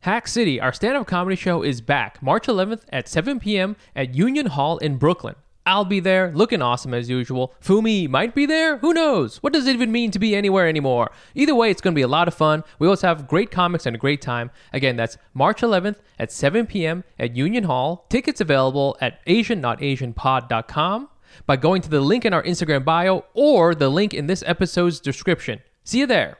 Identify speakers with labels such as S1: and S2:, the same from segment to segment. S1: Hack City, our stand up comedy show, is back March 11th at 7 p.m. at Union Hall in Brooklyn. I'll be there, looking awesome as usual. Fumi might be there, who knows? What does it even mean to be anywhere anymore? Either way, it's gonna be a lot of fun. We always have great comics and a great time. Again, that's March 11th at 7 p.m. at Union Hall. Tickets available at asian.asianpod.com by going to the link in our Instagram bio or the link in this episode's description. See you there.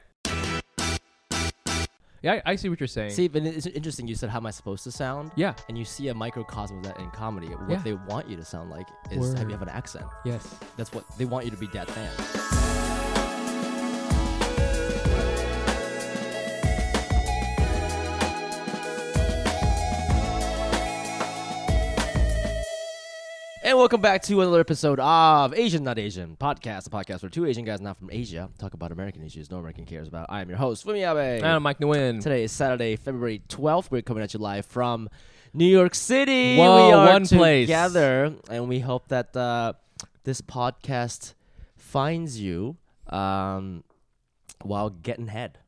S1: Yeah, I, I see what you're saying.
S2: See, but it's interesting. You said, "How am I supposed to sound?"
S1: Yeah.
S2: And you see a microcosm of that in comedy. What
S1: Yeah.
S2: they want you to sound like is
S1: Word.
S2: have you have an accent.
S1: yes.
S2: That's what they want you to be. Dat fan. And welcome back to another episode of Asian Not Asian podcast, a podcast where two Asian guys not from Asia talk about American issues no American cares about. I am your host, Fumi Abe.
S1: And I'm Mike Nguyen.
S2: Today is Saturday, February 12th. We're coming at you live from New York City.
S1: Whoa,
S2: we are
S1: one place.
S2: together, and we hope that uh, this podcast finds you um, while getting head.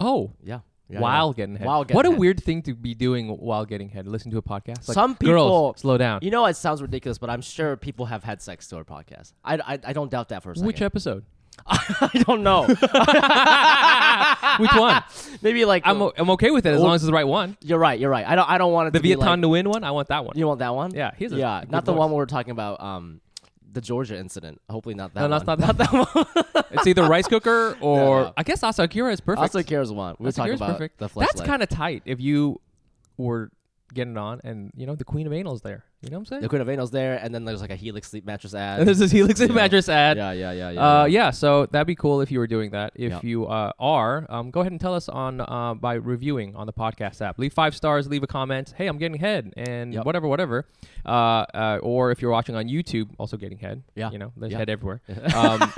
S1: Oh,
S2: Yeah. yeah,
S1: while
S2: yeah.
S1: getting head.
S2: While getting
S1: what a
S2: head.
S1: weird thing to be doing while getting head. Listen to a podcast. Like,
S2: Some people-
S1: girls, slow down.
S2: You know, it sounds ridiculous, but I'm sure people have had sex to our podcast. I, I, I don't doubt that for a second.
S1: Which episode?
S2: I don't know.
S1: Which one?
S2: Maybe like
S1: I'm, o- I'm okay with it as
S2: Ah, Or-
S1: long as it's the right one.
S2: you're right. You're right. I don't. I don't want it
S1: The
S2: to be like,
S1: Vietnam to win one. I want that one.
S2: You want that one?
S1: Yeah, he's a
S2: yeah,
S1: good
S2: not the
S1: voice.
S2: one where we're talking about um, the Georgia incident. Hopefully not that.
S1: no,
S2: one.
S1: no, it's not that. it's either rice cooker or
S2: no.
S1: I guess asakura is perfect.
S2: Also, cares one. We were
S1: Asakura
S2: talking
S1: is
S2: about
S1: perfect.
S2: the
S1: That's
S2: fleshlight.
S1: kind of tight. If you were getting on, and you know the Queen of Anal's there. You know what I'm saying?
S2: the Queen of Anil's there, and then there's like a Helix sleep mattress
S1: And
S2: ad.
S1: this is Helix and
S2: Yeah.
S1: Mattress ad.
S2: yeah, yeah, yeah, yeah.
S1: Uh, yeah, so that'd be cool if you were doing that. If
S2: Yep.
S1: you uh, are, um, go ahead and tell us on uh, by reviewing on the podcast app. Leave five stars, leave a comment. Hey, I'm getting head, and
S2: Yep.
S1: whatever, whatever. Uh, uh, or if you're watching on YouTube, also getting head.
S2: Yeah.
S1: you know, there's
S2: Yeah.
S1: head everywhere. Um,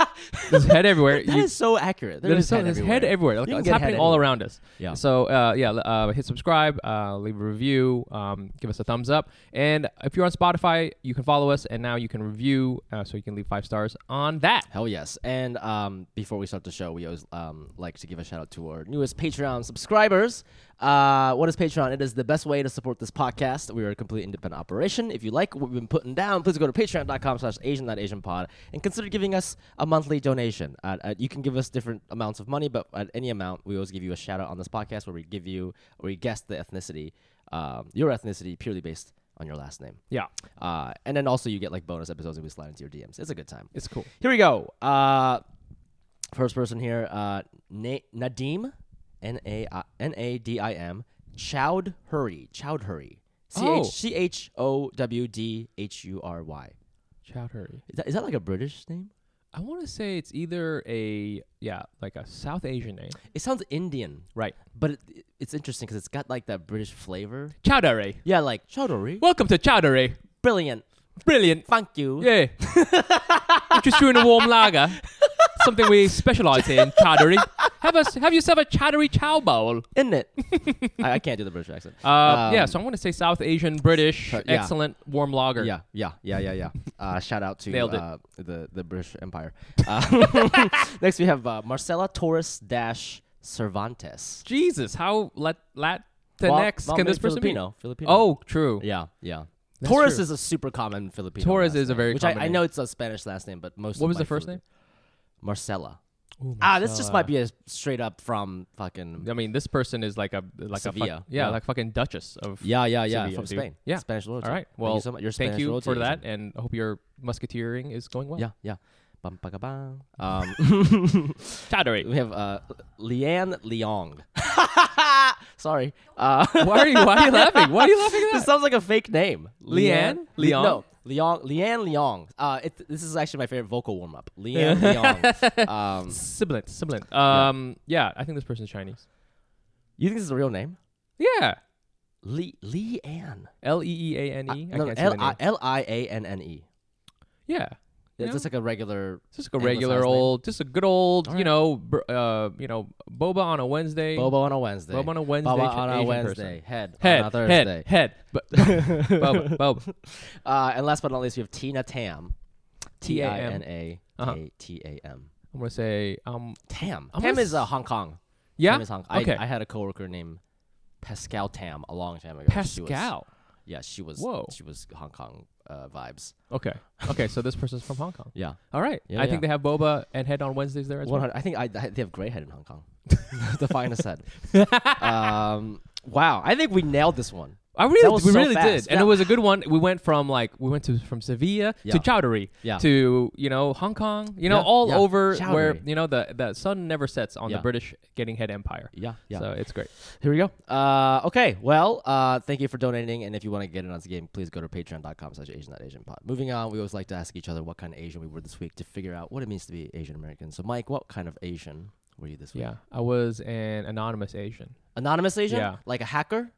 S1: there's head everywhere.
S2: That
S1: You-
S2: is so accurate. There
S1: there's,
S2: is
S1: so-
S2: head
S1: there's
S2: everywhere.
S1: head everywhere. Like,
S2: You can
S1: it's
S2: get head
S1: happening all
S2: everywhere.
S1: around us.
S2: Yeah.
S1: So uh, yeah, l- uh, hit subscribe, uh, leave a review, um, give us a thumbs up, and if you're on Spotify, you can follow us, and now you can review, uh, so you can leave five stars on that.
S2: Hell yes. And um, before we start the show, we always um, like to give a shout out to our newest Patreon subscribers. Uh, what is Patreon? It is the best way to support this podcast. We are a completely independent operation. If you like what we've been putting down, please go to patreon.com slash asian.asianpod and consider giving us a monthly donation. Uh, uh, you can give us different amounts of money, but at any amount, we always give you a shout out on this podcast where we give you, where we guess the ethnicity, um, your ethnicity purely based on your last name.
S1: Yeah,
S2: Uh, and then also you get like bonus episodes and we slide into your DMs. It's a good time.
S1: it's cool.
S2: Here we go. Uh, first person here, uh, Na- Nadim, N A I- N A D I M, Chowd Hurry, Chowd Hurry, C
S1: Oh.
S2: H C H O W D H U R Y.
S1: Chowdhury.
S2: Is that is that like a British name?
S1: I want to say it's either a yeah, like a South Asian name,
S2: It sounds Indian,
S1: right?
S2: but it, it's interesting because it's got like that British flavor.
S1: Chowdhury.
S2: Yeah, like Chowd Hurry,
S1: Welcome to Chowdhury.
S2: brilliant.
S1: Brilliant.
S2: Thank you.
S1: Yeah. Just doing a warm lager. Something we specialize in, chowdhury. Have us have yourself a chowdhury chow bowl.
S2: Isn't it? I, I can't do the British accent.
S1: Uh, yeah, so I'm going to say South Asian, British,
S2: Sure, Um, uh, yeah.
S1: excellent warm lager.
S2: Yeah, yeah, yeah, yeah, yeah. Uh, shout out to
S1: Nailed it.
S2: uh, the the British Empire. Uh, next, we have uh, Marcela Torres Dash Cervantes.
S1: Jesus, how lat- Latinx
S2: Well,
S1: next
S2: well,
S1: can
S2: maybe
S1: this person
S2: Filipino,
S1: be?
S2: Filipino.
S1: Oh, true.
S2: yeah, yeah.
S1: That's
S2: Torres
S1: true.
S2: is a super common Filipino.
S1: Torres
S2: last
S1: is a
S2: name,
S1: very
S2: which I,
S1: common
S2: I
S1: name.
S2: know it's a Spanish last name, but most.
S1: What was
S2: of my
S1: the first
S2: Filip-
S1: name?
S2: Marcela.
S1: Ooh,
S2: Ah, this
S1: Marcella.
S2: just might be a straight up from fucking.
S1: Oh I mean, this person is like a like a
S2: Sevilla.
S1: fuck, yeah,
S2: Yeah.
S1: like fucking duchess of
S2: Yeah, yeah, yeah.
S1: Sevilla,
S2: from
S1: dude.
S2: Spain.
S1: Yeah.
S2: Spanish royalty.
S1: All right.
S2: Thank you
S1: Well,
S2: so much. You're
S1: thank
S2: Spanish
S1: you
S2: royalty
S1: for
S2: agent.
S1: that, and I hope your musketeering is going well.
S2: Yeah, yeah. Bum, ba, ga, bum. Um,
S1: Chowdhury.
S2: We have uh, Leanne Leong. Sorry. Uh,
S1: why are you Why are you laughing? Why are you laughing at
S2: this
S1: that?
S2: sounds like a fake name.
S1: Leanne? Leong?
S2: No, Leong. Leanne Leong. Uh, it, this is actually my favorite vocal warm up. Leanne Leong. Um,
S1: Sibilant, sibilant. Um, yeah. I think this person's Chinese.
S2: you think this is a real name?
S1: Yeah.
S2: Le- Leanne.
S1: L e e a n
S2: Uh,
S1: e. I
S2: no,
S1: can't say the
S2: L I
S1: name.
S2: L I A N N E.
S1: Yeah.
S2: It's
S1: Yeah.
S2: just like a regular
S1: It's just like a
S2: Anglicized
S1: regular
S2: name.
S1: old, just a good old, you
S2: Alright.
S1: know, br- uh, you know, boba on a Wednesday.
S2: Bobo on a Wednesday.
S1: Boba on a Wednesday.
S2: Boba
S1: Ch-
S2: on a
S1: Asian
S2: Wednesday.
S1: person.
S2: Head,
S1: Head,
S2: on
S1: head,
S2: a Thursday.
S1: head, Bo- boba, boba.
S2: Uh, and last but not least, we have Tina Tam. T I
S1: T-A-M.
S2: N A
S1: Uh-huh.
S2: K T A M.
S1: I'm gonna say, um,
S2: Tam.
S1: I'm
S2: Tam
S1: gonna
S2: is uh, Hong Kong.
S1: yeah.
S2: Tam is Hong Kong.
S1: Okay.
S2: I, I had a coworker named Pascal Tam a long time ago. She was-
S1: Pascal.
S2: yeah, she was.
S1: Whoa.
S2: She was Hong Kong uh, vibes.
S1: Okay. Okay. So this person's from Hong Kong.
S2: Yeah.
S1: All right.
S2: Yeah,
S1: I think they
S2: yeah.
S1: have boba and head on Wednesdays there as well.
S2: 100, I think I, I- they have gray head in Hong Kong. the finest head. Um, wow. I think we nailed this one.
S1: I
S2: That
S1: really, we
S2: was so
S1: really
S2: fast.
S1: did, and
S2: Yeah.
S1: it was a good one. We went from like we went to from Sevilla
S2: Yeah.
S1: to Chowdery
S2: Yeah.
S1: to you know Hong Kong, you know
S2: Yeah,
S1: all
S2: yeah.
S1: over where
S2: Chowdery.
S1: you know the the sun never sets on
S2: Yeah.
S1: the British getting head empire.
S2: Yeah. Yeah.
S1: So it's great.
S2: Here we go. Uh, okay. Well, uh, thank you for donating. And if you want to get in on the game, please go to patreon.com slash Asian Asian Pod. Moving on, we always like to ask each other what kind of Asian we were this week to figure out what it means to be Asian American. So, Mike, what kind of Asian were you this week?
S1: Yeah, I was an anonymous Asian.
S2: Anonymous Asian?
S1: Yeah.
S2: Like a hacker?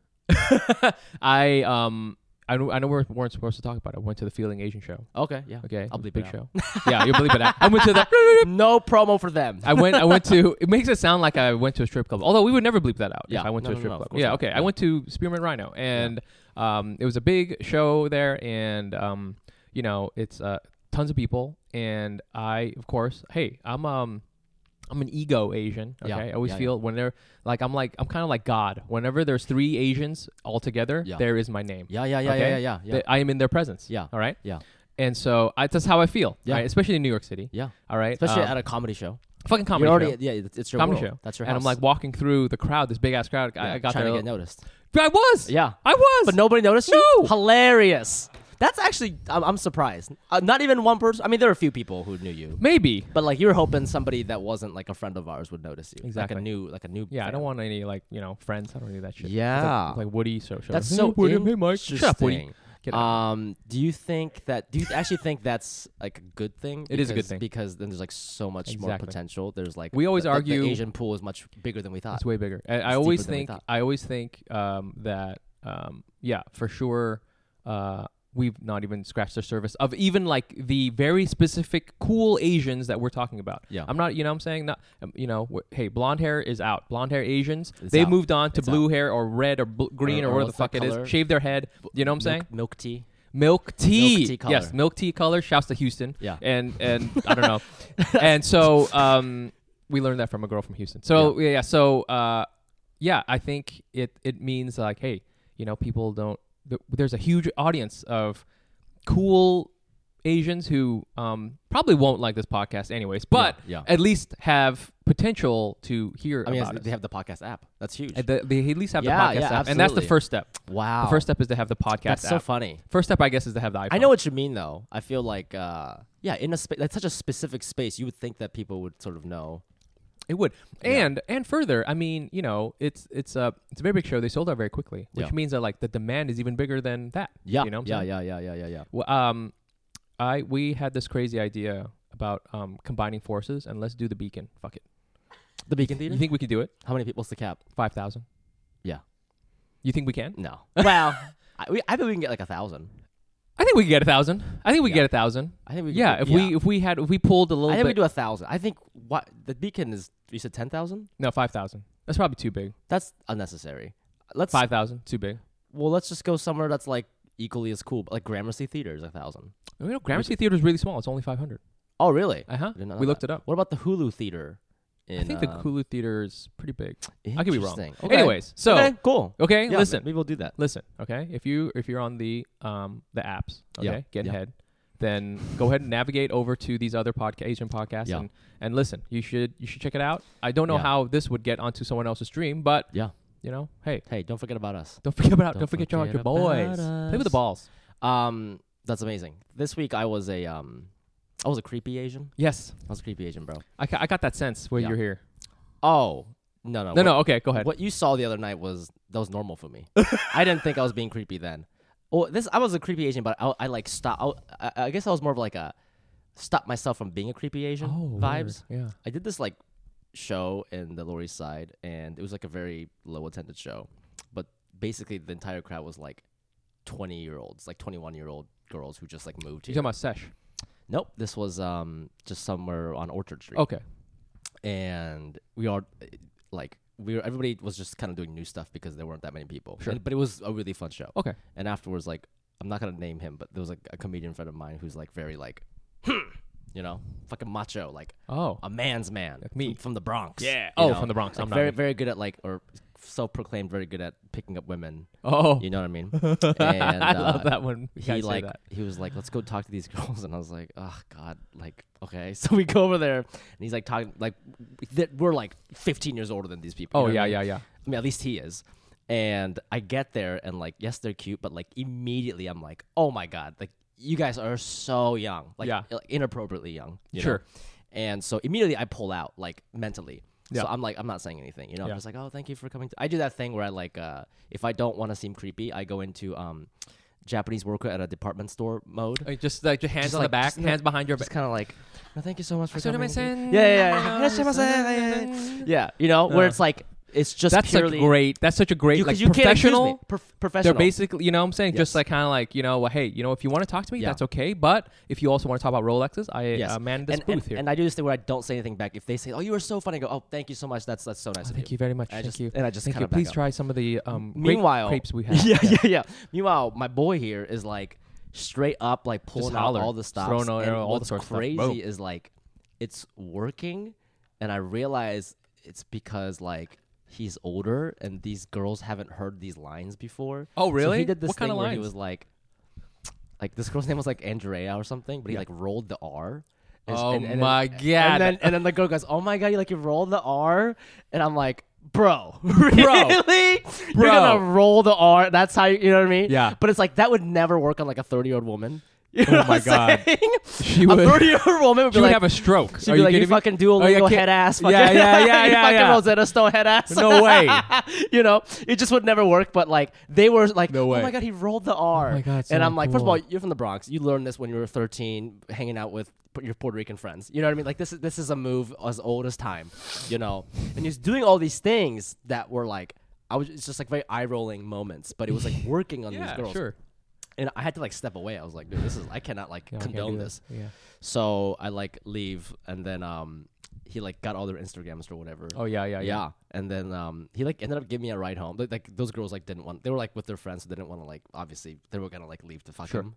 S1: I um I know, I know we weren't supposed to talk about it. I went to the Feeling Asian show.
S2: Okay. Yeah.
S1: Okay,
S2: I'll
S1: it was a
S2: bleep
S1: big
S2: it out.
S1: show. yeah, you'll believe it. I went to the.
S2: No promo for them.
S1: I went. I went to. It makes it sound like I went to a strip club. Although we would never bleep that out.
S2: Yeah.
S1: If I went
S2: No,
S1: to
S2: no,
S1: a strip
S2: no, of
S1: club.
S2: course
S1: Yeah.
S2: not.
S1: Okay.
S2: Yeah.
S1: I went to Spearmint Rhino, and um, it was a big show there, and um, you know, it's uh, tons of people, and I, of course, hey, I'm um. I'm an ego Asian. Okay,
S2: Yeah.
S1: I always
S2: Yeah, yeah.
S1: feel when they're like I'm like I'm kind of like God. Whenever there's three Asians all together,
S2: Yeah.
S1: there is my name.
S2: Yeah, yeah, yeah,
S1: Okay?
S2: yeah, yeah, yeah, yeah.
S1: That I am in their presence.
S2: Yeah.
S1: All right.
S2: Yeah.
S1: And so I, that's how I feel.
S2: Yeah.
S1: Right? Especially in New York City.
S2: Yeah.
S1: All right.
S2: Especially
S1: Um,
S2: at a comedy show.
S1: fucking comedy
S2: You're already,
S1: show.
S2: Yeah, it's, it's your
S1: comedy
S2: world.
S1: show.
S2: That's your house.
S1: And I'm like walking through the crowd, this big ass crowd. I,
S2: Yeah,
S1: I got
S2: trying
S1: there.
S2: to get noticed.
S1: I was.
S2: Yeah.
S1: I was.
S2: But nobody noticed you?
S1: No.
S2: Hilarious. That's actually, I'm, I'm surprised. Uh, not even one person. I mean, there are a few people who knew you.
S1: Maybe.
S2: But like you were hoping somebody that wasn't like a friend of ours would notice you. Like a
S1: Exactly.
S2: new, like a new.
S1: Yeah, I
S2: fan.
S1: don't want any like you know friends. I don't need that shit. It's like-
S2: Yeah.
S1: it's like, Woody. So show.
S2: That's
S1: hey,
S2: so
S1: Woody. Hey Mike. Shut up, Woody.
S2: interesting.
S1: Get out.
S2: Um, do you think that? Do you actually think that's like a good thing?
S1: It is a good
S2: Because-
S1: thing.
S2: because then there's like so much more
S1: Exactly.
S2: potential. There's like
S1: We always
S2: the- the-
S1: argue-
S2: the Asian pool is much bigger than we thought.
S1: It's way bigger. I, I
S2: It's
S1: always
S2: deeper than we
S1: think.
S2: thought.
S1: I always think um, that. Um, yeah, for sure. Uh, we've not even scratched the surface of even like the very specific cool Asians that we're talking about.
S2: Yeah.
S1: I'm not. You know, what I'm saying not. um, You know, wh- hey, blonde hair is out. Blonde hair Asians.
S2: It's
S1: they've
S2: out.
S1: moved on to
S2: It's
S1: blue hair or red or bl- green
S2: Or-
S1: or,
S2: or
S1: whatever the
S2: what's that
S1: fuck it is.
S2: color?
S1: Shave their head. You know what I'm saying?
S2: Milk, milk tea.
S1: Milk tea.
S2: Milk tea color.
S1: Yes, milk tea color. Shouts to Houston.
S2: Yeah.
S1: And and I don't know. and so um, we learned that from a girl from Houston. So yeah. so uh, yeah, I think it it means like hey, you know, people don't. th- There's a huge audience of cool Asians who um, probably won't like this podcast anyways, but
S2: yeah.
S1: at least have potential to hear
S2: I mean,
S1: about
S2: it's-
S1: it.
S2: they have the podcast app. That's huge.
S1: And the- they at least have
S2: Yeah,
S1: the
S2: yeah,
S1: podcast app, and that's the
S2: absolutely.
S1: first step.
S2: wow.
S1: The first step is to have the podcast
S2: that's so
S1: app.
S2: funny.
S1: first step, I guess, is to have the iPhone.
S2: I know what you mean, though. I feel like, uh, yeah, in a spa- that's such a specific space. You would think that people would sort of know.
S1: It would, and and further, I mean, you know, it's it's a it's a very big show. They sold out very quickly, which
S2: Yeah.
S1: means that like the demand is even bigger than that.
S2: Yeah,
S1: you know, what I'm
S2: yeah,
S1: saying?
S2: yeah, yeah, yeah, yeah, yeah.
S1: Well, um, I we had this crazy idea about um combining forces and let's do the beacon. Fuck it.
S2: The Beacon Theater.
S1: You think we could do it?
S2: How many people? What's the cap?
S1: Five thousand.
S2: Yeah.
S1: You think we can?
S2: No. well, I, we, I bet we can get like a thousand.
S1: I think we could get a thousand. I think we could
S2: Yeah.
S1: get a thousand.
S2: I think we. Could
S1: Yeah.
S2: do-
S1: If we if we had if we pulled a little
S2: I think
S1: bit.
S2: we do a thousand. I think what the beacon is. You said ten thousand.
S1: no, five thousand. That's probably too big.
S2: That's unnecessary. Let's
S1: Five thousand. Too big.
S2: well, let's just go somewhere that's like equally as cool. Like Gramercy Theater is a thousand.
S1: You know, Gramercy Theater is really small. It's only five hundred.
S2: Oh, really?
S1: Uh huh.
S2: I did not know
S1: We looked
S2: that.
S1: it up.
S2: What about the Hulu Theater? In,
S1: I think the
S2: uh,
S1: Hulu theater is pretty big. I could be wrong.
S2: interesting. Okay.
S1: Anyways, so
S2: okay,
S1: okay,
S2: cool. Yeah,
S1: listen,
S2: maybe we'll do that.
S1: listen, okay. If you if you're on the um the apps, okay,
S2: Yeah,
S1: get
S2: yeah.
S1: ahead. Then go ahead and navigate over to these other podcast Asian podcasts
S2: Yeah.
S1: and and listen. You should you should check it out. I don't know
S2: Yeah.
S1: how this would get onto someone else's stream, but
S2: Yeah.
S1: you know, hey,
S2: Hey, don't forget about us.
S1: don't forget about
S2: Don't
S1: don't, forget, your-
S2: forget
S1: your
S2: about
S1: boys. Play with the
S2: us.
S1: balls.
S2: Um, that's amazing. This week I was a um, I was a creepy Asian.
S1: Yes,
S2: I was a creepy Asian, bro.
S1: I, ca- I got that sense where
S2: Yeah.
S1: you're here.
S2: Oh no no
S1: No, no, okay, go ahead.
S2: What you saw the other night was that was normal for me. I didn't think I was being creepy then. Well, this I was a creepy Asian, but I, I like stop. I, I guess I was more of like a stop myself from being a creepy Asian
S1: Oh,
S2: vibes.
S1: word, Yeah.
S2: I did this like show in the Lower East Side, and it was like a very low attended show, but basically the entire crowd was like twenty year olds, like twenty one year old girls who just like moved
S1: You
S2: here.
S1: talking about Sesh?
S2: nope, this was um just somewhere on Orchard Street
S1: Okay.
S2: and we are like we were, everybody was just kind of doing new stuff because there weren't that many people.
S1: Sure.
S2: And- but it was a really fun show.
S1: Okay.
S2: And afterwards, like I'm not gonna name him, but there was like a comedian friend of mine who's like very like, hmm, you know, fucking macho, like
S1: Oh.
S2: a man's man, like
S1: me.
S2: from, from the Bronx.
S1: Yeah.
S2: you
S1: Oh, from the Bronx,
S2: like,
S1: I'm not
S2: very,
S1: me.
S2: very good at like, or self-proclaimed very good at picking up women.
S1: Oh.
S2: You know what I mean? And,
S1: I love
S2: uh,
S1: that one.
S2: he like he was like, let's go talk to these girls, and I was like, oh god, like okay. So we go over there, and he's like talking like that we're like 15 years older than these people. you
S1: Oh,
S2: know what
S1: yeah,
S2: I mean?
S1: yeah, yeah.
S2: I mean, at least he is. And I get there, and like, yes, they're cute, but like immediately I'm like, oh my god, like you guys are so young, like,
S1: Yeah.
S2: like, inappropriately young. you know?
S1: Sure.
S2: And so immediately I pull out, like mentally.
S1: Yeah.
S2: So I'm like, I'm not saying anything, you know.
S1: Yeah.
S2: I'm just like, oh, thank you for coming. I do that thing where I like, uh, if I don't want to seem creepy, I go into um, Japanese worker at a department store mode.
S1: Like, Just like your hands
S2: Just
S1: on
S2: like-
S1: the back,
S2: just
S1: hands behind your
S2: Just
S1: back.
S2: kind of like, "Oh, thank you so much for
S1: Yeah,
S2: coming.
S1: yeah,
S2: Yeah, yeah, yeah. "Arashimase." Yeah, you know, where
S1: Uh.
S2: it's like, it's just
S1: That's such a
S2: purely
S1: great. That's such a great
S2: you,
S1: like
S2: 'cause you can't accuse me.
S1: professional.
S2: Prof- professional.
S1: They're basically, you know, what I'm saying, just
S2: Yes.
S1: like kind of like, you know, well, hey, you know, if you want to talk to me,
S2: Yeah.
S1: that's okay. But if you also want to talk about Rolexes, I
S2: Yes.
S1: uh, man this
S2: and,
S1: booth
S2: and,
S1: here.
S2: and I do this thing where I don't say anything back. If they say, "Oh, you were so funny," I go, "Oh, thank you so much. That's that's so nice."
S1: Oh,
S2: of
S1: thank you very much.
S2: I
S1: thank
S2: just-
S1: you.
S2: and I just
S1: thank
S2: kinda
S1: you. Please
S2: back up.
S1: try some of the um, grape
S2: Meanwhile,
S1: crepes we have.
S2: Yeah, yeah, yeah. Meanwhile, my boy here is like straight up, like pulling out
S1: hollering,
S2: all the stops.
S1: throwing out
S2: and
S1: all the
S2: what's
S1: sorts of stuff.
S2: crazy
S1: Boom.
S2: is like, it's working, and I realize it's because like he's older and these girls haven't heard these lines before.
S1: Oh,
S2: So he
S1: really?
S2: did this
S1: What
S2: thing
S1: kinda
S2: where he
S1: lines?
S2: was like, like this girl's name was like Andrea or something, but he
S1: Yeah.
S2: like rolled the R.
S1: Oh
S2: then-
S1: my God.
S2: And then, and then the girl goes, "Oh my god, you like you rolled the R," and I'm like, "Bro, really? You're
S1: Bro.
S2: gonna roll the R? That's how you, you know what I mean?
S1: Yeah.
S2: But it's like that would never work on like a 30 year old woman. You
S1: Oh
S2: know what
S1: my
S2: I'm
S1: God.
S2: saying?
S1: She
S2: a
S1: would-
S2: 30 year old woman would be
S1: You would
S2: like,
S1: have a stroke.
S2: she'd
S1: Are
S2: be like, you,
S1: kidding me?
S2: fucking Duolingo
S1: Oh, yeah, kid-
S2: head ass. Fucking,
S1: Yeah, yeah, yeah,
S2: you
S1: yeah,
S2: fucking
S1: yeah.
S2: Rosetta Stone head ass.
S1: No way.
S2: you know, it just would never work. But like they were like,
S1: No
S2: oh
S1: way. Oh
S2: my god, he rolled the R.
S1: my God, so
S2: and I'm like, first of all,
S1: cool.
S2: you're from the Bronx. You learned this when you were 13, hanging out with p- your Puerto Rican friends. You know what I mean? Like this is this is a move as old as time. You know, and he's doing all these things that were like. I was it's just like very eye rolling moments, but it was like working on these
S1: Yeah,
S2: girls.
S1: sure.
S2: And I had to like step away. I was like, dude, this is I cannot like
S1: Yeah, I can't
S2: condone
S1: do that.
S2: this.
S1: Yeah.
S2: So I like leave, and then um, he like got all their Instagrams or whatever.
S1: Oh yeah, yeah,
S2: yeah.
S1: yeah.
S2: And then um, he like ended up giving me a ride home. Like, like those girls like didn't want. They were like with their friends, so they didn't want to like. Obviously, they were gonna like leave to fuck
S1: Sure.
S2: him.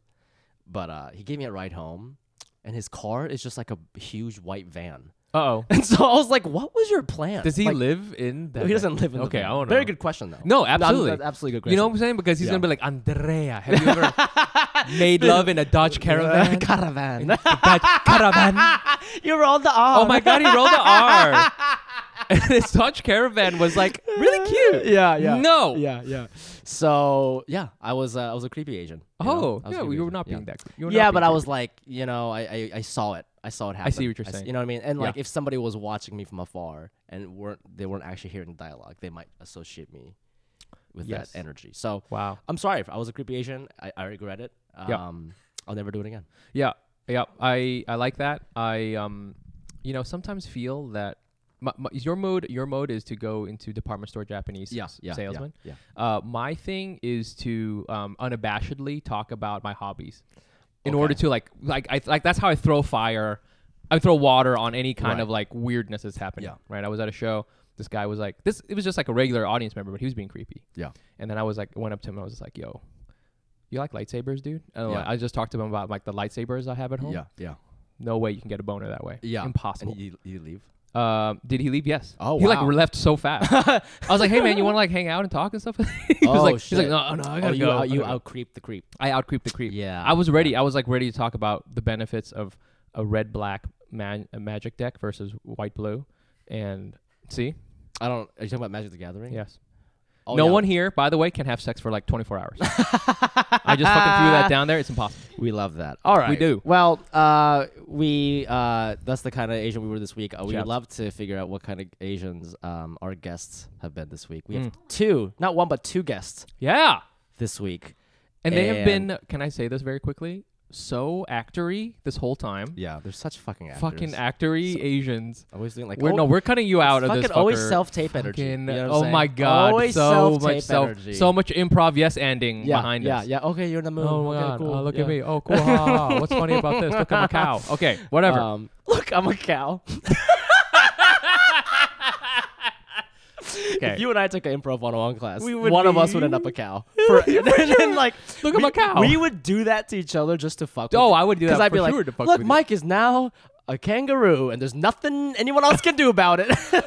S2: But uh, he gave me a ride home, and his car is just like a huge white van.
S1: Uh oh.
S2: And so I was like, "What was your plan?"
S1: Does he
S2: Like,
S1: live in? That
S2: He doesn't live in. the
S1: Okay,
S2: van.
S1: I don't know.
S2: Very good question though.
S1: No,
S2: I'm-
S1: absolutely.
S2: that's absolutely good question.
S1: You know what I'm saying? Because he's
S2: Yeah.
S1: gonna be like Andrea. Have you ever made love in a Dodge Caravan?
S2: caravan.
S1: Dodge Caravan.
S2: you rolled the R.
S1: Oh my God, he rolled the R. and his Dodge Caravan was like really cute.
S2: Yeah, yeah.
S1: No.
S2: Yeah, yeah. So yeah, I was uh, I was a creepy Asian. you know?
S1: Oh,
S2: I was a
S1: yeah,
S2: creepy
S1: you were
S2: Asian,
S1: not being
S2: yeah.
S1: that. You were
S2: yeah,
S1: not
S2: but
S1: being
S2: I
S1: that-
S2: was like, you know, I, I I saw it. I saw it happen.
S1: what you're
S2: s-
S1: saying.
S2: you know what I mean? And like,
S1: Yeah.
S2: if somebody was watching me from afar and weren't they weren't actually hearing the dialogue, they might associate me with
S1: Yes.
S2: that energy. So
S1: Wow.
S2: I'm sorry if I was a creepy Asian. I, I regret it. Um,
S1: Yeah.
S2: I'll never do it again.
S1: Yeah, yeah. I I like that. I um, you know, sometimes feel that my, my, your mode your mode is to go into department store Japanese
S2: Yeah,
S1: s-
S2: yeah, yeah,
S1: salesman.
S2: yeah.
S1: Uh, my thing is to um, unabashedly talk about my hobbies, in order
S2: Okay.
S1: to like like I like that's how I throw fire, I throw water on any kind
S2: Right.
S1: of like weirdness that's happening.
S2: Yeah.
S1: Right. I was at a show. This guy was like this. It was just like a regular audience member, but he was being creepy.
S2: Yeah.
S1: And then I was like, went up to him. and I was just like, "Yo, you like lightsabers, dude?" And
S2: Yeah.
S1: like, I just talked to him about like the lightsabers I have at home.
S2: yeah,
S1: No way you can get a boner that way.
S2: yeah.
S1: Impossible.
S2: And you, you leave.
S1: um, did he leave? Yes.
S2: Oh,
S1: He like
S2: wow.
S1: left so fast. I was like, hey man, you want to like hang out and talk and stuff? he was
S2: Oh,
S1: like, He's
S2: shit.
S1: like, no, no, I gotta
S2: oh, you
S1: go. I
S2: out, you
S1: gotta go."
S2: out creep the creep.
S1: I outcreep the creep.
S2: Yeah.
S1: I was ready. I was like ready to talk about the benefits of a red black man a magic deck versus white blue, and see,
S2: I don't. Are you talking about Magic the Gathering?
S1: yes.
S2: Oh,
S1: no
S2: yeah.
S1: one here, by the way, can have sex for like 24 hours. I just fucking threw that down there. It's impossible.
S2: We love that. All right.
S1: do.
S2: Well, uh, we uh, that's the kind of Asian we were this week. Uh, we would
S1: Shouts.
S2: love to figure out what kind of Asians um, our guests have been this week. We
S1: Hmm.
S2: have two, not one, but two guests
S1: Yeah.
S2: this week.
S1: And they have
S2: And-
S1: been. Can I say this very quickly? So actory this whole time.
S2: Yeah, they're such fucking actors.
S1: Fucking actory Asians.
S2: Always doing like
S1: we're
S2: oh,
S1: no, we're cutting you out of
S2: fucking
S1: this.
S2: always
S1: fucker.
S2: self tape energy.
S1: Fucking-
S2: You know what I'm
S1: oh
S2: saying?
S1: my god!
S2: always
S1: so
S2: self-tape
S1: much self,
S2: energy.
S1: so much improv. Yes, ending
S2: yeah,
S1: behind
S2: yeah,
S1: us.
S2: Yeah, Okay, you're in the mood.
S1: Oh my
S2: okay,
S1: god!
S2: Cool.
S1: Oh, look
S2: yeah.
S1: at me. Oh, cool. Ha, ha, ha. What's funny about this? Look, I'm a cow. Okay, whatever.
S2: Um, look, I'm a cow.
S1: okay.
S2: If you and I took an improv 101 class,
S1: We would
S2: one of us
S1: be-
S2: would end up a cow. For, and then, like,
S1: Look at
S2: we-
S1: my cow.
S2: We would do that to each other just to fuck.
S1: Oh,
S2: with
S1: I would do
S2: Because
S1: that
S2: I'd
S1: for
S2: be like,
S1: sure to fuck
S2: look,
S1: with you."
S2: Mike is now a kangaroo, and there's nothing anyone else can do about it.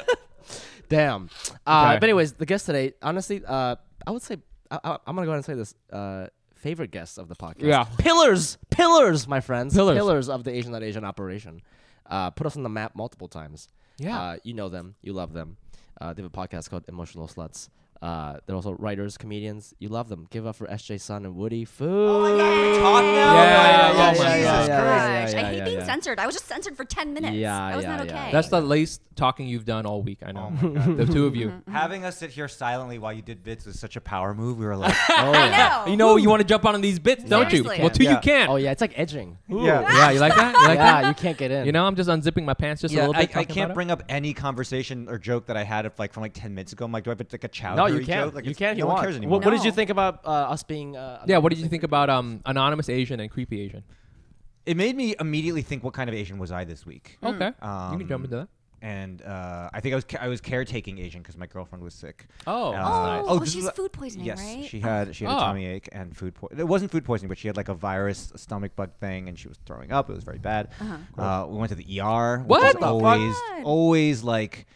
S2: Damn. Uh,
S1: Okay.
S2: But anyways, the guest today, honestly, uh, I would say I, I, I'm gonna go ahead and say this. Uh, favorite guest of the podcast.
S1: Yeah.
S2: Pillars, pillars, my friends.
S1: Pillars.
S2: of the Asian Not Asian operation. Uh, put us on the map multiple times.
S1: Yeah.
S2: Uh, you know them. You love them. Uh, they have a podcast called Emotional Sluts. Uh, they're also writers, comedians. You love them. Give up for SJ Sun and Woody Foo.
S3: Oh
S4: my God, we're talking now?
S1: Yeah,
S4: Oh
S1: yeah,
S4: my
S1: yeah,
S4: Jesus
S1: yeah,
S4: Christ.
S2: yeah,
S3: gosh.
S2: yeah,
S3: I hate
S2: yeah,
S3: being
S2: yeah.
S3: censored. I was just censored for 10 minutes.
S2: Yeah,
S3: I was
S2: yeah,
S3: not
S2: yeah.
S3: okay.
S1: That's the least talking you've done all week. I know.
S2: Oh
S1: the two of you.
S4: Having us sit here silently while you did bits was such a power move. We were like,
S2: Oh,
S3: I
S2: yeah.
S3: know.
S1: You know you want to jump on these bits, don't you?
S3: Seriously.
S1: Well, two you
S4: Yeah.
S1: can.
S2: Oh yeah, it's like edging.
S4: Yeah.
S1: Yeah, you like that? You like
S2: yeah,
S1: that?
S2: you can't get in.
S1: You know, I'm just unzipping my pants just a
S4: yeah,
S1: little
S4: I,
S1: bit.
S4: I
S1: talking
S4: can't
S1: about it.
S4: bring up any conversation or joke that I had of like from like ten minutes ago. I'm like, do I have to like a chowder?
S2: No, you can't.
S4: Joke? Like,
S2: you
S4: it's-
S2: can't. if
S4: No
S2: you
S4: one
S2: want.
S4: cares
S2: Wh-
S4: anymore.
S2: What, did you
S3: No.
S2: think about uh, us being? Uh,
S1: Yeah, what did you think about um, anonymous Asian and creepy Asian?
S4: It made me immediately think, what kind of Asian was I this week?
S1: Okay, you can
S4: Um,
S1: jump into that.
S4: And uh, I think I was ca- I was caretaking Asian because my girlfriend was sick.
S1: Oh,
S4: And,
S1: that's
S4: uh,
S1: nice.
S3: Oh,
S4: this
S3: she's
S4: is-
S3: food poisoning,
S4: yes,
S3: right?
S4: she had she had
S1: Oh.
S4: a tummy ache and food. Po- it wasn't food poisoning, but she had like a virus, a stomach bug thing, and she was throwing up. It was very bad. uh
S3: Uh-huh.
S4: we went to the ER. which
S1: What
S4: is
S1: the fuck?
S4: always, always like.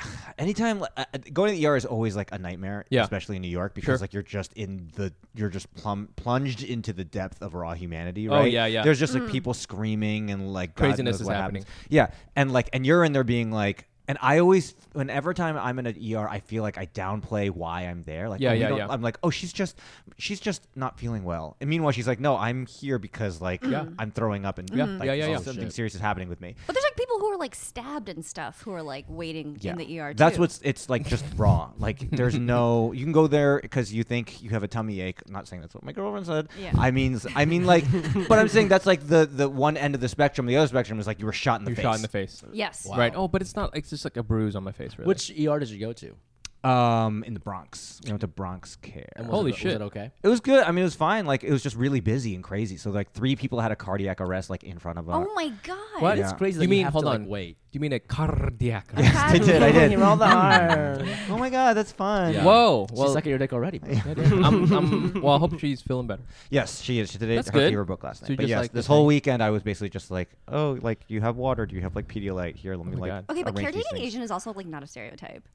S4: Anytime like, uh, uh, going to the ER is always like a nightmare,
S1: Yeah.
S4: especially in New York,
S1: Sure.
S4: because like you're just in the you're just plumb, plunged into the depth of raw humanity,
S1: Oh,
S4: right?
S1: yeah, yeah.
S4: There's just like
S3: Mm-hmm.
S4: people screaming and like God
S1: Craziness
S4: knows
S1: is
S4: what
S1: happening.
S4: happens. Yeah, and like, and you're in there being like, and I always, whenever time I'm in an ER, I feel like I downplay why I'm there. Like,
S1: Yeah,
S4: oh, we
S1: yeah,
S4: don't-
S1: yeah.
S4: I'm like, oh, she's just, she's just not feeling well. And meanwhile, she's like, no, I'm here because like I'm throwing up and like,
S1: Yeah, yeah, yeah.
S4: something
S2: Shit.
S4: serious is happening with me.
S3: But there's like people who are like stabbed and stuff who are like waiting
S4: Yeah,
S3: in the ER.
S4: that's
S3: too.
S4: what's it's like just raw. Like there's no you can go there because you think you have a tummy ache. I'm not saying that's what my girlfriend said.
S3: Yeah.
S4: I mean, I mean like, but I'm saying that's like the the one end of the spectrum. The other spectrum is like you were shot in the
S1: you
S4: face.
S1: shot in the face.
S3: Yes.
S1: Right. Oh, but it's not. It's just like a bruise on my face. Really.
S2: Which ER did you go to?
S4: Um, in the Bronx, we went to Bronx Care.
S2: And was
S1: Holy
S2: it,
S1: shit.
S2: Was it okay?
S4: It was good. I mean, it was fine. Like it was just really busy and crazy. So like three people had a cardiac arrest like in front of us.
S3: Oh my God.
S1: What?
S4: Yeah.
S2: It's crazy.
S1: You
S2: that
S1: mean-
S2: you have
S1: hold
S2: to,
S1: on.
S2: Like, wait.
S1: You mean a cardiac?
S4: I did. I did.
S2: Roll the R.
S4: oh my god, that's fun.
S2: Yeah.
S1: Whoa.
S2: She's
S1: Well,
S2: sucking your dick already. bro.
S1: I'm, I'm, well, I hope she's feeling better.
S4: Yes, she is. She did it.
S1: That's
S4: her
S1: good.
S4: fever book last
S1: So
S4: night.
S1: you
S4: but
S1: just,
S4: yes,
S1: like,
S4: this
S1: the
S4: whole
S1: thing-
S4: weekend I was basically just like, oh, like you have water? Do you have like Pedialyte? Here, let me
S1: Oh my
S4: like.
S1: God.
S3: Okay, but
S4: arrange these
S3: caretaking
S4: things."
S3: Asian is also like not a stereotype.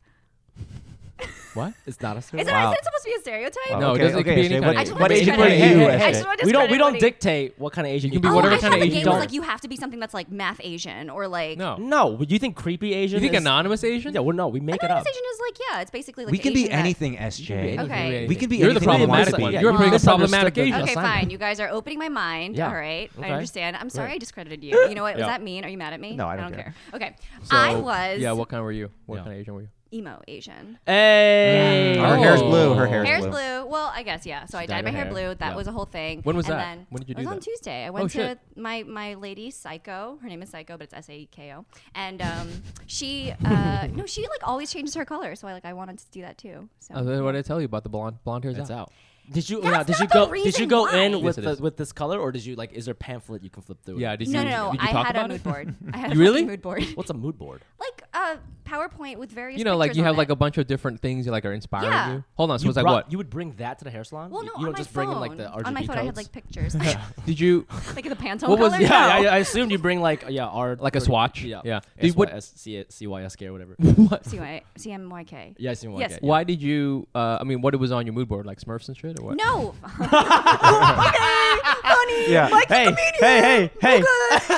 S1: What?
S2: It's not a
S3: Is
S2: stereotype.
S3: that,
S4: Wow.
S3: is that supposed to be a stereotype?
S4: Uh,
S1: No, it doesn't- it could be any
S4: Ashley,
S1: kind
S3: I
S4: what-
S3: just
S4: What
S3: wanna
S4: Asian were
S3: discredit
S4: you?
S3: Hey, hey, hey,
S4: Ashley?
S3: I just wanna
S2: we don't. We don't
S3: everybody.
S2: dictate what kind of Asian
S1: can be
S3: Oh,
S1: whatever
S3: I
S1: kind
S3: thought
S1: of
S3: the
S1: Asian
S3: game
S1: you
S3: was
S1: are.
S3: like you have to be something that's like math Asian or like
S1: No.
S2: No. You think creepy Asian?
S1: You think
S2: is,
S1: anonymous Asian?
S2: Yeah. Well, no. We make it
S3: Anonymous
S2: up.
S3: Asian is like yeah, it's basically like
S4: We
S3: the
S4: can be
S3: Asian that-
S4: anything,
S2: anything.
S4: SJ.
S3: Okay.
S4: We can be
S1: You're the
S4: anything we want to
S1: problematic
S4: be.
S1: one.
S4: Yeah,
S1: You're
S3: you
S1: a pretty
S2: misunderstood
S1: problematic
S2: the-
S1: Asian.
S3: Okay,
S2: assignment.
S3: fine. You guys are opening my mind.
S2: Yeah.
S3: All right.
S2: Okay.
S3: I understand. I'm sorry
S2: Great.
S3: I discredited you. You know what? Was
S1: Yeah.
S3: that mean? Are you mad at me?
S4: No, I don't
S3: care.
S4: care.
S3: Okay.
S1: So,
S3: I was
S1: Yeah. What kind were you? What
S2: Yeah.
S1: kind of Asian were you?
S3: emo Asian.
S2: Hey.
S1: Yeah.
S4: Her hair's
S1: Oh.
S4: blue. Her
S1: Hair's
S4: hair's
S3: Hair's
S4: blue.
S3: blue. Well, I guess yeah. So I
S2: dyed
S3: dyed my
S2: her
S3: hair
S2: hair.
S3: blue. That
S2: Yeah.
S3: was a whole thing.
S1: When was
S3: and
S1: that?
S3: Then
S1: When did you
S3: It
S1: do
S3: was on
S1: that? Oh,
S3: Tuesday. I went
S1: shit.
S3: to my my lady Psycho. Her name is Psycho, but it's S A E K O. And um, she uh, no, she like always changes her color. So I like I wanted to do that too. So
S1: Uh, what did I tell you about the blonde? Blonde hair's
S2: It's
S1: out.
S2: out. Did you?
S3: That's
S2: now, did
S3: not
S2: you
S3: the
S2: go? Did you
S3: reason
S2: go
S3: why.
S2: in with
S1: Yes, it
S2: the,
S1: is.
S2: with this color, or did you like? Is there a pamphlet you can flip through?
S1: Yeah. Did you?
S3: no, no, no.
S1: Did you
S3: I
S1: talk
S3: had
S1: about
S3: a
S1: it?
S3: mood board. I had a
S1: You really?
S3: fucking mood board.
S2: What's a mood board?
S3: like uh, PowerPoint with various.
S1: You know, like
S3: pictures
S1: you
S3: on
S1: have
S3: it.
S1: like a bunch of different things that like are inspiring
S3: Yeah.
S1: you. Hold on. So
S2: you
S1: it's like
S2: brought-
S1: what?
S2: You would bring that to the hair salon?
S3: Well,
S2: you,
S3: no,
S2: you
S3: on
S2: don't
S3: my
S2: just
S3: phone.
S2: bring in like the RGB
S3: on my phone,
S2: codes?
S3: I had like pictures,
S1: Did you?
S3: like the Pantone
S1: What was-
S3: colors.
S2: yeah,
S3: No.
S2: I, I assumed you bring like yeah, R
S1: Like a swatch? Yeah. Dude, what-
S2: CYSK or whatever.
S1: What?
S3: CY CMYK.
S2: Yeah, I assume
S3: Yes.
S2: yes.
S1: Why did you? Uh, I mean, what it was on your mood board, like Smurfs and shit, or what?
S3: No. okay, honey.
S4: Yeah.
S3: Mike's
S2: Hey,
S3: a comedian.
S2: hey, hey, hey.
S3: Okay.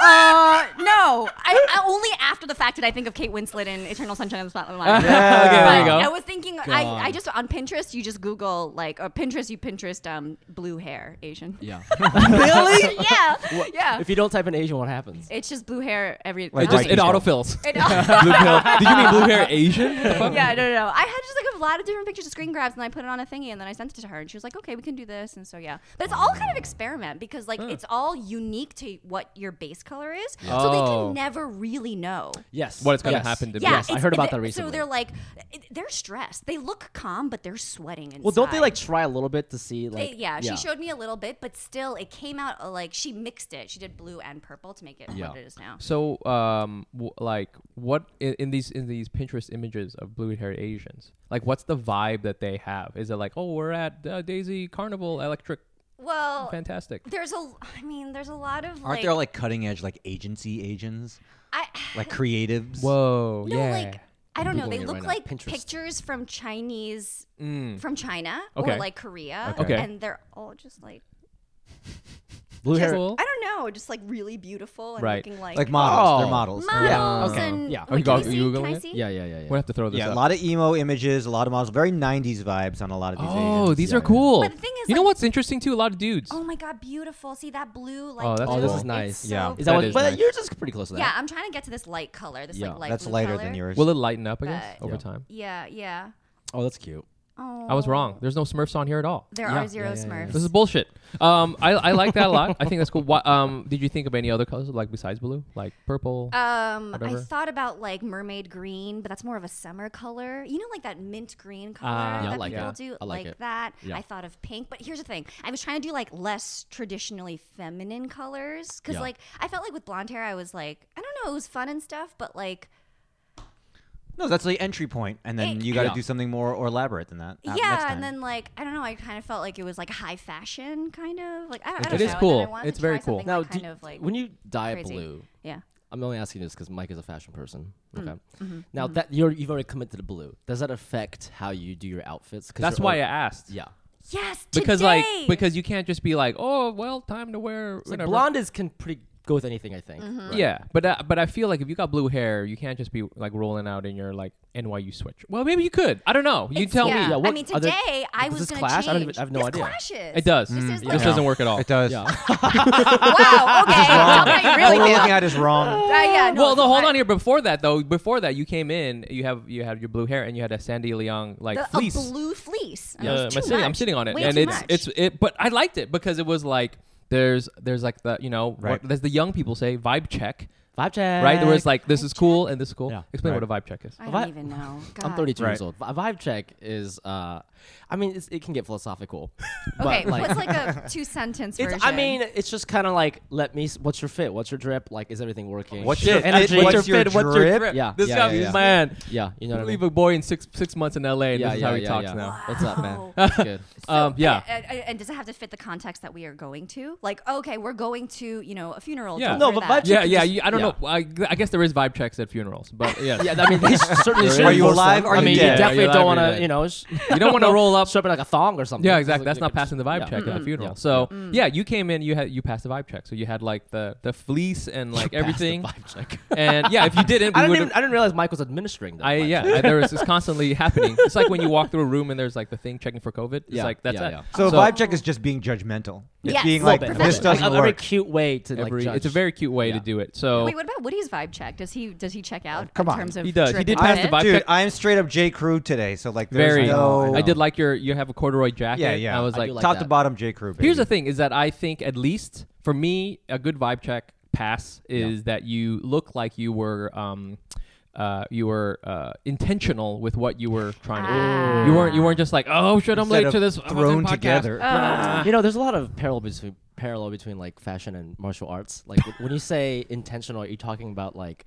S3: uh, no. I, I only after the fact did I think of Kate Winslet in Eternal Sunshine of the Spotless Mind.
S1: okay,
S4: Uh,
S1: there you
S3: But
S1: go.
S3: I was thinking, I, I just on Pinterest, you just Google like, or Pinterest, you Pinterest um blue hair Asian.
S2: Yeah.
S3: Really? yeah. Yeah.
S2: if you don't type in Asian, what happens?
S3: it's just blue hair every.
S4: Like
S1: It just
S4: Vikings
S1: it
S4: go.
S1: autofills.
S3: It-
S1: blue pill. Did you mean blue hair Asian? What the fuck?
S3: yeah, no, no, no. I had just like a lot of different pictures of screen grabs, and I put it on a thingy, and then I sent it to her, and she was like, "Okay, we can do this." And so yeah, but it's all kind of experiment because like it's all unique to what your base color is, so they
S1: Oh.
S3: can never really know.
S2: Yes.
S1: What it's gonna
S2: Yes.
S1: happen to be.
S3: Yeah,
S2: Yes, I
S3: it's-
S2: heard about
S3: the-
S2: that recently.
S3: So they're like, it- they're stressed. They look calm, but they're sweating inside.
S2: well, don't they like try a little bit to see
S3: They-
S2: like?
S3: yeah, she showed me a little bit, but still, it came out uh, like she mixed it. She did blue and purple to make it
S2: Yeah.
S3: what it is now.
S1: So, um, w- like, what in, in these in these Pinterest images of blue-haired Asians, like, what's the vibe that they have? Is it like, oh, we're at uh, Daisy Carnival, Electric,
S3: Well,
S1: fantastic?
S3: there's a, l- I mean, there's a lot of
S4: Aren't
S3: like,
S4: there like cutting edge like agency agents,
S3: I,
S4: like creatives?
S1: Whoa,
S3: no,
S1: yeah.
S3: like, I don't know.
S2: Googling
S3: They
S2: it
S3: look
S2: right now.
S3: like
S2: Pinterest.
S3: pictures from Chinese,
S1: Mm.
S3: from China
S1: Okay.
S3: or like Korea,
S1: Okay.
S3: and they're all just like,
S2: blue hair.
S1: Cool.
S3: I don't know, just like really beautiful and
S1: Right.
S3: looking like,
S4: like models,
S2: Oh.
S4: they're models.
S3: models
S2: Okay.
S3: and
S2: Yeah.
S1: Are you
S3: Wait, can
S1: guys-
S3: I
S1: are
S3: see?
S1: you
S3: Can I
S1: Googling it?
S3: see?
S2: Yeah, yeah, yeah, yeah.
S1: We have to throw this
S4: Yeah, a
S1: up.
S4: lot of emo images, a lot of models, very '90s vibes on a lot of these.
S1: oh,
S4: Asians.
S1: these
S2: Yeah,
S1: are
S2: yeah.
S1: cool.
S3: But the thing is,
S1: you know
S3: like-
S1: what's interesting too? A lot of dudes.
S3: Oh my god, beautiful! See that blue, like
S1: that's
S3: blue?
S2: Oh, this
S1: cool.
S2: is nice.
S3: It's
S4: Yeah.
S3: so
S2: Is that
S1: That
S2: what?
S1: is
S2: But
S1: nice.
S2: yours is pretty close to that.
S3: Yeah, I'm trying to get to this light color. This
S2: Yeah,
S3: like light
S4: That's
S3: blue
S4: lighter
S3: color.
S4: than yours.
S1: Will it lighten up, I guess,
S3: But-
S1: over
S2: Yeah.
S1: time?
S3: Yeah, yeah.
S2: Oh, that's cute.
S3: Oh,
S1: I was wrong. There's no Smurfs on here at all.
S3: There
S2: Yeah.
S3: are zero
S2: Yeah, yeah, yeah.
S3: Smurfs.
S1: This is bullshit. Um, I, I like that a lot. I think that's cool. What, um, did you think of any other colors like besides blue, like purple?
S3: Um,
S1: Whatever.
S3: I thought about like mermaid green, but that's more of a summer color. You know, like that mint green color
S1: Ah,
S2: Yeah, I
S3: that
S2: like
S3: people
S2: it.
S3: do,
S2: I like it.
S3: that.
S2: Yeah.
S3: I thought of pink, but here's the thing: I was trying to do like less traditionally feminine colors because,
S2: Yeah.
S3: like, I felt like with blonde hair, I was like, I don't know, it was fun and stuff, but like,
S4: No, that's the entry point, and then
S3: It-
S4: you got to
S2: Yeah.
S4: do something more or elaborate than that. uh, next
S3: yeah,
S4: time.
S3: and then like, I don't know, I kind of felt like it was like high fashion, kind of like, I, I don't know.
S1: It is
S3: and then
S1: cool.
S3: I wanted to
S1: It's very
S3: try
S1: cool.
S3: something
S2: Now,
S3: that kind
S2: do-
S3: of like,
S2: when you dye
S3: crazy.
S2: blue,
S3: yeah.
S2: I'm only asking this because Mike is a fashion person.
S3: Mm,
S2: Okay.
S3: mm-hmm,
S2: Now that you're you've already committed to blue, does that affect how you do your outfits? 'Cause
S1: That's
S2: you're
S1: why I
S2: al-
S1: asked.
S2: yeah.
S3: Yes,
S1: because
S3: today!
S1: like because you can't just be like oh well time to wear
S2: It's like
S1: whatever.
S2: blonde is can pretty go with anything. I think.
S3: Mm-hmm.
S2: right?
S1: yeah but uh, but i feel like if you got blue hair you can't just be like rolling out in your like nyu switch well maybe you could i don't know you
S3: It's-
S1: tell
S3: yeah.
S1: me
S2: Yeah, what
S3: I mean,
S2: are there-
S3: today I
S2: does
S3: was
S2: this
S3: going to
S2: clash?
S3: change.
S2: I don't even- I have no
S3: This
S2: idea.
S3: clashes.
S1: it does Mm.
S3: This is
S2: Mm,
S1: this
S3: like-
S1: doesn't work at all
S4: it does.
S2: Yeah.
S3: Wow. Okay. Tell me how you really
S4: What we're
S3: feel.
S4: looking at is wrong.
S3: Uh, yeah, no,
S1: well,
S3: it's
S1: no, hold
S3: not.
S1: on here. Before that, though, before that, you came in. You have you had your blue hair, and you had a Sandy Leong like
S3: The-
S1: fleece.
S3: A blue fleece. And it
S1: Uh,
S3: was
S1: my
S3: too
S1: sitting- I'm
S3: much.
S1: sitting on it,
S3: Way
S1: and
S3: too
S1: it's
S3: much.
S1: it's it. But I liked it because it was like there's there's like the you know
S4: Right.
S1: what, as the young people say vibe check,
S2: Vibe check.
S1: right? There was like this is cool and this is cool.
S2: Yeah.
S1: Explain
S4: Right.
S1: what a vibe check is.
S3: I
S2: Vibe-
S3: don't even know.
S2: I'm
S3: God.
S2: 32 years
S4: Right.
S2: old. A vibe check is, uh, I mean, it's, it can get philosophical.
S3: Okay,
S2: but like,
S3: what's like a two sentence version?
S2: it's, I mean, it's just kind of like, let me. s- What's your fit? What's your drip? Like, is everything working?
S4: What's your
S2: energy?
S4: fit? What's your fit? What's your drip?
S2: Yeah,
S1: This
S2: yeah,
S1: guy,
S2: yeah, yeah.
S1: man.
S2: yeah, you know what I mean.
S1: Leave a boy in six six months in LA, and
S2: yeah,
S1: this is
S2: yeah,
S1: how he
S2: yeah,
S1: talks
S2: yeah.
S1: now.
S2: What's up, man?
S3: Wow.
S2: That's good.
S1: Um, yeah.
S3: And, uh, and- and does it have to fit the context that we are going to? Like, okay, we're going to, you know, a funeral.
S1: Yeah.
S3: to
S1: No,
S3: hear
S2: but
S3: that.
S2: vibe
S1: Yeah,
S2: check-
S1: yeah.
S2: just-
S1: You, I don't
S2: yeah.
S1: know. I, I guess there is vibe checks at funerals, but yeah,
S2: Yeah, I mean, they certainly should.
S4: Are you
S2: enforce
S4: alive?
S2: them.
S4: Are
S2: I
S4: you
S2: mean,
S4: dead?
S2: you
S4: Are
S2: definitely
S1: you alive?
S2: don't
S1: Are
S2: want
S1: you
S2: to,
S1: dead?
S2: you know, sh-
S1: you don't want to roll up.
S2: show up in like a thong or something.
S1: Yeah,
S2: It's
S1: exactly.
S2: like-
S1: That's
S2: like
S1: not
S2: a-
S1: passing the vibe
S2: yeah.
S1: check at a funeral. So yeah, you came in, you had you passed the vibe check, so you had like the the fleece and like
S2: Pass the
S1: everything.
S2: vibe check.
S1: And yeah, if you didn't,
S2: I
S1: we
S2: didn't,
S1: would.
S2: even, I didn't realize Mike was administering that.
S1: I
S2: vibe
S1: yeah,
S2: check.
S1: I, there is it's constantly happening. It's like when you walk through a room and there's like the thing checking for COVID. It's
S2: Yeah,
S1: like that's
S2: yeah,
S1: it.
S2: yeah.
S4: So, vibe check is just being judgmental. It's
S3: Yes.
S4: being
S3: Little
S4: like
S3: bit.
S4: this doesn't
S2: a, very
S4: work.
S2: cute way to like.
S1: Every,
S2: judge.
S1: it's a very cute way
S2: Yeah.
S1: to do it. So
S3: Wait, what about Woody's vibe check? Does he does he check out
S4: Uh, come
S3: in
S4: on.
S3: terms of
S1: He does. He
S3: drip
S1: did
S3: and
S1: pass the
S3: fit?
S1: vibe-
S4: Dude,
S1: check-
S4: I am straight up J. Crew today, so like there's
S1: very.
S4: no.
S1: I did like your you have a corduroy jacket.
S4: Yeah, yeah.
S1: I was
S2: I
S1: like,
S2: do like
S4: top
S2: that.
S4: to bottom J. Crew.
S1: Here's the
S4: baby.
S1: thing: is that I think at least for me, a good vibe check pass is that you look like you were. Um, uh, you were uh, intentional with what you were trying to.
S3: Ah.
S1: You weren't. You weren't just like, oh shit, I'm
S4: Instead
S1: late
S4: of
S1: to this. I'm on the
S4: Thrown
S1: podcast."
S4: together.
S3: Oh.
S1: ah.
S2: you know, there's a lot of parallel between parallel between like fashion and martial arts. Like w- when you say intentional, are you talking about like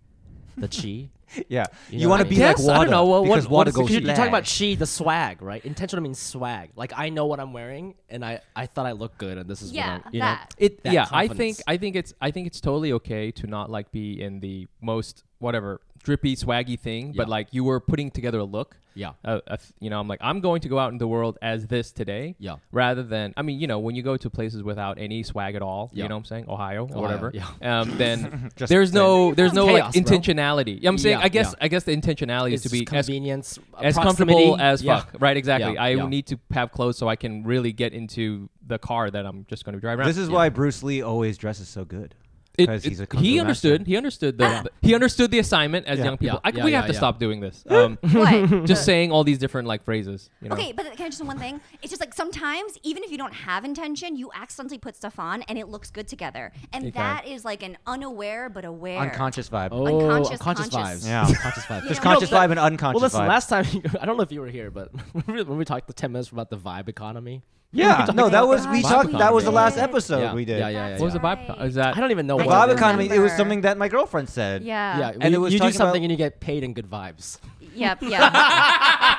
S2: the chi?
S4: Yeah,
S2: You
S4: you,
S2: know
S4: want
S2: what I
S4: to be
S2: mean?
S4: like
S1: Yes, I don't
S4: water
S1: know, well, what-
S4: because
S1: what
S4: water
S1: is the-
S4: goes.
S2: You're, you're talking about
S4: flash.
S2: chi, the swag, right? Intentional means swag. Like I know what I'm wearing, and I I thought I looked good, and this is
S3: Yeah,
S2: what I'm, you
S3: that.
S2: know.
S1: It
S2: that
S1: yeah, I
S2: confidence.
S1: think I think it's I think it's totally okay to not like be in the most whatever drippy swaggy thing, but
S2: Yeah.
S1: like you were putting together a look.
S2: Yeah.
S1: A- a th- you know, I'm like I'm going to go out in the world as this today.
S2: Yeah.
S1: Rather than I mean, you know, when you go to places without any swag at all,
S2: Yeah.
S1: you know what I'm saying, Ohio or
S2: Ohio,
S1: whatever.
S2: yeah.
S1: Um, then
S4: Just
S1: there's no there's no like
S2: Chaos, bro.
S1: intentionality. I'm saying
S2: Yeah,
S1: I guess
S2: yeah.
S1: I guess the intentionality
S2: it's
S1: is to be as
S2: convenience,
S1: as comfortable
S2: proximity.
S1: as
S2: Yeah.
S1: fuck. Right, exactly.
S2: Yeah,
S1: I
S2: yeah.
S1: need to have clothes so I can really get into the car that I'm just going to drive around.
S4: This is why Bruce Lee always dresses so good.
S1: It-
S4: 'Cause
S1: it-
S4: he's a kung
S1: he
S4: fu
S1: understood.
S4: master.
S1: He understood the, he understood the assignment as
S4: Yeah.
S1: young people.
S2: Yeah.
S1: I,
S2: Yeah,
S1: we
S2: yeah,
S1: have to
S2: yeah.
S1: stop doing this. Um,
S3: What?
S1: just saying all these different like phrases. You know?
S3: Okay, but can I just one thing? It's just like sometimes, even if you don't have intention, you accidentally put stuff on and it looks good together, and
S1: Okay.
S3: that is like an unaware but aware.
S4: Unconscious vibe.
S2: Oh,
S3: Unconscious,
S2: unconscious
S3: conscious.
S2: vibes.
S4: Yeah, unconscious vibe.
S3: You
S4: Just
S3: know,
S4: conscious
S3: no,
S4: vibe and unconscious
S2: Well, listen.
S4: vibe.
S2: Last time, I don't know if you were here, but when we talked the ten minutes about the vibe economy,
S4: yeah, no, that was we
S3: Vibe
S4: talked. That was the
S3: economy.
S4: last
S3: Yeah.
S4: episode
S2: Yeah.
S4: we did.
S2: Yeah, yeah, yeah,
S1: What was the vibe?
S3: Right.
S1: Is that
S2: I don't even know.
S4: The
S3: I
S2: what
S4: vibe
S3: don't
S2: it is.
S4: economy. It was
S3: remember.
S4: something that my girlfriend said.
S3: Yeah.
S2: Yeah,
S4: And
S2: and
S4: it was
S2: you do
S4: talking about-
S2: something and you get paid in good vibes.
S3: Yep. Yeah.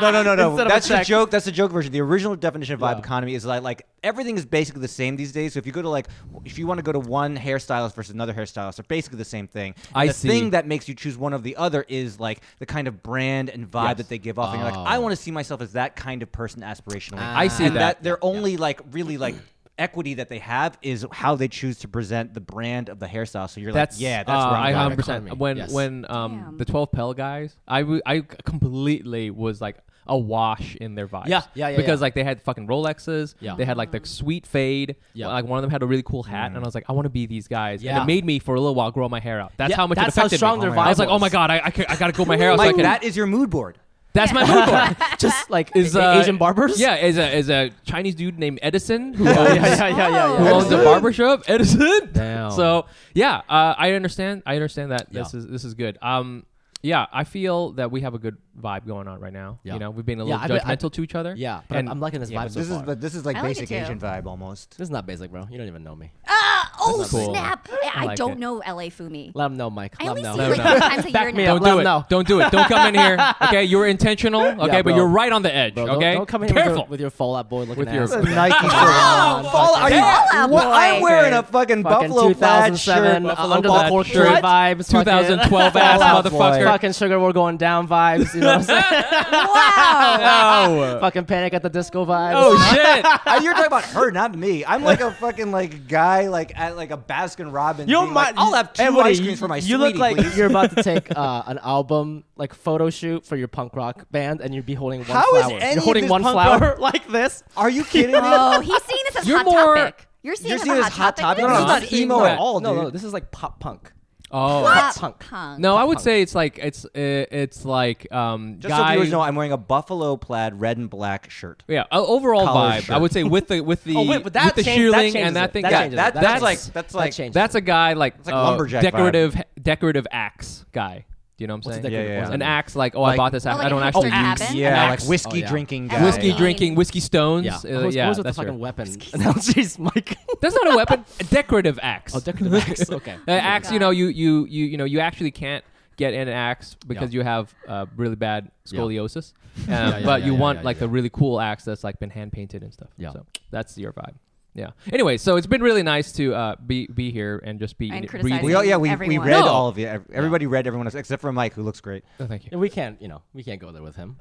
S4: No, no, no, no.
S2: Instead of a
S4: That's the
S2: check.
S4: joke. That's the joke version. The original definition of vibe
S2: Yeah.
S4: economy is like like everything is basically the same these days. So if you go to like if you want to go to one hairstylist versus another hairstylist, they're basically the same thing. And
S1: I
S4: the
S1: see.
S4: thing that makes you choose one of the other is like the kind of brand and vibe
S1: Yes.
S4: that they give off. And you're like,
S2: Oh.
S4: I want to see myself as that kind of person aspirationally.
S1: Ah. I see
S4: and
S1: that.
S4: that their only like really like equity that they have is how they choose to present the brand of the hairstyle. So you're
S1: That's
S4: like, yeah, that's
S1: uh,
S4: where
S1: I
S4: I'm
S1: hundred
S4: going.
S1: percent.
S2: Economy,
S1: When
S2: yes.
S1: when um
S3: Damn.
S1: the twelve Pell guys, I w- I completely was like awash in their vibes.
S2: Yeah, yeah, yeah,
S1: Because
S2: yeah.
S1: like they had fucking Rolexes.
S2: Yeah.
S1: They had like the sweet fade.
S2: Yeah. Mm.
S1: Like one of them had a really cool hat, and I was like, I want to be these guys. And
S2: Yeah.
S1: it made me for a little while grow my hair out. That's
S2: Yeah,
S1: how much
S2: that's
S1: it
S2: how
S1: affected
S2: strong
S1: me.
S2: their
S1: I was
S2: vibe
S1: like, oh my
S2: was.
S1: god, I I, can, I gotta grow my hair out. so I
S4: Like
S1: can,
S4: that is your mood board.
S1: that's my mood board.
S2: Just like
S1: Is
S2: the
S1: uh,
S2: Asian barbers.
S1: Yeah, is a is a Chinese dude named Edison who
S2: yeah,
S1: owns
S2: yeah, yeah, yeah, yeah.
S1: who owns a barbershop, Edison.
S2: Damn.
S1: So yeah, uh, I understand. I understand that this
S2: Yeah.
S1: is this is good. Um, yeah, I feel that we have a good vibe going on right now.
S2: Yeah.
S1: You know, we've been a
S2: Yeah,
S1: little
S2: I bet- I-
S1: judgmental to each other.
S2: yeah. But
S1: and
S2: I'm, I'm liking this vibe so
S4: this
S2: far.
S4: is but this is like
S3: I like it
S4: basic
S3: too.
S4: Asian vibe almost.
S2: this is not basic, bro. You don't even know me.
S3: Ah, oh
S1: That's cool.
S3: snap! I,
S1: I
S3: I
S1: like
S3: don't
S1: it.
S3: know LA Fumi.
S2: Let him know, Mike.
S3: I
S2: Let
S3: only
S2: him
S3: see
S2: know.
S3: you
S1: No,
S3: like
S1: no.
S3: three times a
S2: Back
S3: year
S2: me
S3: now.
S1: don't
S2: up. Let
S1: do
S2: him
S1: it.
S2: know.
S1: Don't do it. Don't come in here. Okay, you're intentional. Okay, but
S2: bro.
S1: you're right on the edge.
S2: Bro, don't-
S1: okay,
S2: don't, come in here with
S1: careful.
S2: your, with your Fallout Boy looking
S1: With your-
S2: ass.
S1: Oh,
S4: Nike.
S2: Oh,
S4: Fall, are you?
S3: Fallout
S4: What?
S3: Boy.
S4: I'm wearing a
S2: Okay.
S4: fucking,
S2: fucking
S4: Buffalo Plaid shirt,
S2: 2007
S4: Buffalo
S2: under
S4: Buffalo
S2: the pork
S4: shirt.
S2: tree vibes, fucking-
S1: 2012 ass
S2: Fallout Boy.
S1: motherfucker.
S2: fucking sugar, we're going down vibes. You know what I'm saying?
S3: Wow.
S1: oh,
S2: fucking panic at the disco vibes.
S1: oh shit.
S4: Uh, You're talking about her, not me. I'm like a fucking like guy, like at like a Baskin Robbins.
S2: You
S4: being
S2: don't
S4: like,
S2: mind-
S4: I'll have two
S2: Hey, buddy,
S4: ice creams for my
S2: You
S4: sweetie,
S2: look like
S4: please.
S2: you're about to take uh, an album like photo shoot for your punk rock band, and you'd be holding one
S4: How is
S2: flower.
S4: any
S2: you're
S4: of
S2: holding
S4: this
S2: one
S4: punk
S2: flower
S4: rock-
S2: like this.
S4: Are you kidding me?
S3: Oh, he's seeing this as
S1: You're
S3: hot
S1: more-
S3: topic. You're seeing
S4: You're
S3: this
S4: seeing
S3: as
S4: this hot topic.
S3: No,
S4: No,
S3: no,
S4: no,
S3: no,
S4: not
S1: it's
S4: emo
S1: not.
S4: at all,
S2: no, no,
S4: dude.
S2: this is like pop punk.
S1: Oh.
S3: Pop
S2: punk.
S3: punk.
S1: No, I would
S2: punk.
S1: say it's like it's uh, it's like um
S4: Just so
S1: guys.
S4: viewers know, I'm wearing a Buffalo Plaid red and black shirt.
S1: yeah, o- overall
S4: Collar
S1: vibe.
S4: shirt.
S1: I would say with the with the
S2: Oh, wait, but that
S1: with the
S2: change- that
S1: shearling
S2: changes
S1: and that
S2: it.
S1: thing.
S2: That
S1: yeah,
S2: changes it.
S1: that,
S2: That
S1: that's
S2: changes
S1: like
S2: it.
S4: that's
S2: That
S4: like-
S2: changes
S1: that's a guy like,
S4: like
S1: uh,
S4: lumberjack vibe.
S1: decorative decorative axe guy. Do you know what I'm
S2: What's
S1: saying?
S2: a decorative-
S4: Yeah, yeah,
S2: what's
S4: yeah.
S1: An
S2: that?
S1: axe like oh I
S4: Like-
S1: bought this
S3: Oh,
S1: axe.
S3: like
S1: I
S3: an
S1: don't
S3: hipster
S1: actually
S3: cabin?
S1: use
S3: Yeah,
S1: an
S4: Yeah,
S1: axe.
S4: like whiskey
S2: Oh, yeah.
S4: drinking guy.
S3: Yeah.
S1: whiskey
S3: Yeah.
S1: drinking whiskey stones.
S2: Yeah,
S1: uh,
S2: Who's-
S1: yeah,
S2: who's with
S1: that's
S2: the fucking
S1: your-
S2: weapon? Jeez, Mike.
S1: That's not a weapon. A decorative axe.
S2: Oh, decorative axe. Okay.
S1: Uh, axe, you
S3: God.
S1: know, you you you you know, you actually can't get an axe because
S2: Yeah.
S1: you have uh, really bad
S2: Yeah.
S1: scoliosis. Um,
S2: Yeah, yeah,
S1: but
S2: yeah,
S1: you
S2: yeah,
S1: want
S2: yeah,
S1: like the really cool axe that's like been hand painted and stuff.
S2: Yeah.
S1: So that's your vibe. Yeah. Anyway, so it's been really nice to uh, be be here and just be
S3: And
S1: read-
S3: criticizing.
S4: We all, yeah, we, we
S3: Everyone.
S4: read
S1: No.
S4: all of you. Ev- Everybody read everyone else except for Mike, who looks great.
S1: Oh, thank you.
S2: Yeah, we can't, you know, we can't go there with him.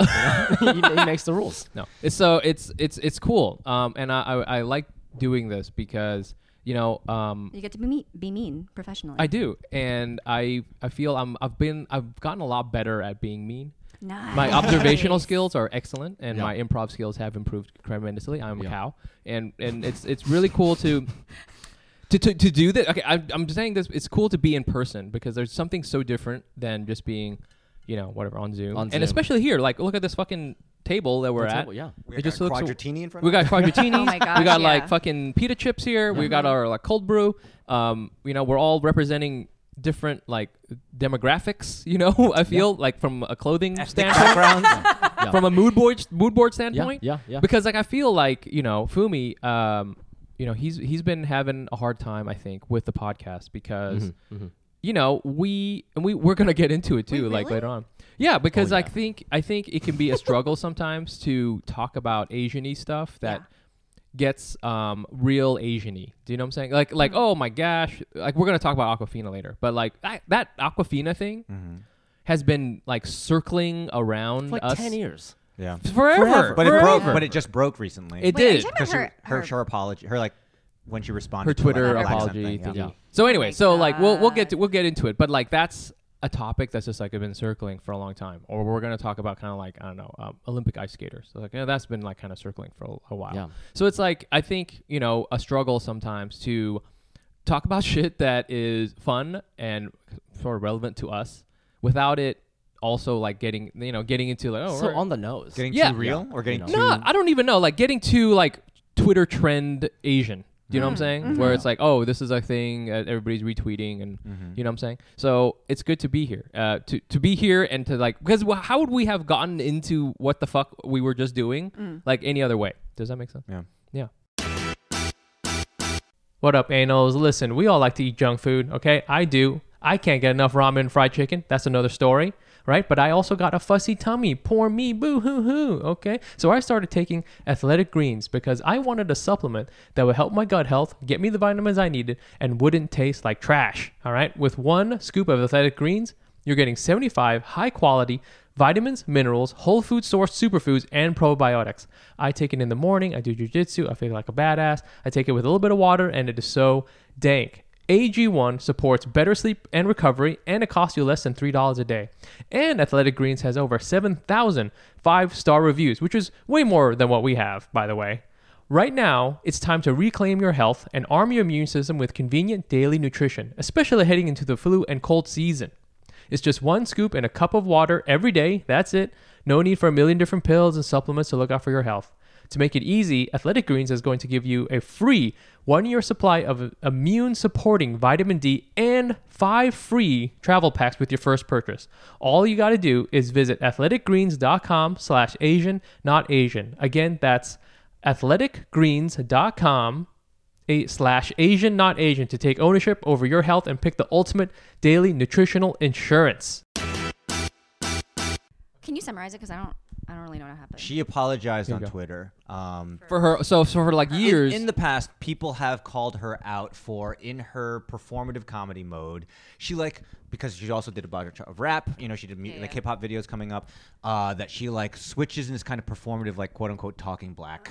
S2: You know? he, he makes the rules.
S1: No. It's, so it's it's it's cool. Um, and I, I I like doing this because you know um
S3: You get to be mean, be mean professionally.
S1: I do, and I I feel I'm I've been I've gotten a lot better at being mean.
S3: nice.
S1: My observational skills are excellent, and
S2: Yeah.
S1: my improv skills have improved tremendously. I'm a
S2: Yeah.
S1: cow, and and it's it's really cool to. To, to, to do this, okay, I'm, I'm saying this, it's cool to be in person because there's something so different than just being, you know, whatever, on Zoom.
S2: On
S1: and
S2: Zoom.
S1: especially here, like, look at this fucking table that we're
S2: The
S1: at.
S2: table, yeah.
S4: We
S1: It just
S4: got
S1: looks so-
S4: Quadratini in front
S1: we
S4: of
S1: got
S4: us.
S1: quadratini.
S3: Oh my
S1: we
S3: gosh,
S1: got like
S3: yeah.
S1: fucking pita chips here. We got our like cold brew. Um, you know, we're all representing different like demographics. You know, I feel like from a clothing standpoint,
S4: backgrounds.
S2: Yeah.
S1: from a mood board mood board standpoint.
S2: yeah, yeah.
S1: Because like I feel like you know Fumi, um, you know he's he's been having a hard time I think with the podcast because
S2: Mm-hmm,
S1: you know we and we we're gonna get into it too
S3: Wait,
S1: like
S3: really?
S1: later on. Yeah, because
S2: Oh,
S1: I
S2: yeah.
S1: think I think it can be a struggle sometimes to talk about Asian-y stuff that
S3: Yeah.
S1: gets um real Asian-y. Do you know what I'm saying? Like
S3: Mm-hmm.
S1: like oh my gosh, like we're gonna talk about Aquafina later, but like I, that Aquafina thing
S2: Mm-hmm.
S1: has been like circling around
S2: Like
S1: us
S2: 10 years.
S4: yeah.
S1: forever,
S4: But it broke.
S1: forever.
S4: But it just broke recently.
S1: It
S3: Wait, are you
S1: did.
S3: talking about
S4: because her,
S3: her,
S4: her her apology, her like when she responded.
S1: her
S4: to, like,
S1: Twitter
S4: Black
S1: apology.
S4: something,
S1: thingy.
S4: yeah.
S2: Yeah.
S1: So anyway,
S3: my
S1: so like we'll we'll get to,
S3: God.
S1: we'll get into it, but like that's a topic that's just like been circling for a long time. Or we're gonna talk about kind of like I don't know um, Olympic ice skaters. So like yeah, that's been like kind of circling for a, a while.
S2: Yeah.
S1: So it's like I think you know a struggle sometimes to talk about shit that is fun and sort of relevant to us without it also like getting you know getting into like oh
S2: so
S1: we're-
S2: on the nose.
S4: Getting
S1: Yeah.
S4: too real or getting
S2: You
S4: too
S2: know.
S1: no, I don't even know. Like getting to like Twitter trend Asian. Do you know what I'm saying? Where it's like, oh, this is a thing that everybody's retweeting, and you know what I'm saying. So it's good to be here, uh, to to be here and to like, because wh- how would we have gotten into what the fuck we were just doing, like any other way? Does that make sense?
S4: Yeah.
S1: Yeah. What up, anals? Listen, we all like to eat junk food, okay? I do. I can't get enough ramen and fried chicken. That's another story, right? But I also got a fussy tummy. Poor me, boo hoo hoo, okay? So I started taking athletic greens because I wanted a supplement that would help my gut health, get me the vitamins I needed, and wouldn't taste like trash, all right? With one scoop of athletic greens, you're getting 75 high quality vitamins, minerals, whole food source superfoods, and probiotics. I take it in the morning. I do jujitsu. I feel like a badass. I take it with a little bit of water, and it is so dank. AG1 supports better sleep and recovery, and it costs you less than $3 a day. And Athletic Greens has over 7,000 five star reviews, which is way more than what we have, by the way. Right now, it's time to reclaim your health and arm your immune system with convenient daily nutrition, especially heading into the flu and cold season. It's just one scoop and a cup of water every day. That's it. No need for a million different pills and supplements to look out for your health. To make it easy, Athletic Greens is going to give you a free one year supply of immune supporting vitamin D and five free travel packs with your first purchase. All you got to do is visit athleticgreens.com slash Asian, not Asian. Again, that's athleticgreens.com a slash Asian not Asian to take ownership over your health and pick the ultimate daily nutritional insurance.
S3: Can you summarize it? Because I don't, I don't really know what happened.
S4: She apologized
S1: There
S4: on
S1: you go.
S4: Twitter. Um,
S1: For her, so so for like
S4: in-
S1: years,
S4: In, the past, people have called her out for in her performative comedy mode. She like because she also did a bunch of rap. You know, she did mu-
S3: Yeah,
S4: like
S3: yeah.
S4: hip hop videos coming up. Uh, that she like switches in this kind of performative, like quote unquote, talking black.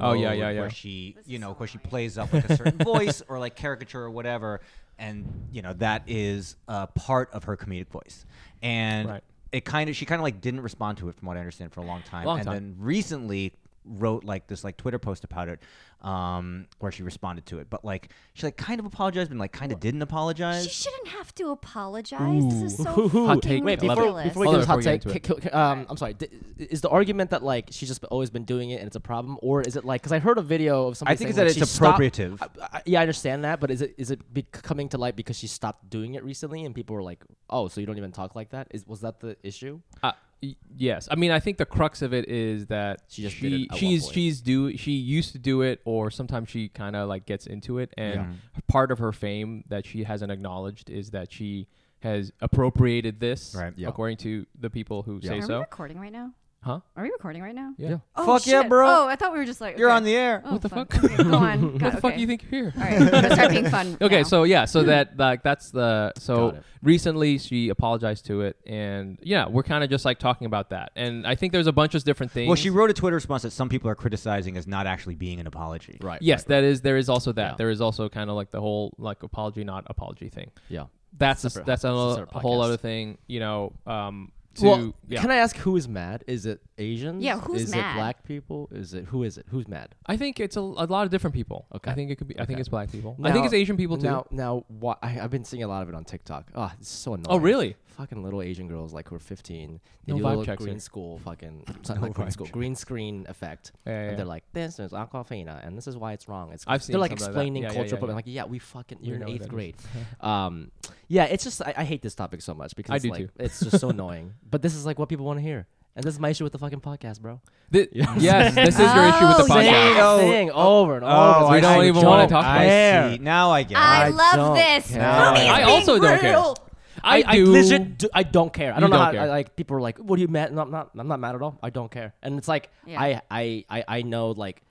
S1: Oh, yeah,
S4: mode
S1: yeah, yeah.
S4: Where she, you
S3: is
S4: know,
S3: so
S4: where she
S3: annoying.
S4: plays up like a certain voice or like caricature or whatever, and you know that is uh, part of her comedic voice. And
S1: Right.
S4: it kind of she kind of like didn't respond to it from what I understand for a long time.
S1: Long
S4: and
S1: time.
S4: then recently wrote like this like Twitter post about it, um, where she responded to it. But like she like kind of apologized and like kind of didn't apologize.
S3: She shouldn't have to apologize. This is so
S1: Ooh. Hot take.
S3: fucking
S1: Wait,
S2: Wait,
S1: before-
S2: before,
S3: ridiculous.
S2: before we
S1: Hold
S2: do
S1: on,
S2: this
S1: before
S2: hot
S1: we
S2: take,
S1: get into
S2: ki- ki- um, I'm sorry. d- Is the argument that like she's just always been doing it and it's a problem, or is it like because I heard a video of somebody?
S4: I think
S2: saying, like,
S4: it's that
S2: she
S4: it's
S2: stopped-
S4: appropriative.
S2: I- I- yeah, I understand that, but is it is it be- coming to light because she stopped doing it recently and people were like, oh, so you don't even talk like that? Is was that the issue?
S1: uh, y- yes, I mean I think the crux of it is that
S2: She just did
S1: she
S2: it at one
S1: she's
S2: point.
S1: she's do she used to do it, or sometimes she kind of like gets into it, and part of her fame that she hasn't acknowledged is that she has appropriated this,
S4: Right. Yeah.
S1: according to the people who say
S3: Are we
S1: so,
S3: recording right now?
S1: huh?
S3: Are we recording right now?
S1: Yeah.
S3: Oh,
S4: Fuck yeah,
S3: shit.
S4: bro.
S3: Oh, I thought we were just like
S4: You're
S3: okay.
S4: on the air.
S3: Oh,
S1: What the fuck?
S3: Okay, go on.
S1: What the fuck do you think you're here?
S3: All right, I'm gonna start being fun.
S1: Okay,
S3: now.
S1: so yeah, so that like that's the
S2: Got
S1: so
S2: it.
S1: recently she apologized to it, and yeah, we're kind of just like talking about that, and I think there's a bunch of different things.
S4: Well, she wrote a Twitter response that some people are criticizing as not actually being an apology.
S2: Right.
S1: yes, that is there is also that
S2: Yeah.
S1: there is also kind of like the whole like apology not apology thing.
S2: Yeah.
S1: That's a,
S2: Separate-
S1: that's a,
S2: it's a separate
S1: a whole
S2: podcast.
S1: other thing, you know. Um, to
S2: well,
S1: yeah,
S2: can I ask who is mad? Is it Asians?
S3: Yeah, who's
S2: is
S3: mad?
S2: it black people? Is it who is it? Who's mad?
S1: I think it's a, a lot of different people.
S2: Okay.
S1: I think it could be. I think
S2: Okay.
S1: it's black people. I think it's Asian people too.
S2: Now, now, why, I, I've been seeing a lot of it on TikTok. Oh, it's so annoying.
S1: Oh, really?
S2: Fucking little Asian girls, like who are 15. They
S1: No
S2: do
S1: vibe
S2: little
S1: checks
S2: green
S1: here.
S2: school, fucking sorry, not green school, green screen effect.
S1: Yeah, yeah,
S2: And
S1: yeah.
S2: they're like, this is aquafina, and this is why it's wrong. It's
S1: I've
S2: they're
S1: seen
S2: like
S1: something like that.
S2: explaining
S1: Yeah, yeah,
S2: culture,
S1: yeah,
S2: but
S1: yeah.
S2: I'm like, yeah, we fucking, you're in
S1: know what
S2: eighth
S1: that
S2: grade. um, yeah, it's just I, I hate this topic so much because
S1: I
S2: it's
S1: do
S2: like,
S1: too.
S2: it's just so annoying. But this is like what people want to hear, and this is my issue with the fucking podcast, bro.
S1: Thi- yes, this is your issue with the
S3: Oh,
S1: podcast.
S3: yeah.
S2: Same
S4: Oh,
S2: thing over and over.
S4: Oh,
S2: It's
S1: we
S4: I
S2: like,
S1: don't
S4: see.
S1: even wanna talk about
S4: I
S1: it.
S4: see. Now I get it.
S3: I,
S2: I
S3: love
S2: don't
S3: this.
S2: care.
S3: Mommy is
S1: I
S3: being
S1: also don't care.
S3: real.
S1: I,
S2: I,
S1: do.
S2: legit do, I don't care. I
S1: You
S2: don't know
S1: don't
S2: how
S1: care.
S2: I, like people are like, "What are you mad?" No, I'm not. I'm not mad at all. I don't care. And it's like
S3: Yeah.
S2: I, I I I know like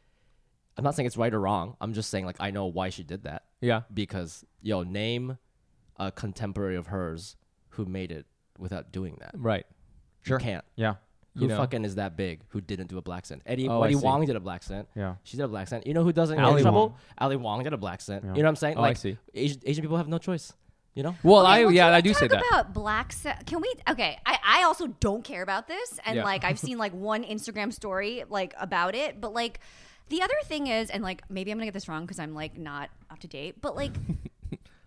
S2: I'm not saying it's right or wrong. I'm just saying like I know why she did that
S1: yeah.
S2: because yo name a contemporary of hers who made it without doing that.
S1: Right.
S2: Sure. You can't.
S4: yeah.
S2: Who
S1: You know.
S2: fucking is that big? Who didn't do a black scent? Eddie,
S1: Oh, I
S2: Eddie
S1: see.
S2: Wong did a black scent.
S4: Yeah.
S2: she did a black scent. You know who doesn't get
S4: Ali
S2: in trouble?
S4: Wong.
S2: Ali Wong did a black scent.
S4: Yeah.
S2: You know what I'm saying?
S1: Oh, I
S2: like
S1: see.
S2: Asian, Asian people have no choice. You know?
S1: Well,
S3: Okay,
S1: I
S3: well,
S1: yeah,
S3: can
S1: I
S3: we
S1: do say
S3: talk
S1: that.
S3: About black, se- can we? Okay, I, I also don't care about this, and
S1: Yeah.
S3: like I've seen like one Instagram story like about it, but like the other thing is, and like maybe I'm gonna get this wrong because I'm like not up to date, but like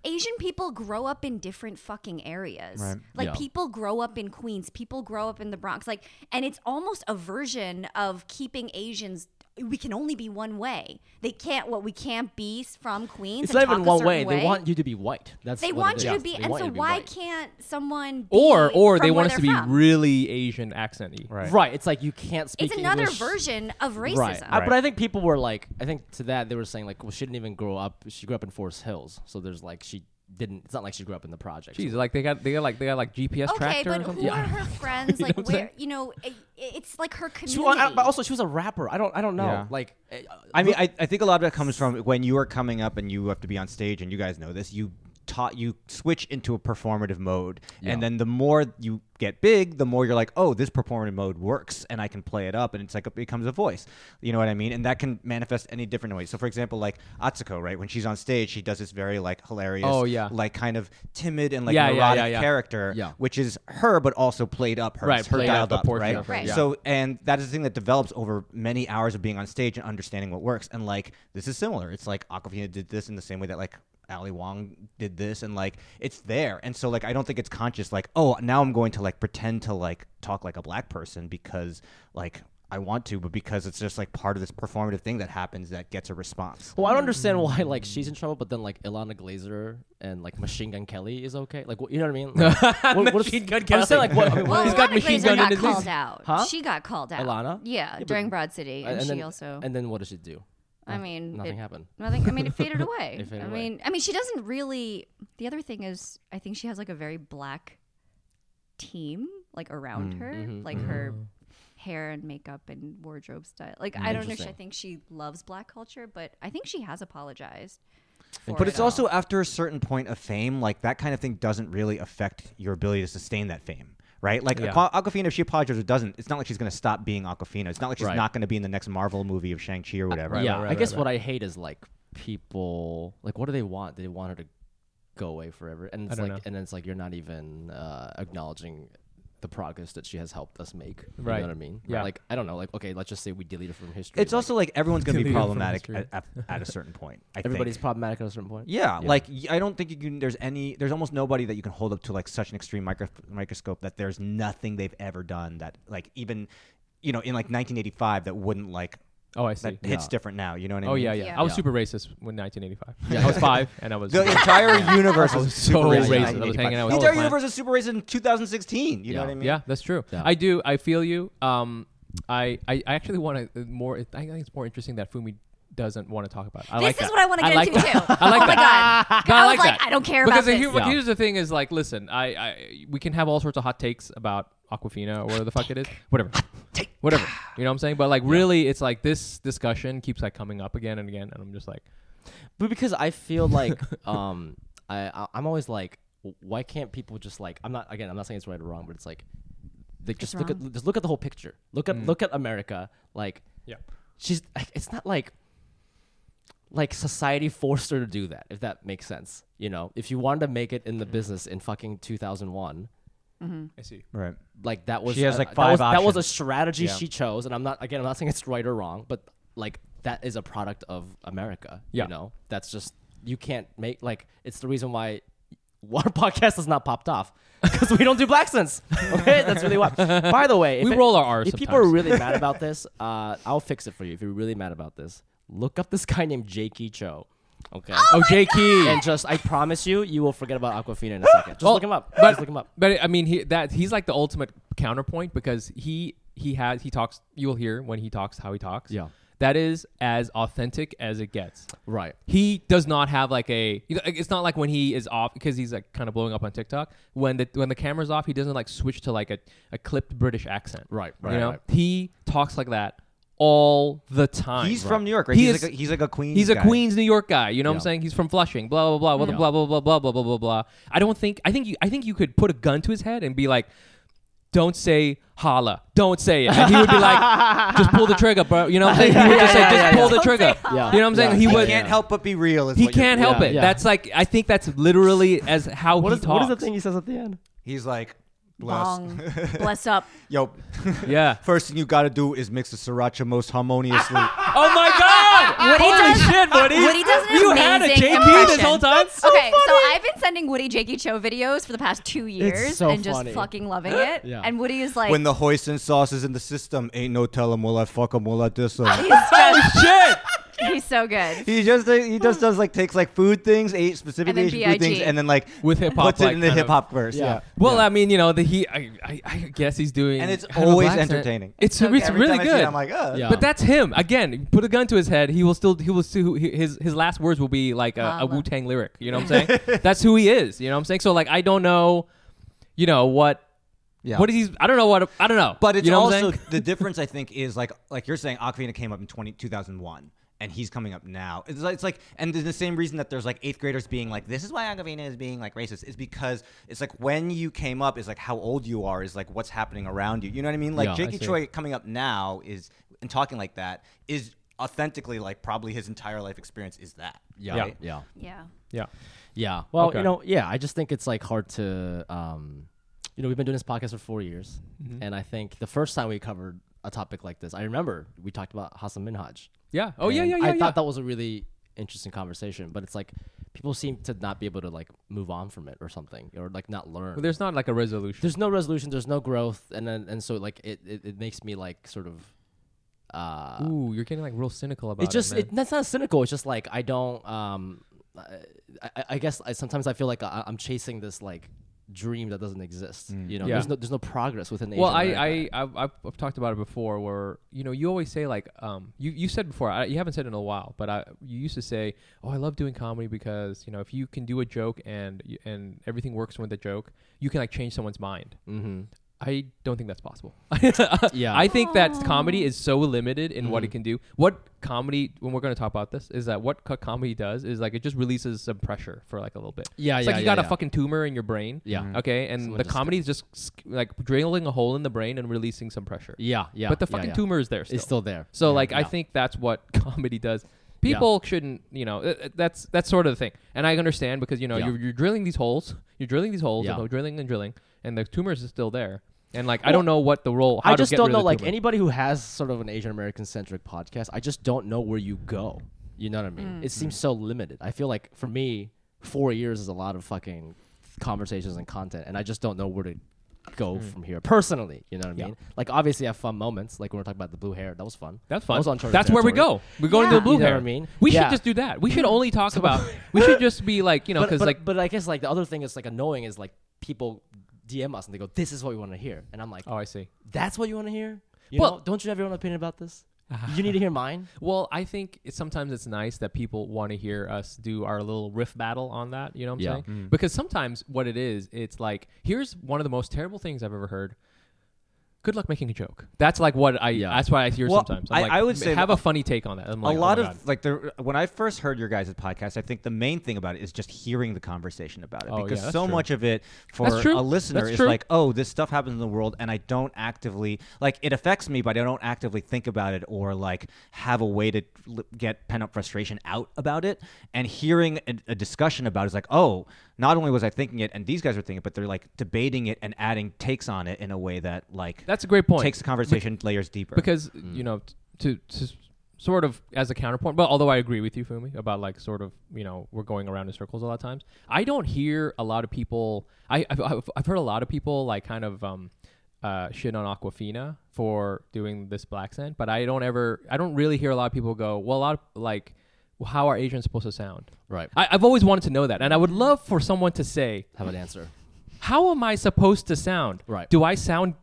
S3: Asian people grow up in different fucking areas.
S4: Right.
S3: Like
S2: Yeah.
S3: people grow up in Queens, people grow up in the Bronx. Like, and it's almost a version of keeping Asians. We can only be one way. They can't. What we can't be from Queens.
S2: It's
S3: and
S2: not even
S3: talk a
S2: one
S3: certain
S2: way. They want you to be white. That's
S3: They
S2: what it
S3: want
S2: is.
S3: you to be.
S2: They
S3: and
S2: want
S3: so
S2: you to be
S3: why
S2: white.
S3: can't someone? Be
S1: or or
S3: from
S1: they
S3: where
S1: want us
S3: they're
S1: to be
S3: from?
S1: really Asian accent-y.
S4: Right.
S2: Right. It's like you can't speak.
S3: It's another
S2: English.
S3: version of racism.
S2: Right. I-
S4: Right.
S2: Uh, but I think people were like, I think to that they were saying like, well, she didn't even grow up. She grew up in Forest Hills, so there's like she didn't. It's not like she grew up in the projects.
S1: Jeez, like they got they got like they got like GPS
S3: Okay,
S1: tractor
S3: but
S1: or
S3: who
S1: something.
S3: are her friends? Like,
S1: know what I'm
S3: where you know, it, it's like her
S2: She,
S3: community.
S2: well, I- but also she was a rapper. I don't. I don't know.
S4: Yeah.
S2: Like, uh,
S4: I mean, I, I think a lot of that comes from when you are coming up and you have to be on stage, and you guys know this. You taught you switch into a performative mode,
S2: Yeah.
S4: and then the more you get big, the more you're like, oh, this performative mode works, and I can play it up, and it's like it becomes a voice. You know what I mean? And that can manifest any different ways. So, for example, like Atsuko, right? When she's on stage, she does this very like hilarious,
S1: Oh, yeah.
S4: like kind of timid and like
S1: Yeah, yeah,
S4: neurotic
S1: yeah, yeah.
S4: character,
S2: Yeah.
S4: which is her, but also played up her,
S1: Right,
S4: it's her
S1: played up
S4: dialed
S1: a
S4: up,
S1: portion
S4: right?
S1: of
S3: her, Right. yeah.
S4: So and that is the thing that develops over many hours of being on stage and understanding what works. And like this is similar. It's like Aquafina did this in the same way that like Ali Wong did this, and like it's there. And so like I don't think it's conscious. Like oh, now I'm going to like pretend to like talk like a black person because like I want to, but because it's just like part of this performative thing that happens that gets a response.
S2: well, I don't understand why like she's in trouble, but then like Ilana Glazer and like Machine Gun Kelly is okay. Like, what, you know what I mean? Like, what, what
S1: Machine
S2: if,
S1: Gun
S2: I'm just saying,
S1: Kelly.
S2: like, what, I mean, what
S3: well,
S1: He's
S2: if-
S1: got
S3: Alana
S1: machine
S3: Glazer
S1: gun in
S3: got
S1: his
S3: called
S1: knees.
S3: out.
S2: Huh?
S3: She got called out.
S2: Alana?
S3: Yeah, during Broad City, and,
S2: and
S3: she
S2: then,
S3: also.
S2: And then what does she do?
S3: I mean,
S2: Nothing
S3: it-
S2: happened.
S3: Nothing. I mean, it faded away.
S2: It faded
S3: I
S2: away.
S3: mean, I mean, she doesn't really. The other thing is, I think she has like a very black team like
S4: Mm,
S3: around her,
S4: mm-hmm,
S3: like her hair and makeup and wardrobe style. Like, I don't know. if she- I
S2: Interesting.
S3: think she loves black culture, but I think she has apologized. for
S4: But
S3: it
S4: it's
S3: all.
S4: also after a certain point of fame, like that kind of thing doesn't really affect your ability to sustain that fame. Right, like
S1: Yeah.
S4: Aqua- Aquafina, if she apologizes or doesn't, it's not like she's going to stop being Aquafina. It's not like she's
S2: Right.
S4: not going to be in the next Marvel movie of Shang Chi or whatever.
S2: yeah,
S1: right,
S2: I
S1: right,
S2: guess
S1: right.
S2: what I hate is like people like what do they want? They want her to go away forever, and it's
S1: don't
S2: like
S1: know.
S2: and it's like you're not even uh, acknowledging the progress that she has helped us make. You
S1: Right.
S2: know what I mean?
S1: Yeah.
S2: Like I don't know. Like okay, let's just say we delete it from history.
S4: It's
S2: like,
S4: also like everyone's going to be
S1: Deleted from
S4: problematic
S1: history.
S4: at, at, at a certain point. I think.
S2: everybody's problematic at a certain point.
S4: Yeah,
S2: Yeah.
S4: like y- I don't think you can. There's any. There's almost nobody that you can hold up to like such an extreme micro, microscope that there's nothing they've ever done that like even, you know, in like 1985 that wouldn't like
S1: Oh, I
S4: that
S1: see.
S4: hits different now. You know what I mean?
S1: Oh yeah, yeah.
S3: Yeah.
S1: I was
S2: Yeah.
S1: super racist when 1985. I was five, and I was.
S4: The entire universe
S1: I was
S4: is super
S1: so
S4: racist.
S2: racist. I was
S4: 1985.
S1: hanging out with
S4: the
S1: all the
S4: entire universe is super racist in 2016. You know
S2: Yeah.
S4: what I mean?
S1: Yeah, that's true.
S2: Yeah.
S1: I do. I feel you. Um, I I, I actually want to more. I think it's more interesting that Fumi doesn't want to talk about. It. I
S3: this
S1: like
S3: is
S1: that.
S3: what I want to get
S1: like
S3: into
S1: that.
S3: too.
S1: I like
S3: oh my
S1: that.
S3: god!
S1: No,
S3: I
S1: I
S3: was
S1: like
S3: like,
S1: that.
S3: I don't care
S1: because
S3: about
S1: here-
S3: this.
S2: Yeah.
S1: here's the thing: is like, listen, I, I we can have all sorts of hot takes about Aquafina or whatever the fuck it is, whatever, whatever. You know what I'm saying? But like, really, it's like this discussion keeps like coming up again and again, and I'm just like,
S2: but because I feel like um I, I I'm always like w- why can't people just like I'm not again I'm not saying it's right or wrong but it's like they just look
S3: wrong.
S2: at just look at the whole picture look at look at America like
S1: yeah,
S2: she's like, it's not like like society forced her to do that if that makes sense you know if you wanted to make it in the business in fucking 2001
S1: I see.
S4: Right.
S2: like that was
S4: She has,
S2: a-
S4: like,
S2: that
S4: five
S2: was, that was a
S4: options.
S2: strategy
S4: Yeah.
S2: she chose and i'm not again i'm not saying it's right or wrong but like that is a product of america
S1: Yeah.
S2: you know that's just you can't make like it's the reason why our podcast has not popped off because we don't do black sense okay that's really why by the way if
S1: We
S2: it-
S1: roll our R's
S2: if people are
S1: sometimes.
S2: really mad about this uh, i'll fix it for you if you're really mad about this look up this guy named jakey cho okay
S1: Oh, JK.
S2: and just i promise you you will forget about aquafina in a second just
S1: Well,
S2: look him up
S1: but-
S2: just look him up
S1: But I mean, he that he's like the ultimate counterpoint because he he has he talks. You'll hear when he talks how he talks.
S2: Yeah.
S1: that is as authentic as it gets.
S2: right
S1: He does not have like a. you know, It's not like when he is off because he's like kind of blowing up on TikTok. When the when the camera's off, he doesn't like switch to like a, a clipped British accent.
S2: Right,
S1: You
S2: right,
S1: know,
S2: right.
S1: he talks like that all the time.
S4: He's from New York, right?
S1: He
S4: he's
S1: is-
S4: like a, he's like a Queens.
S1: He's a
S4: guy.
S1: Queens, New York guy. You know what I'm
S2: Yeah.
S1: saying? He's from Flushing. Blah blah blah. Blah blah blah blah blah blah blah blah blah. I don't think. I think. You, I think you could put a gun to his head and be like, "Don't say holla. Don't say it." And he would be like, "Just pull the trigger, bro." You know what I'm saying? He would just say,
S2: yeah,
S1: "Just
S2: yeah,
S1: pull
S2: yeah.
S1: the
S3: Don't
S1: trigger."
S3: say
S1: You know
S3: holla.
S1: what I'm saying?
S2: Yeah,
S1: He
S2: yeah,
S4: He
S1: would.
S4: can't help but be real. Is
S1: He
S4: what you're-
S1: can't help
S2: Yeah,
S1: it.
S2: yeah.
S1: That's like. I think that's literally as how
S2: What
S1: he
S2: is
S1: talks.
S2: what is the thing he says at the end?
S4: He's like, bless.
S3: Bong. Bless up.
S4: Yo,
S1: Yeah.
S4: first thing you got to do is mix the sriracha most harmoniously.
S1: Oh my God!
S3: Woody
S1: Holy
S3: does-
S1: shit, Woody!
S3: Woody does an
S1: you had a
S3: amazing
S1: JP this whole
S3: impression.
S1: time.
S3: okay, so I've been sending Woody Jakey Cho videos for the past two years
S2: so
S3: and just
S2: funny.
S3: fucking loving it.
S2: Yeah.
S3: And Woody is like,
S4: when the hoisin sauce is in the system, ain't no tell him will I fuck him, will I diss him.
S3: he's just,
S1: Shit!
S3: he's so good.
S4: he just he just does like takes like food things, eight specifically
S3: then
S4: Asian food
S3: B.I.G..
S4: things, and then like
S1: With hip-hop,
S4: puts
S1: like,
S4: it in the
S1: kind of-
S4: hip hop verse.
S2: Yeah.
S4: Yeah.
S1: Well, I mean, you know, the, he. I, I, I guess he's doing,
S4: And it's
S1: I don't know,
S4: always
S1: black accent.
S4: entertaining.
S1: It's
S3: Okay.
S1: it's
S3: Every
S1: really
S4: time I
S1: good.
S4: see it, I'm like, uh.
S2: Yeah.
S1: But that's him again. Put a gun to his head. He will still. He will still. he- His his last words will be like a, a
S4: Ah,
S3: Mama.
S1: Wu Tang lyric. You know what I'm saying? that's who he is. You know what I'm saying? So like, I don't know. You know what?
S4: Yeah.
S1: What is he? I don't know what. I don't know.
S4: But it's
S1: you know what I'm
S4: also
S1: saying?
S4: the difference. I think is like like you're saying, Aquafina came up in 20, 2001. And he's coming up now. It's like, it's like, and the same reason that there's like eighth graders being like, "This is why Agavina is being like racist," is because it's like when you came up is like how old you are is like what's happening around you. You know what I mean? Like
S2: Yeah, I
S4: Jakey
S2: see.
S4: Troy coming up now is and talking like that is authentically like probably his entire life experience is that.
S2: yeah,
S1: Yeah.
S2: yeah, yeah,
S3: Yeah.
S1: yeah.
S2: Well,
S1: Okay.
S2: you know, yeah. I just think it's like hard to, um, you know, we've been doing this podcast for four years,
S1: Mm-hmm.
S2: and I think the first time we covered a topic like this, I remember we talked about Hassan Minhaj.
S1: Yeah. Oh yeah.
S2: And
S1: Yeah. Yeah.
S2: I
S1: yeah.
S2: thought that was a really interesting conversation, but it's like people seem to not be able to like move on from it or something, or like not learn.
S1: But there's not like a resolution.
S2: there's no resolution, there's no growth, and then and so like it, it, it makes me like sort of. Uh,
S1: Ooh, you're getting like real cynical about
S2: it just
S1: it, man.
S2: it, that's not cynical. It's just like I don't. Um, I, I- I guess I, sometimes I feel like I, I'm chasing this like dream that doesn't exist. You know,
S1: Yeah.
S2: there's no there's no progress within.
S1: well
S2: Asian
S1: I,
S2: America.
S1: I I've, I've, I've talked about it before where you know you always say like um you, you said before I, you haven't said it in a while but I you used to say oh I love doing comedy because you know if you can do a joke and y- and everything works with the joke you can like change someone's mind
S2: Mhm.
S1: I don't think that's possible
S2: Yeah.
S1: I think that comedy is so limited in
S2: Mm-hmm.
S1: what it can do what comedy when we're going to talk about this is that what co- comedy does is like it just releases some pressure for like a little bit
S2: Yeah,
S1: it's
S2: yeah,
S1: like you
S2: yeah,
S1: got a
S2: yeah.
S1: fucking tumor in your brain
S2: Yeah. Mhm.
S1: okay and
S2: Someone
S1: the
S2: just-
S1: comedy is just sk- like drilling a hole in the brain and releasing some pressure
S2: yeah yeah.
S1: but the
S2: yeah,
S1: fucking
S2: yeah.
S1: tumor is there. Still.
S2: is still there.
S1: So like I
S2: yeah.
S1: think that's what comedy does. People shouldn't, you know, uh, uh, that's that's sort of the thing. And I understand because you know
S2: Yeah.
S1: you're, you're drilling these holes, you're drilling these holes,
S2: Yeah.
S1: and drilling and drilling, and the tumors is still there. And like I don't know what the role. How
S2: I just
S1: to get
S2: don't
S1: rid
S2: know.
S1: Of the
S2: Like
S1: tumor.
S2: anybody who has sort of an Asian American centric podcast, I just don't know where you go. You know what I mean? It seems so limited. I feel like for me, four years is a lot of fucking conversations and content, and I just don't know where to go from here personally. You know what I
S1: Mm. Yeah.
S2: mean? Like obviously, I have fun moments. Like when we're talking about the blue hair, that was fun.
S1: That's
S2: I
S1: fun.
S2: was on Charter
S1: That's where we
S2: territory.
S1: go. We go into
S3: Yeah.
S1: the blue
S2: You know what
S1: hair.
S2: I mean?
S1: we
S2: Yeah.
S1: should just do that. We should only talk about. we should just be like you know
S2: But,
S1: because
S2: but,
S1: like
S2: but I guess like the other thing is like annoying is like people DM us and they go, "This is what we want to hear," and I'm like,
S1: oh I see.
S2: "That's what you want to hear." You
S1: Well-
S2: know? don't you have your own opinion about this? you need to hear mine.
S1: Well, I think it's, sometimes it's nice that people want to hear us do our little riff battle on that. You know what I'm
S2: Yeah. Mm.
S1: saying? Because sometimes what it is, it's like, here's one of the most terrible things I've ever heard. Good luck making a joke. That's like what I.
S2: Yeah.
S1: That's what I hear
S4: Well,
S1: sometimes. I'm
S4: I-
S1: like,
S4: I would say
S1: have
S4: that
S1: a funny take on that. I'm like,
S4: a
S1: oh
S4: lot
S1: my
S4: of
S1: God.
S4: like the when I first heard your guys' podcast, I think the main thing about it is just hearing the conversation about it
S1: Oh, yeah,
S4: because
S1: that's
S4: so
S1: true.
S4: much of it for
S1: That's true.
S4: a listener
S1: That's
S4: is
S1: true.
S4: like, oh, this stuff happens in the world, and I don't actively like it affects me, but I don't actively think about it or like have a way to l- get pent up frustration out about it. And hearing a, a discussion about it is like, oh, not only was I thinking it, and these guys were thinking, it, but they're like debating it and adding takes on it in a way that like
S1: That's a great point.
S4: takes the conversation layers deeper.
S1: because you know t- to, to s- sort of as a counterpoint but although i agree with you fumi about like sort of you know we're going around in circles a lot of times i don't hear a lot of people i i've, I've- I've heard a lot of people like kind of um uh, shit on Aquafina for doing this black scent, but I don't ever, I don't really hear a lot of people go, well, a lot of like, well, how are Asians supposed to sound?
S2: Right.
S1: I, I've always wanted to know that, and I would love for someone to say,
S2: have an answer.
S1: how am I supposed to sound?
S2: Right.
S1: Do I sound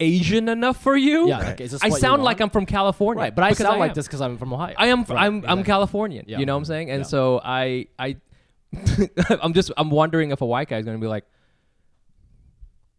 S1: Asian enough for you?
S2: Yeah, like, is this
S1: I
S2: what you
S1: sound
S2: want?
S1: like I'm from California.
S2: Right, but I
S1: because
S2: sound like
S1: am.
S2: this because I'm from Ohio.
S1: I am.
S2: Right,
S1: I'm. I'm
S2: exactly.
S1: Californian.
S2: Yeah.
S1: You know what I'm saying? And
S2: Yeah.
S1: so I. I. I'm just. I'm wondering if a white guy's going to be like.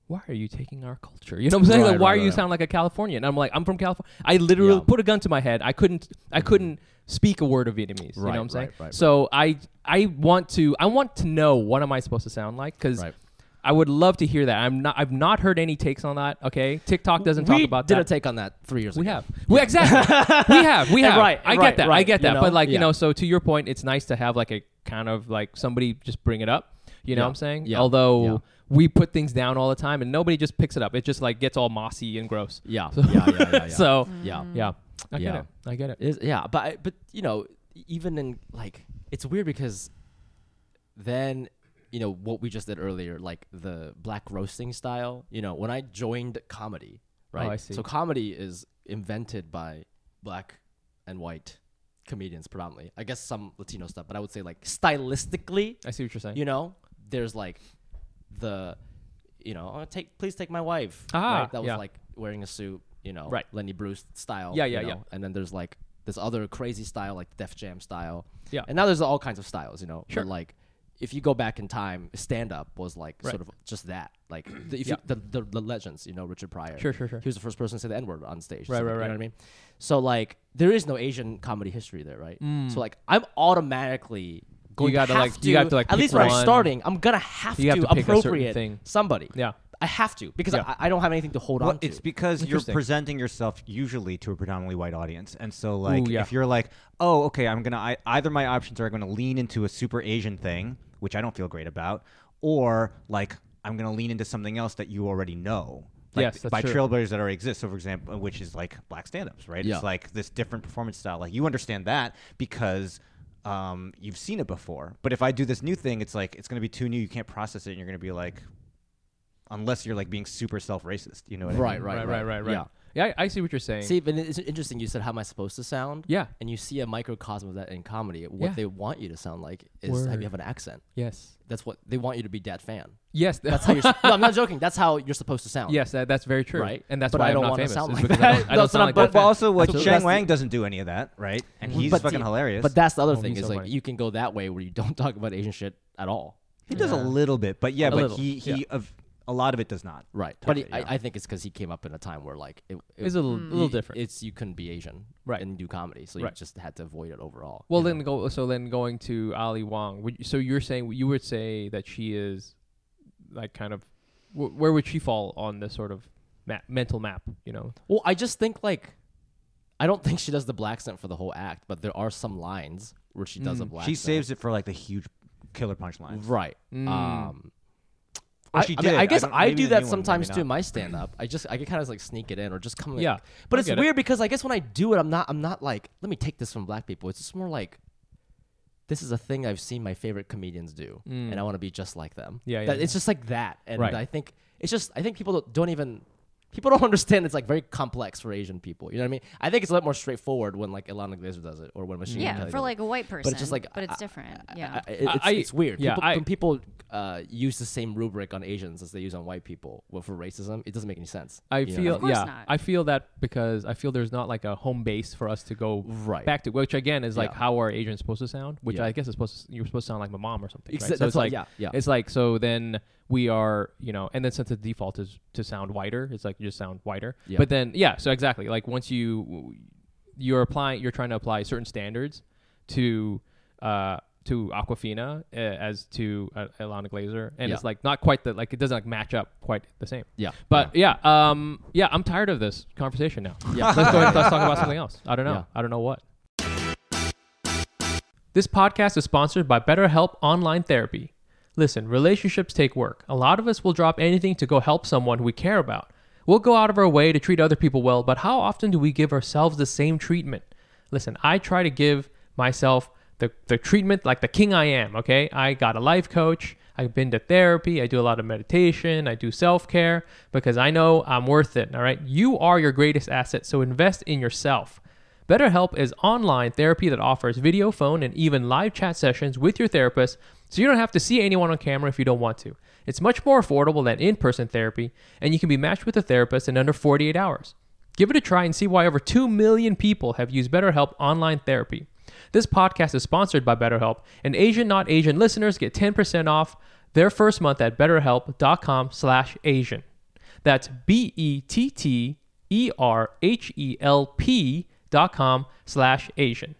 S1: Why are you taking our culture? You know what I'm saying?
S2: Right,
S1: like, why
S2: right,
S1: are you
S2: right.
S1: sound like a Californian? And I'm like, I'm from California. I literally
S2: Yeah. Mm-hmm.
S1: put a gun to my head. I couldn't. I couldn't speak a word of Vietnamese. you know
S2: Right,
S1: what I'm saying?
S2: right, right,
S1: so I. I want to. I want to know what am I supposed to sound like? Because.
S2: Right.
S1: I would love to hear that. I'm not. I've not heard any takes on that. Okay, TikTok doesn't
S2: we
S1: talk about
S2: did
S1: that.
S2: a take on that three years
S1: We
S2: ago.
S1: have. We, exactly. we have. We
S2: And
S1: have.
S2: right,
S1: I
S2: right,
S1: get that. I
S2: right,
S1: get
S2: you
S1: that.
S2: know?
S1: But like,
S2: Yeah.
S1: you know, so to your point, it's nice to have like a kind of like somebody just bring it up. You know
S2: Yeah.
S1: what I'm saying?
S2: Yeah.
S1: Although
S2: Yeah.
S1: we put things down all the time and nobody just picks it up. It just like gets all mossy and gross.
S2: Yeah. Yeah. Yeah. Yeah. yeah.
S1: So
S2: yeah.
S1: yeah. I get
S2: Yeah.
S1: it. I get it.
S2: Is yeah, but I- but you know, even in like it's weird because then you know what we just did earlier, like the black roasting style. You know, when I joined comedy, right?
S1: Oh, I see.
S2: So comedy is invented by black and white comedians predominantly. I guess some Latino stuff, but I would say like stylistically,
S1: I see what you're saying.
S2: you know, there's like the, you know, oh, take please take my wife.
S1: Ah,
S2: right? that was
S1: yeah.
S2: like wearing a suit, you know,
S1: Right.
S2: Lenny Bruce style.
S1: Yeah,
S2: you
S1: yeah, yeah.
S2: know? And then there's like this other crazy style, like Def Jam style.
S1: Yeah.
S2: And now there's all kinds of styles, you know.
S1: Sure.
S2: But like, if you go back in time, stand up was like
S1: Right.
S2: sort of just that. Like, the, if
S1: Yeah.
S2: you, the, the the legends, you know, Richard Pryor.
S1: Sure, sure, sure.
S2: He was the first person to say the N word on stage.
S1: Right,
S2: so,
S1: right,
S2: You
S1: right.
S2: know what I mean? So like, there is no Asian comedy history there, right?
S1: Mm.
S2: So like, I'm automatically going
S1: You gotta,
S2: have
S1: like- you have to, like,
S2: at
S1: pick
S2: least when
S1: one.
S2: I'm starting, I'm gonna have
S1: You have to
S2: to,
S1: pick a certain
S2: appropriate
S1: thing.
S2: somebody.
S1: Yeah.
S2: I have to because
S1: Yeah.
S2: I, I don't have anything to hold
S4: Well,
S2: on to.
S4: it's because you're
S1: Interesting.
S4: presenting yourself usually to a predominantly white audience, and so like
S1: Ooh, yeah.
S4: if you're like, oh, okay, I'm gonna I, either my options are going to lean into a super Asian thing, which I don't feel great about, or like I'm going to lean into something else that you already know. Like,
S1: Yes, that's
S4: by
S1: true.
S4: trailblazers that already exist. So, for example, which is like black stand-ups, right?
S2: Yeah.
S4: It's like this different performance style. Like you understand that because um, you've seen it before. But if I do this new thing, it's like it's going to be too new. You can't process it, and you're going to be like, unless you're like being super self-racist. You know what I mean?
S2: right, right,
S1: Right, right, right, right.
S2: Yeah.
S1: Yeah, I, I see what you're saying.
S2: See, but it's interesting. You said, "How am I supposed to sound?"
S1: Yeah.
S2: and you see a microcosm of that in comedy. What
S1: Yeah.
S2: they want you to sound like is have
S1: Word.
S2: you have an accent.
S1: yes.
S2: That's what they want you to be. Dat fan.
S1: Yes.
S2: That's how you're. no, I'm not joking. That's how you're supposed to sound.
S1: Yes, that, that's very true.
S2: Right.
S1: And that's
S2: But
S1: why
S2: I
S1: I'm
S2: don't
S1: not
S2: wanna
S1: famous.
S2: sound
S1: is
S2: like
S1: because
S2: that.
S1: I don't, I
S2: No,
S1: don't
S2: it's
S1: sound
S2: not-
S1: like
S2: but-
S1: that.
S4: But also, like
S2: That's-
S4: Shang
S2: that's
S4: Wang
S2: the-
S4: doesn't do any of that, right? And he's
S2: But
S4: fucking
S2: the-
S4: hilarious.
S2: But that's the other
S1: Oh,
S2: thing
S1: he's
S2: is
S1: so
S2: like
S1: funny.
S2: you can go that way where you don't talk about Asian shit at all.
S4: he does a little bit, but yeah, but
S1: little,
S4: he he of a lot of it does not.
S2: Right. But
S4: Totally,
S2: he- I,
S4: yeah.
S2: I think it's because he came up in a time where like it, it-
S1: It's a little, a little
S2: you-
S1: different.
S2: It's you couldn't be Asian
S1: Right.
S2: and do comedy, so you
S1: Right.
S2: just had to avoid it overall.
S1: well, then go. So then going to Ali Wong. Would, you- so you're saying you would say that she is, like, kind of, wh- where would she fall on this sort of map, mental map? You know.
S2: Well, I just think like I don't think she does the black scent for the whole act, but there are some lines where she does a black.
S4: Mm. She
S2: scent.
S4: saves it for like the huge killer punchline.
S2: right.
S1: Mm.
S2: Um,
S4: Or
S2: I,
S4: she
S2: I mean,
S4: did.
S2: I
S4: I
S2: guess
S4: don't-
S2: I,
S4: maybe
S2: do
S4: the new
S2: that
S4: one,
S2: sometimes
S4: maybe
S2: too
S4: not.
S2: in my stand up. I just I can kind of like sneak it in or just come. Like,
S1: Yeah,
S2: but
S1: I
S2: it's
S1: get it.
S2: weird because I guess when I do it, I'm not I'm not like let me take this from black people. It's just more like this is a thing I've seen my favorite comedians do,
S4: Mm.
S2: and I want to be just like them.
S1: Yeah, yeah,
S2: That-
S1: yeah.
S2: it's just like that, and
S1: Right.
S2: I think it's just I think people don't- don't even. People don't understand it's like very complex for Asian people. You know what I mean? I think it's a lot more straightforward when like Ilana Glazer does it or when Machine.
S3: Yeah,
S2: Kelly does
S3: for
S2: it.
S3: like a white person.
S2: it's just like,
S3: but it's
S2: I-
S3: different.
S2: I-
S3: Yeah.
S2: I- I- it's,
S1: I-
S2: it's weird.
S1: yeah,
S2: people,
S1: I-
S2: when people uh, use the same rubric on Asians as they use on white people well, for racism, it doesn't make any sense.
S1: I
S2: You know what
S1: feel
S2: mean?
S3: Of course
S1: yeah.
S3: not.
S1: I feel that because I feel there's not like a home base for us to go
S2: Right.
S1: back to, which again is like
S2: Yeah.
S1: how are Asians supposed to sound? Which
S2: Yeah.
S1: I guess is supposed to, you're supposed to sound like my mom or something. right?
S2: Exa-
S1: So
S2: that's
S1: it's
S2: what-
S1: like
S2: yeah, yeah.
S1: It's like so then we are you know, and then since the default is to sound whiter, it's like you just sound whiter.
S2: Yeah.
S1: But then yeah, so exactly like once you you're applying, you're trying to apply certain standards to. uh to Aquafina uh, as to uh, Alana Glazer, and
S2: Yeah.
S1: it's like not quite the like it doesn't like match up quite the same.
S2: Yeah.
S1: But yeah, um, yeah, I'm tired of this conversation now. Yeah. let's go ahead. Let's talk about something else. I don't know.
S2: Yeah.
S1: I don't know what. This podcast is sponsored by BetterHelp Online Therapy. Listen, relationships take work. A lot of us will drop anything to go help someone we care about. We'll go out of our way to treat other people well, but how often do we give ourselves the same treatment? Listen, I try to give myself the, the treatment like the king I am, okay? I got a life coach. I've been to therapy. I do a lot of meditation. I do self care because I know I'm worth it, all right? You are your greatest asset, so invest in yourself. BetterHelp is online therapy that offers video, phone, and even live chat sessions with your therapist, so you don't have to see anyone on camera if you don't want to. It's much more affordable than in person therapy, and you can be matched with a therapist in under 48 hours. Give it a try and see why over 2 million people have used BetterHelp online therapy. This podcast is sponsored by BetterHelp, and Asian Not Asian listeners get 10% off their first month at betterhelp.com slash Asian. That's B E T T E R H E L P dot com slash Asian.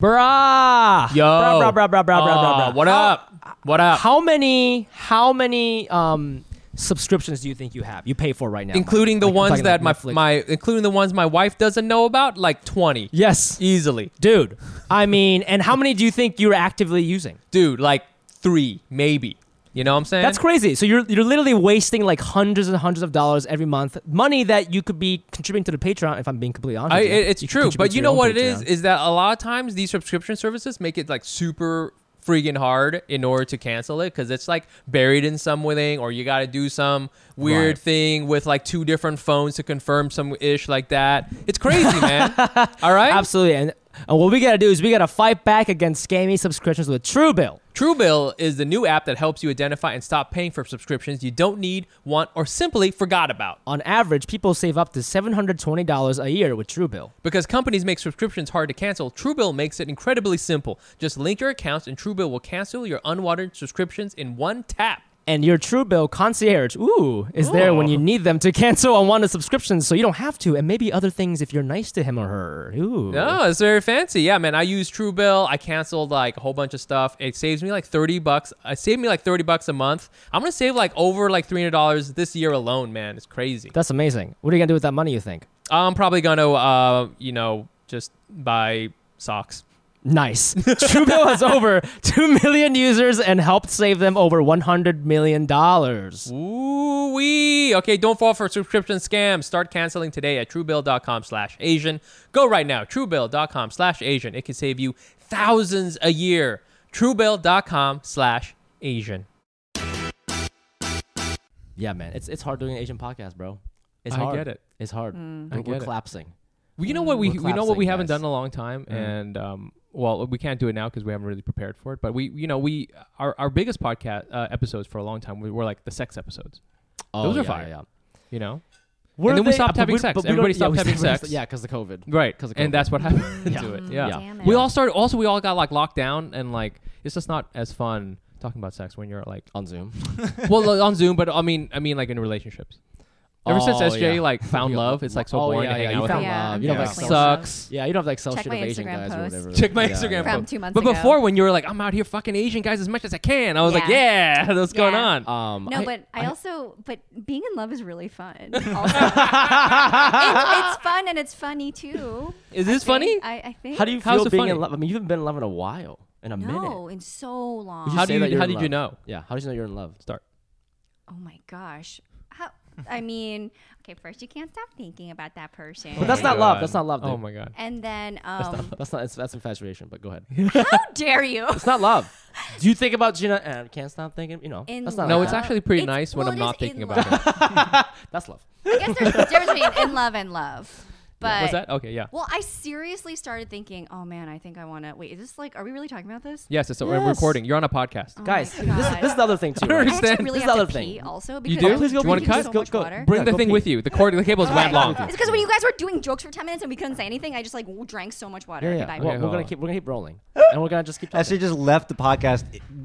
S2: brah.
S1: Yo.
S2: Brah, brah, brah, brah, brah, brah,
S1: Ah,
S2: brah, brah.
S1: What
S2: How-
S1: up? What up?
S2: Uh, How many? How many? Um, subscriptions do you think you have? You pay for right now,
S1: including
S2: Mike?
S1: the
S2: Like, I'm
S1: ones
S2: talking
S1: that my,
S2: like Netflix.
S1: my including the ones my wife doesn't know about, like 20.
S2: yes,
S1: Easily.
S2: dude. I mean, and how many do you think you're actively using?
S1: Dude, like three, maybe. You know what I'm saying?
S2: That's crazy. So you're you're literally wasting like hundreds and hundreds of dollars every month, money that you could be contributing to the Patreon. If I'm being completely honest,
S1: I,
S2: with you.
S1: it, it's
S2: You could
S1: true,
S2: contribute
S1: but
S2: to
S1: you
S2: your
S1: know
S2: own
S1: what it is
S2: Patreon.
S1: is that a lot of times these subscription services make it like super freaking hard in order to cancel it because it's like buried in something or you got to do some weird
S2: Right.
S1: thing with like two different phones to confirm some ish like that. It's crazy, man. All right,
S2: Absolutely. And, and what we got to do is we got to fight back against scammy subscriptions with Truebill.
S1: Truebill is the new app that helps you identify and stop paying for subscriptions you don't need, want, or simply forgot about.
S2: On average, people save up to $720 a year with Truebill.
S1: Because companies make subscriptions hard to cancel, Truebill makes it incredibly simple. Just link your accounts and Truebill will cancel your unwanted subscriptions in one tap.
S2: And your Truebill concierge, ooh, is there when you need them to cancel unwanted subscriptions so you don't have to, and maybe other things if you're nice to him or her. Ooh.
S1: No, Oh, it's very fancy. Yeah, man. I use Truebill. I canceled like a whole bunch of stuff. It saves me like thirty bucks. uh, It saved me like thirty bucks a month. I'm gonna save like over like three hundred dollars this year alone, man. It's crazy.
S2: That's amazing. What are you going to do with that money, you think?
S1: I'm probably gonna, uh, you know, just buy socks.
S2: Nice. Truebill has over 2 million users and helped save them over $100 million.
S1: Ooh wee. Okay, don't fall for subscription scams. Start canceling today at truebill.com slash Asian. Go right now, truebill.com slash Asian. It can save you thousands a year. Truebill.com slash Asian.
S2: Yeah, man. It's, it's hard doing an Asian podcast, bro. It's
S1: I
S2: hard.
S1: get it. Mm.
S2: It's hard.
S1: I
S2: We're
S1: get it.
S2: collapsing.
S1: We you know what we
S2: We're
S1: we know what we haven't
S2: collapsing, guys.
S1: done in a long time, and um, well, we can't do it now because we haven't really prepared for it. But we, you know, we our our biggest podcast uh, episodes for a long time we were like the sex episodes.
S2: Oh,
S1: Those are
S2: yeah,
S1: fire.
S2: yeah, yeah.
S1: You know,
S2: Were
S1: then we
S2: they-
S1: stopped
S2: but
S1: having
S2: we-
S1: sex.
S2: but we don't-
S1: Everybody
S2: yeah,
S1: stopped
S2: we
S1: having
S2: stopped-
S1: sex.
S2: Yeah, because of COVID.
S1: right?
S2: 'Cause of COVID.
S1: And that's what happened
S2: Yeah.
S1: to it.
S3: Mm,
S1: Yeah.
S2: Yeah.
S3: Damn it.
S1: we all started. Also, we all got like locked down, and like it's just not as fun talking about sex when you're like
S2: on Zoom.
S1: well like, on Zoom, but I mean, I mean like in relationships. Ever since
S2: Oh,
S1: SJ
S2: yeah.
S1: like found love, it's like so
S2: oh,
S1: boring
S2: yeah,
S1: to hang
S2: yeah,
S1: out
S2: you
S1: with.
S2: found
S1: him.
S3: Yeah,
S2: love.
S3: I'm
S2: You don't
S3: Yeah.
S2: have like
S3: definitely
S2: self-
S3: love.
S1: Sucks.
S2: yeah, you don't have like self
S3: Check
S2: shit
S3: my
S2: of Asian
S3: Instagram
S2: guys or
S3: post.
S2: whatever.
S1: Check my
S2: Yeah,
S1: Instagram
S2: yeah.
S3: from
S1: post.
S3: two months
S1: But
S3: ago.
S1: before, when you were like, I'm out here fucking Asian guys as much as I can, I was like, yeah, what's going
S3: Yeah.
S1: on?
S2: Um,
S3: No,
S2: I-
S3: but I, also, but being in love is really fun. Also. It- it's fun and it's funny too.
S1: Is
S3: I
S1: this
S3: think-
S1: funny?
S3: I, I think.
S2: how do you
S1: How's
S2: feel
S1: it
S2: being in
S1: funny?
S2: love? I mean, you've been in love in a while, in a minute.
S3: No, in so long.
S2: Would
S1: How
S2: say
S1: do you-
S2: that you're
S1: how
S2: in
S1: did you
S2: love?
S1: know?
S2: Yeah, how did you know you're in love?
S1: Start.
S3: oh my gosh. How? I mean, okay. First, you can't stop thinking about that person.
S2: But that's
S1: my
S2: not love.
S1: God.
S2: That's not love.
S1: Oh
S2: dude.
S1: my god.
S3: And then, um,
S2: That's not. That's, that's infatuation. But go ahead.
S3: how dare you?
S2: It's not love. Do you think about Gina? And I can't stop thinking. You know,
S3: In
S2: that's not.
S1: No,
S3: love.
S1: it's actually pretty
S3: Oh It's-
S1: nice when
S3: well,
S1: I'm
S3: it
S1: not
S3: is
S1: thinking
S3: in
S1: about it.
S2: That's love.
S1: Oh
S3: I guess there's a difference between in love and love. But
S1: What's that? Okay, yeah.
S3: Well, I seriously started thinking, oh man, I think I want to. Wait, is this like, are we really talking about this?
S1: Yes, it's a
S2: Yes.
S1: recording. You're on a podcast.
S3: Oh my
S2: Guys, this,
S3: God.
S2: this is the other thing
S1: I
S2: too. right?
S3: I actually
S1: understand.
S3: really
S2: This is
S3: have
S2: the
S3: to
S2: other thing.
S3: pee also
S1: You
S3: because
S1: do?
S3: I was
S1: Please go
S3: drinking
S1: pee.
S3: so
S2: Go-
S3: much
S2: go-
S3: water.
S1: Bring
S2: Yeah,
S1: the
S2: go
S1: thing
S2: pee.
S1: with you. The cord, the cable's wet
S3: Okay.
S1: long.
S2: Yeah.
S3: It's because when you guys were doing jokes for 10 minutes and we couldn't say anything, I just like drank so much water.
S2: Yeah, yeah.
S3: Goodbye.
S2: Well,
S1: Okay,
S2: we're gonna
S1: hold
S2: keep. We're gonna keep rolling, and we're gonna just keep
S4: Esther
S2: talking.
S4: just left the podcast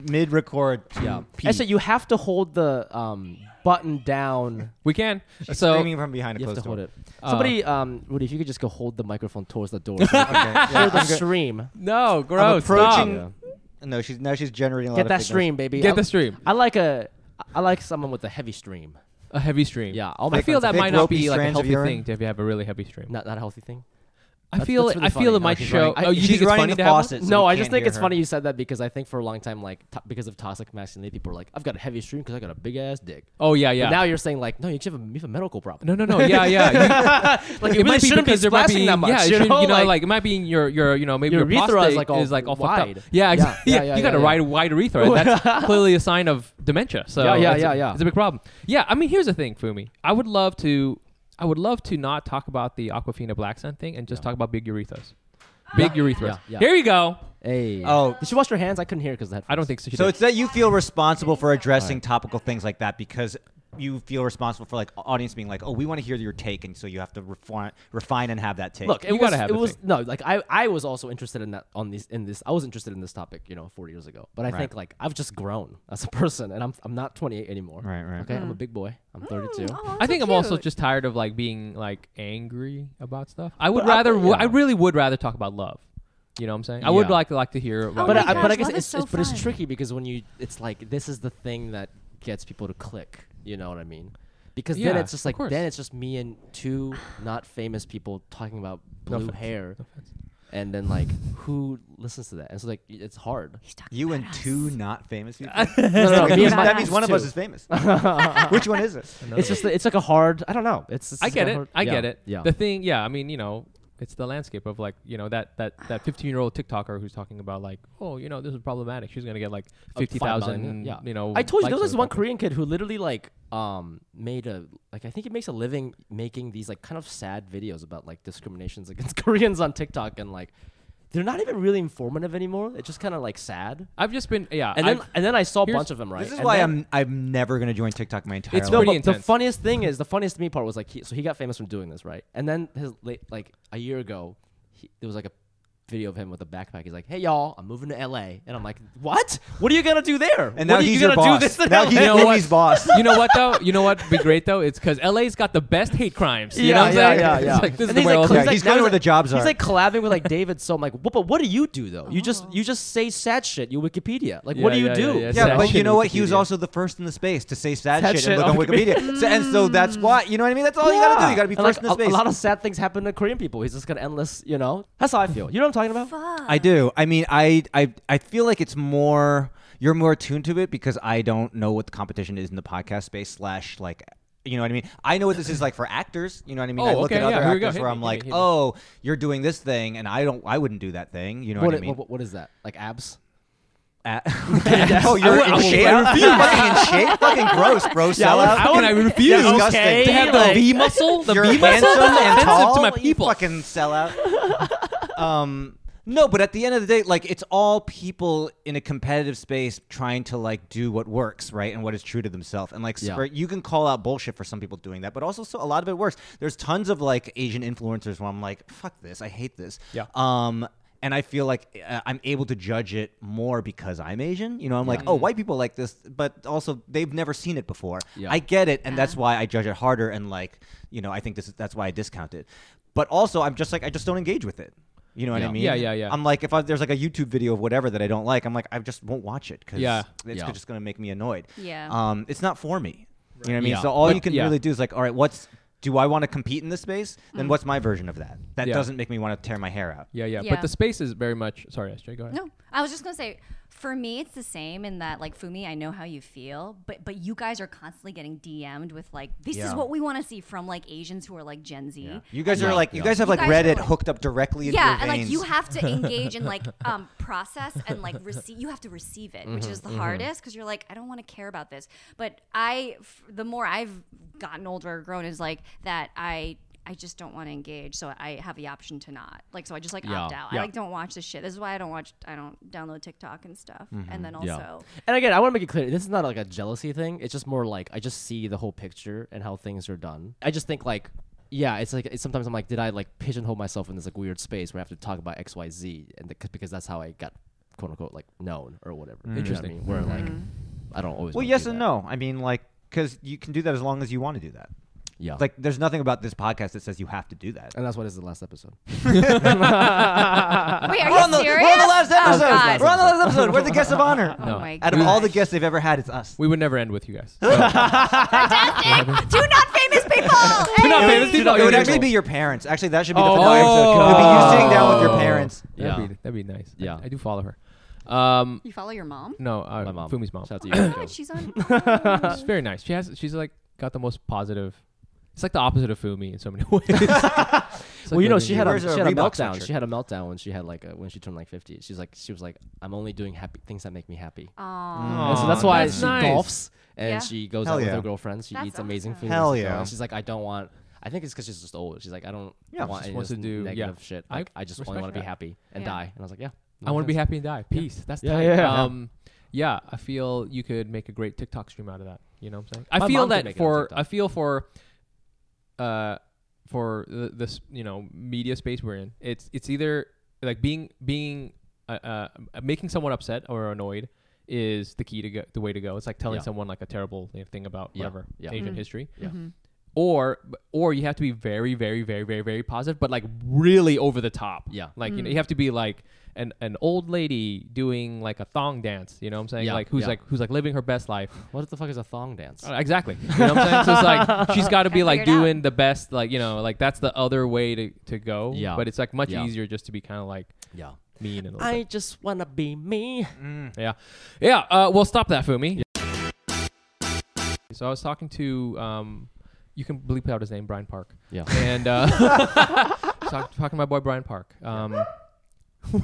S4: mid-record.
S2: Yeah.
S4: Yeah,
S2: Actually, you have to hold the um, button down.
S1: We can.
S4: She's
S1: so
S4: screaming from behind a
S2: You have
S4: closed
S2: to hold
S4: door.
S2: it. Somebody, um, Rudy, if you could just go hold the microphone towards the door, so we can
S4: Okay, yeah,
S2: hear the
S4: I'm go-
S2: stream. Um,
S1: no,
S4: I'm
S1: gross.
S4: approaching.
S1: stop.
S4: No, she's now she's generating. A lot
S2: Get
S4: of
S2: that
S4: signals.
S2: stream, baby.
S1: Get
S2: I-
S1: the stream.
S2: I like a. I like someone with a heavy stream.
S1: A heavy stream.
S2: Yeah, all my
S1: I feel that
S2: friends-
S4: Thick,
S1: might not be
S4: ropey
S1: like a
S4: strands of
S1: healthy
S4: urine.
S1: thing to have- have a really heavy stream.
S2: Not not a healthy thing.
S1: I
S2: That's-
S1: feel
S2: that's
S1: it.
S2: really
S1: I feel
S2: funny.
S1: it
S2: No,
S1: might
S2: she's
S1: show.
S2: running. I-
S1: oh, you
S4: she's
S1: think it's
S4: running
S1: funny
S4: the
S1: to have?
S4: faucet.
S1: one?
S4: so
S2: no,
S4: we
S2: I just
S4: can't
S2: think
S4: hear
S2: it's funny
S4: her.
S2: you said that because I think for a long time, like to- because of toxic masculinity, people are like, I've got a heavy stream because I got a big ass dick.
S1: Oh yeah,
S2: But
S1: yeah.
S2: now you're saying like, no, you just have a, you have a medical problem.
S1: no, no, no. Yeah, yeah. You-
S2: like it, really shouldn't be
S1: because there might
S2: splashing that much.
S1: Yeah, it
S2: you,
S1: shouldn't-
S2: know, like,
S1: it might be in your your you know maybe
S2: Your
S1: your,
S2: urethra is,
S1: prostate
S2: like, all
S1: fucked
S2: wide.
S1: up. Yeah,
S2: Yeah,
S1: exactly.
S2: yeah,
S1: Yeah,
S2: yeah,
S1: you got
S2: yeah,
S1: a
S2: yeah.
S1: wide wide urethra. and That's clearly a sign of dementia. So
S2: Yeah, yeah,
S1: it's a-
S2: yeah, yeah.
S1: It's a big problem. Yeah, I mean here's the thing, Fumi. I would love to. I would love to not talk about the Aquafina Black Sun thing and just talk about big urethras. Big urethras.
S2: Yeah, yeah.
S1: Here you go.
S2: hey,
S4: Oh.
S2: did she wash her hands? I couldn't hear because that.
S1: I don't think so. She
S4: So
S1: did.
S4: it's that you feel responsible for addressing topical things like that because you feel responsible for like audience being like, oh, we want to hear your take, and so you have to refine, refine and have that take.
S2: Look, it
S1: You
S2: was.
S1: gotta have
S2: it
S1: a
S2: was
S1: thing.
S2: no. Like I, I was also interested in that on these in this. I was interested in this topic, you know, four years ago. But I
S4: Right.
S2: think like I've just grown as a person, and I'm I'm not 28 anymore.
S4: Right, right.
S2: Okay, I'm a big boy. I'm 32.
S3: Oh,
S1: I think I'm also
S3: cute.
S1: just tired of like being like angry about stuff. I would
S2: But I-
S1: rather, w I
S2: yeah.
S1: really would rather talk about love. You know what I'm saying? I would
S2: Yeah.
S1: like like to hear. about
S3: Oh
S2: but
S3: my
S2: I,
S3: gosh,
S2: but I guess
S3: love
S2: it's,
S3: is so
S2: it's- but it's
S3: fun.
S2: tricky because when you it's like this is the thing that gets people to click. You know what I mean? Because then
S1: Yeah,
S2: it's just
S1: of
S2: like
S1: course.
S2: then it's just me and two not famous people talking about blue hair. and then like who listens to that? And so like it's hard.
S3: He's talking
S4: You
S3: about
S4: and
S3: us.
S4: two not famous people.
S2: No, no, no,
S4: that
S2: me
S4: means,
S2: and my
S4: that means one of us
S2: too.
S4: is famous. Which one is it?
S2: It's just it's like a hard. I don't know. It's, it's
S1: I get
S2: a
S1: it.
S2: hard-
S1: I
S2: yeah,
S1: get it.
S2: Yeah.
S1: The thing, yeah, I mean, you know, it's the landscape of like, you know, that that that 15 year old TikToker who's talking about like, oh, you know, this is problematic. She's gonna get like
S2: Up to 5
S1: 50,000.
S2: million, yeah.
S1: You know,
S2: I told you
S1: likes
S2: there was
S1: or
S2: this one
S1: something.
S2: Korean kid who literally like um made a like I think he makes a living making these like kind of sad videos about like discriminations against Koreans on TikTok and like they're not even really informative anymore. It's just kind of like sad.
S1: I've just been, yeah.
S2: And then
S1: I've-
S2: and then I saw a
S1: here's-
S2: bunch of them right.
S4: Uh, This is
S2: And
S4: why
S2: then-
S4: I'm I'm never gonna join TikTok my entire
S1: It's
S2: No,
S4: life.
S1: pretty
S2: but the
S1: intense.
S2: funniest thing is the funniest to me part was like he, so he got famous from doing this right, and then his late like a year ago, he, there was like a video of him with a backpack. He's like, "Hey y'all, I'm moving to L.A." and I'm like, "What? What are you gonna do there?
S4: And
S2: what
S4: now
S2: are you
S4: he's your
S2: gonna
S4: boss.
S2: do this in
S4: now
S2: LA?
S4: he's
S1: You know
S4: Amy's
S1: what?
S4: boss.
S1: you know what though? You know what? Be great though. It's because LA's got the best hate crimes. You know what I'm
S2: yeah,
S1: saying?
S2: yeah, yeah.
S1: It's like this
S2: And
S1: is
S2: he's
S1: the way
S2: like,
S1: all
S2: he's
S1: things-
S2: like,
S4: he's
S2: now
S4: going where
S2: like-
S4: the jobs
S2: He's
S4: are.
S2: like collabing with like David. So I'm like, what, but what do you do though? You just
S3: Oh.
S2: you just say sad shit. You Wikipedia. Like,
S1: Yeah,
S2: what do you
S1: yeah,
S2: do?
S1: yeah, yeah,
S4: Yeah,
S1: sad
S4: but
S1: shit
S4: you know
S2: on
S4: what? He was
S2: Wikipedia.
S4: also the first in the space to say sad,
S2: Sad
S4: shit,
S2: shit
S4: and look
S2: on
S4: on Wikipedia. so, and so that's why you know what I mean. That's all you gotta do. You gotta be
S2: And,
S4: first
S2: like,
S4: in the
S2: a-
S4: space.
S2: A lot of sad things happen to Korean people. He's just got endless, you know. That's how I feel. You know what I'm talking about?
S3: Fuck.
S1: Uh-huh.
S4: I do. I mean, I, I I feel like it's more you're more attuned to it because I don't know what the competition is in the podcast space slash like you know what I mean? I know what this is like for actors. You know what I mean?
S1: Oh,
S4: I look
S1: okay,
S4: at
S1: yeah,
S4: other
S1: here we go.
S4: actors
S1: Hit
S4: where
S1: me,
S4: I'm
S1: hit me,
S4: like,
S1: hit me.
S4: oh, you're doing this thing, and I don't, I wouldn't do that thing. You know what,
S2: What,
S4: I mean?
S2: what- what is that? Like abs?
S4: A- oh, you're
S1: I would-
S4: in
S1: I would-
S4: shape.
S1: I refuse.
S4: You're fucking in shape. Fucking gross, bro.
S2: I would-
S4: Sellout.
S1: How can I refuse?
S4: Yeah, disgusting.
S1: To have the
S2: Like-
S1: V muscle, the
S4: you're
S1: V muscle,
S4: handsome
S1: That's
S4: and
S1: offensive
S4: tall
S1: to my
S4: you
S1: people.
S4: fucking sellout. um, no, but at the end of the day, like it's all people in a competitive space trying to like do what works, right, and what is true to themselves. And like,
S2: Yeah.
S4: for- you can call out bullshit for some people doing that, but also so a lot of it works. There's tons of like Asian influencers where I'm like, fuck this, I hate this.
S1: Yeah.
S4: Um. And I feel like uh, I'm able to judge it more because I'm Asian. You know, I'm like, oh, white people like this, but also they've never seen it before.
S2: Yeah.
S4: I get it, and
S3: Uh-huh.
S4: that's why I judge it harder. And like, you know, I think this is that's why I discount it. But also, I'm just like I just don't engage with it. You know what
S2: Yeah.
S4: I mean?
S1: Yeah, yeah, yeah.
S4: I'm like, if I, there's like a YouTube video of whatever that I don't like, I'm like, I just won't watch it because
S1: Yeah.
S4: it's
S2: Yeah.
S4: just gonna make me annoyed.
S3: Yeah.
S4: Um, it's not for me. You know what I mean?
S2: Yeah.
S4: So all
S1: But-
S4: you can
S1: yeah.
S4: really do is like, all right, what's do I want to compete in this space?
S3: Mm.
S4: Then what's my version of that? That
S1: Yeah.
S4: doesn't make me want to tear my hair out.
S1: Yeah, yeah,
S3: Yeah.
S1: But the space is very much. Sorry, SJ, go ahead.
S3: No, I was just gonna say, for me, it's the same in that, like, Fumi, I know how you feel, but but you guys are constantly getting DM'd with like, this
S4: Yeah.
S3: is what we want to see from like Asians who are like Gen Z.
S4: You guys are like, you guys have
S3: You
S4: like
S3: guys are
S4: Reddit
S3: like-
S4: hooked up directly into
S3: yeah
S4: your
S3: and like you
S4: veins.
S3: have to engage and like um, process and like receive you have to receive it which is
S4: Mm-hmm,
S3: the hardest because you're like i don't want to care about this but i f- the more i've gotten older or grown is like that i i just don't want to engage so i have the option to not like so i just like opt
S2: Yeah,
S3: out
S1: yeah.
S3: i like don't watch this shit this is why i don't watch i don't download tiktok and stuff
S4: Mm-hmm,
S3: and then also
S2: And again, I want to make it clear this is not like a jealousy thing. It's just more like I just see the whole picture and how things are done. I just think like yeah, it's like it's sometimes I'm like did I like pigeonhole myself in this like weird space where I have to talk about XYZ and the, because that's how I got quote unquote like known or whatever. Interesting. Where like I don't always
S4: Mm. well,
S2: wanna
S4: yes
S2: do
S4: and
S2: that.
S4: no. I mean, like, because you can do that as long as you want to do that.
S2: Yeah.
S4: Like, there's nothing about this podcast that says you have to do that.
S2: and that's what is the last episode.
S3: wait are
S4: Uh, We're on,
S3: you
S4: the,
S3: serious
S4: we're on the last
S3: oh,
S4: episode.
S3: God.
S4: we're on the last episode. We're the guest of honor.
S3: Oh, my
S4: Out of all the
S3: gosh.
S4: guests they've ever had, it's us.
S1: We would never end with you guys.
S3: fantastic two not famous people
S1: Two not
S3: Hey!
S1: famous people.
S4: it would
S1: You're
S4: actually
S1: cool.
S4: be your parents. Actually, that should be the
S1: Oh.
S4: finale episode. It would be you sitting down with your
S2: Oh.
S4: parents.
S1: That'd,
S2: Yeah.
S1: be, that'd be nice. I-
S2: Yeah.
S1: I, do follow her. Um,
S3: you follow your mom
S1: no, uh,
S2: My mom.
S1: Fumi's mom.
S2: Shout out to
S3: oh
S2: you.
S3: my god
S2: Rachel.
S3: she's on
S1: She's very nice. She has. She's like got the most positive. It's like the opposite of Fumi in so many ways. It's
S2: well,
S1: like
S2: you know,
S1: living
S2: she
S1: in
S2: had, a,
S4: Where's
S2: she
S4: her
S2: had a
S4: Reebok
S2: meltdown.
S4: sweatshirt?
S2: She had a meltdown when she had like a, when she turned like fifty. She's like she was like, I'm only doing happy things that make me happy.
S4: Mm.
S3: Aw.
S2: And so
S1: Aw,
S2: that's why
S1: that's
S2: she
S1: nice.
S2: golfs and
S3: Yeah.
S2: she goes
S4: Hell
S2: out with
S4: yeah.
S2: her girlfriends. She
S3: That's
S2: eats amazing
S3: awesome.
S2: food.
S4: Hell
S2: and stuff.
S4: yeah.
S2: And she's like, I don't want. I think it's because she's just old. She's like, I don't
S4: Yeah,
S2: want
S4: she
S2: any
S1: wants to
S2: of this
S1: do- yeah.
S2: negative shit.
S1: I
S2: Like, I, just
S1: respect
S2: want to be
S1: that.
S2: happy and
S3: Yeah.
S2: die. And I was like, yeah.
S1: I want to be happy and die. Peace. That's
S2: Yeah,
S1: tight.
S2: yeah, yeah.
S1: Um, yeah, I feel you could make a great TikTok stream out of that. You know what I'm saying? I
S2: My
S1: feel
S2: mom could make
S1: that
S2: it on
S1: for
S2: TikTok.
S1: I feel for uh for the, this you know media space we're in. It's it's either like being being uh, uh making someone upset or annoyed is the key to go the way to go. It's like telling
S2: Yeah.
S1: someone like a terrible you know, thing about
S2: Yeah,
S1: whatever
S2: yeah.
S1: Asian
S3: Mm.
S1: history.
S2: Yeah.
S1: or or you have to be very very very very very positive but like really over the top
S2: Yeah.
S1: like
S3: Mm.
S1: you know you have to be like an, an old lady doing like a thong dance you know what i'm saying
S2: Yeah,
S1: like who's
S2: yeah.
S1: like who's like living her best life
S2: What the fuck is a thong dance?
S1: Uh, exactly you know what i'm saying so it's like she's got to be
S3: Gotta
S1: like
S3: figure it out.
S1: doing the best like you know like that's the other way to, to go
S2: Yeah.
S1: but it's like much
S2: Yeah.
S1: easier just to be kind of like
S2: Yeah.
S1: mean and a little
S2: I just wanna be me.
S1: yeah. Yeah. Uh, well, stop that, Fumi. So I was talking to, um, you can bleep out his name, Brian Park.
S2: Yeah.
S1: And uh, talk, talking to my boy Brian Park. Um,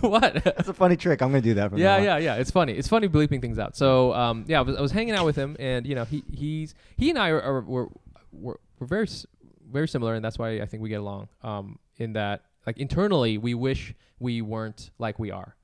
S1: what?
S4: That's a funny trick. I'm gonna do that. From
S1: Yeah,
S4: now on.
S1: yeah, yeah. It's funny. It's funny bleeping things out. So, um, yeah, I was, I was hanging out with him, and you know, he he's he and I are, are were, were were very s- very similar, and that's why I think we get along. Um, in that, like internally, we wish we weren't like we are.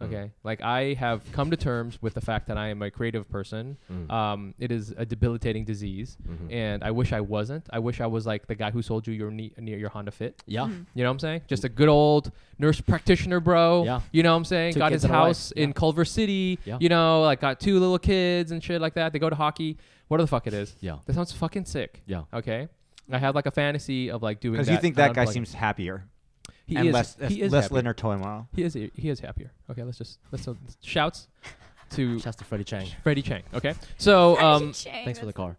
S1: Okay, like I have come to terms with the fact that I am a creative person. Um, it is a debilitating disease, and I wish I wasn't. I wish I was like the guy who sold you your knee, near your Honda Fit.
S2: Yeah.
S1: You know what I'm saying? Just a good old nurse practitioner, bro.
S2: Yeah.
S1: You know what I'm saying?
S2: Two
S1: got
S2: kids
S1: his
S2: and a wife.
S1: house in
S2: Yeah.
S1: Culver City.
S2: Yeah.
S1: You know, like got two little kids and shit like that. They go to hockey. Whatever the fuck it is.
S2: Yeah.
S1: That sounds fucking sick.
S2: Yeah.
S1: Okay. I have like a fantasy of like doing that.
S4: Because you think
S1: and
S4: that guy
S1: unplugging.
S4: seems happier
S1: he
S4: and
S1: is,
S4: less
S1: he is
S4: less
S1: happier.
S4: Leonard Toymaru.
S1: He is he is happier. Okay, let's just let's uh, shouts to
S2: Shouts to Freddie Chang.
S1: Freddie Chang. Okay, so um,
S2: Thanks for the car.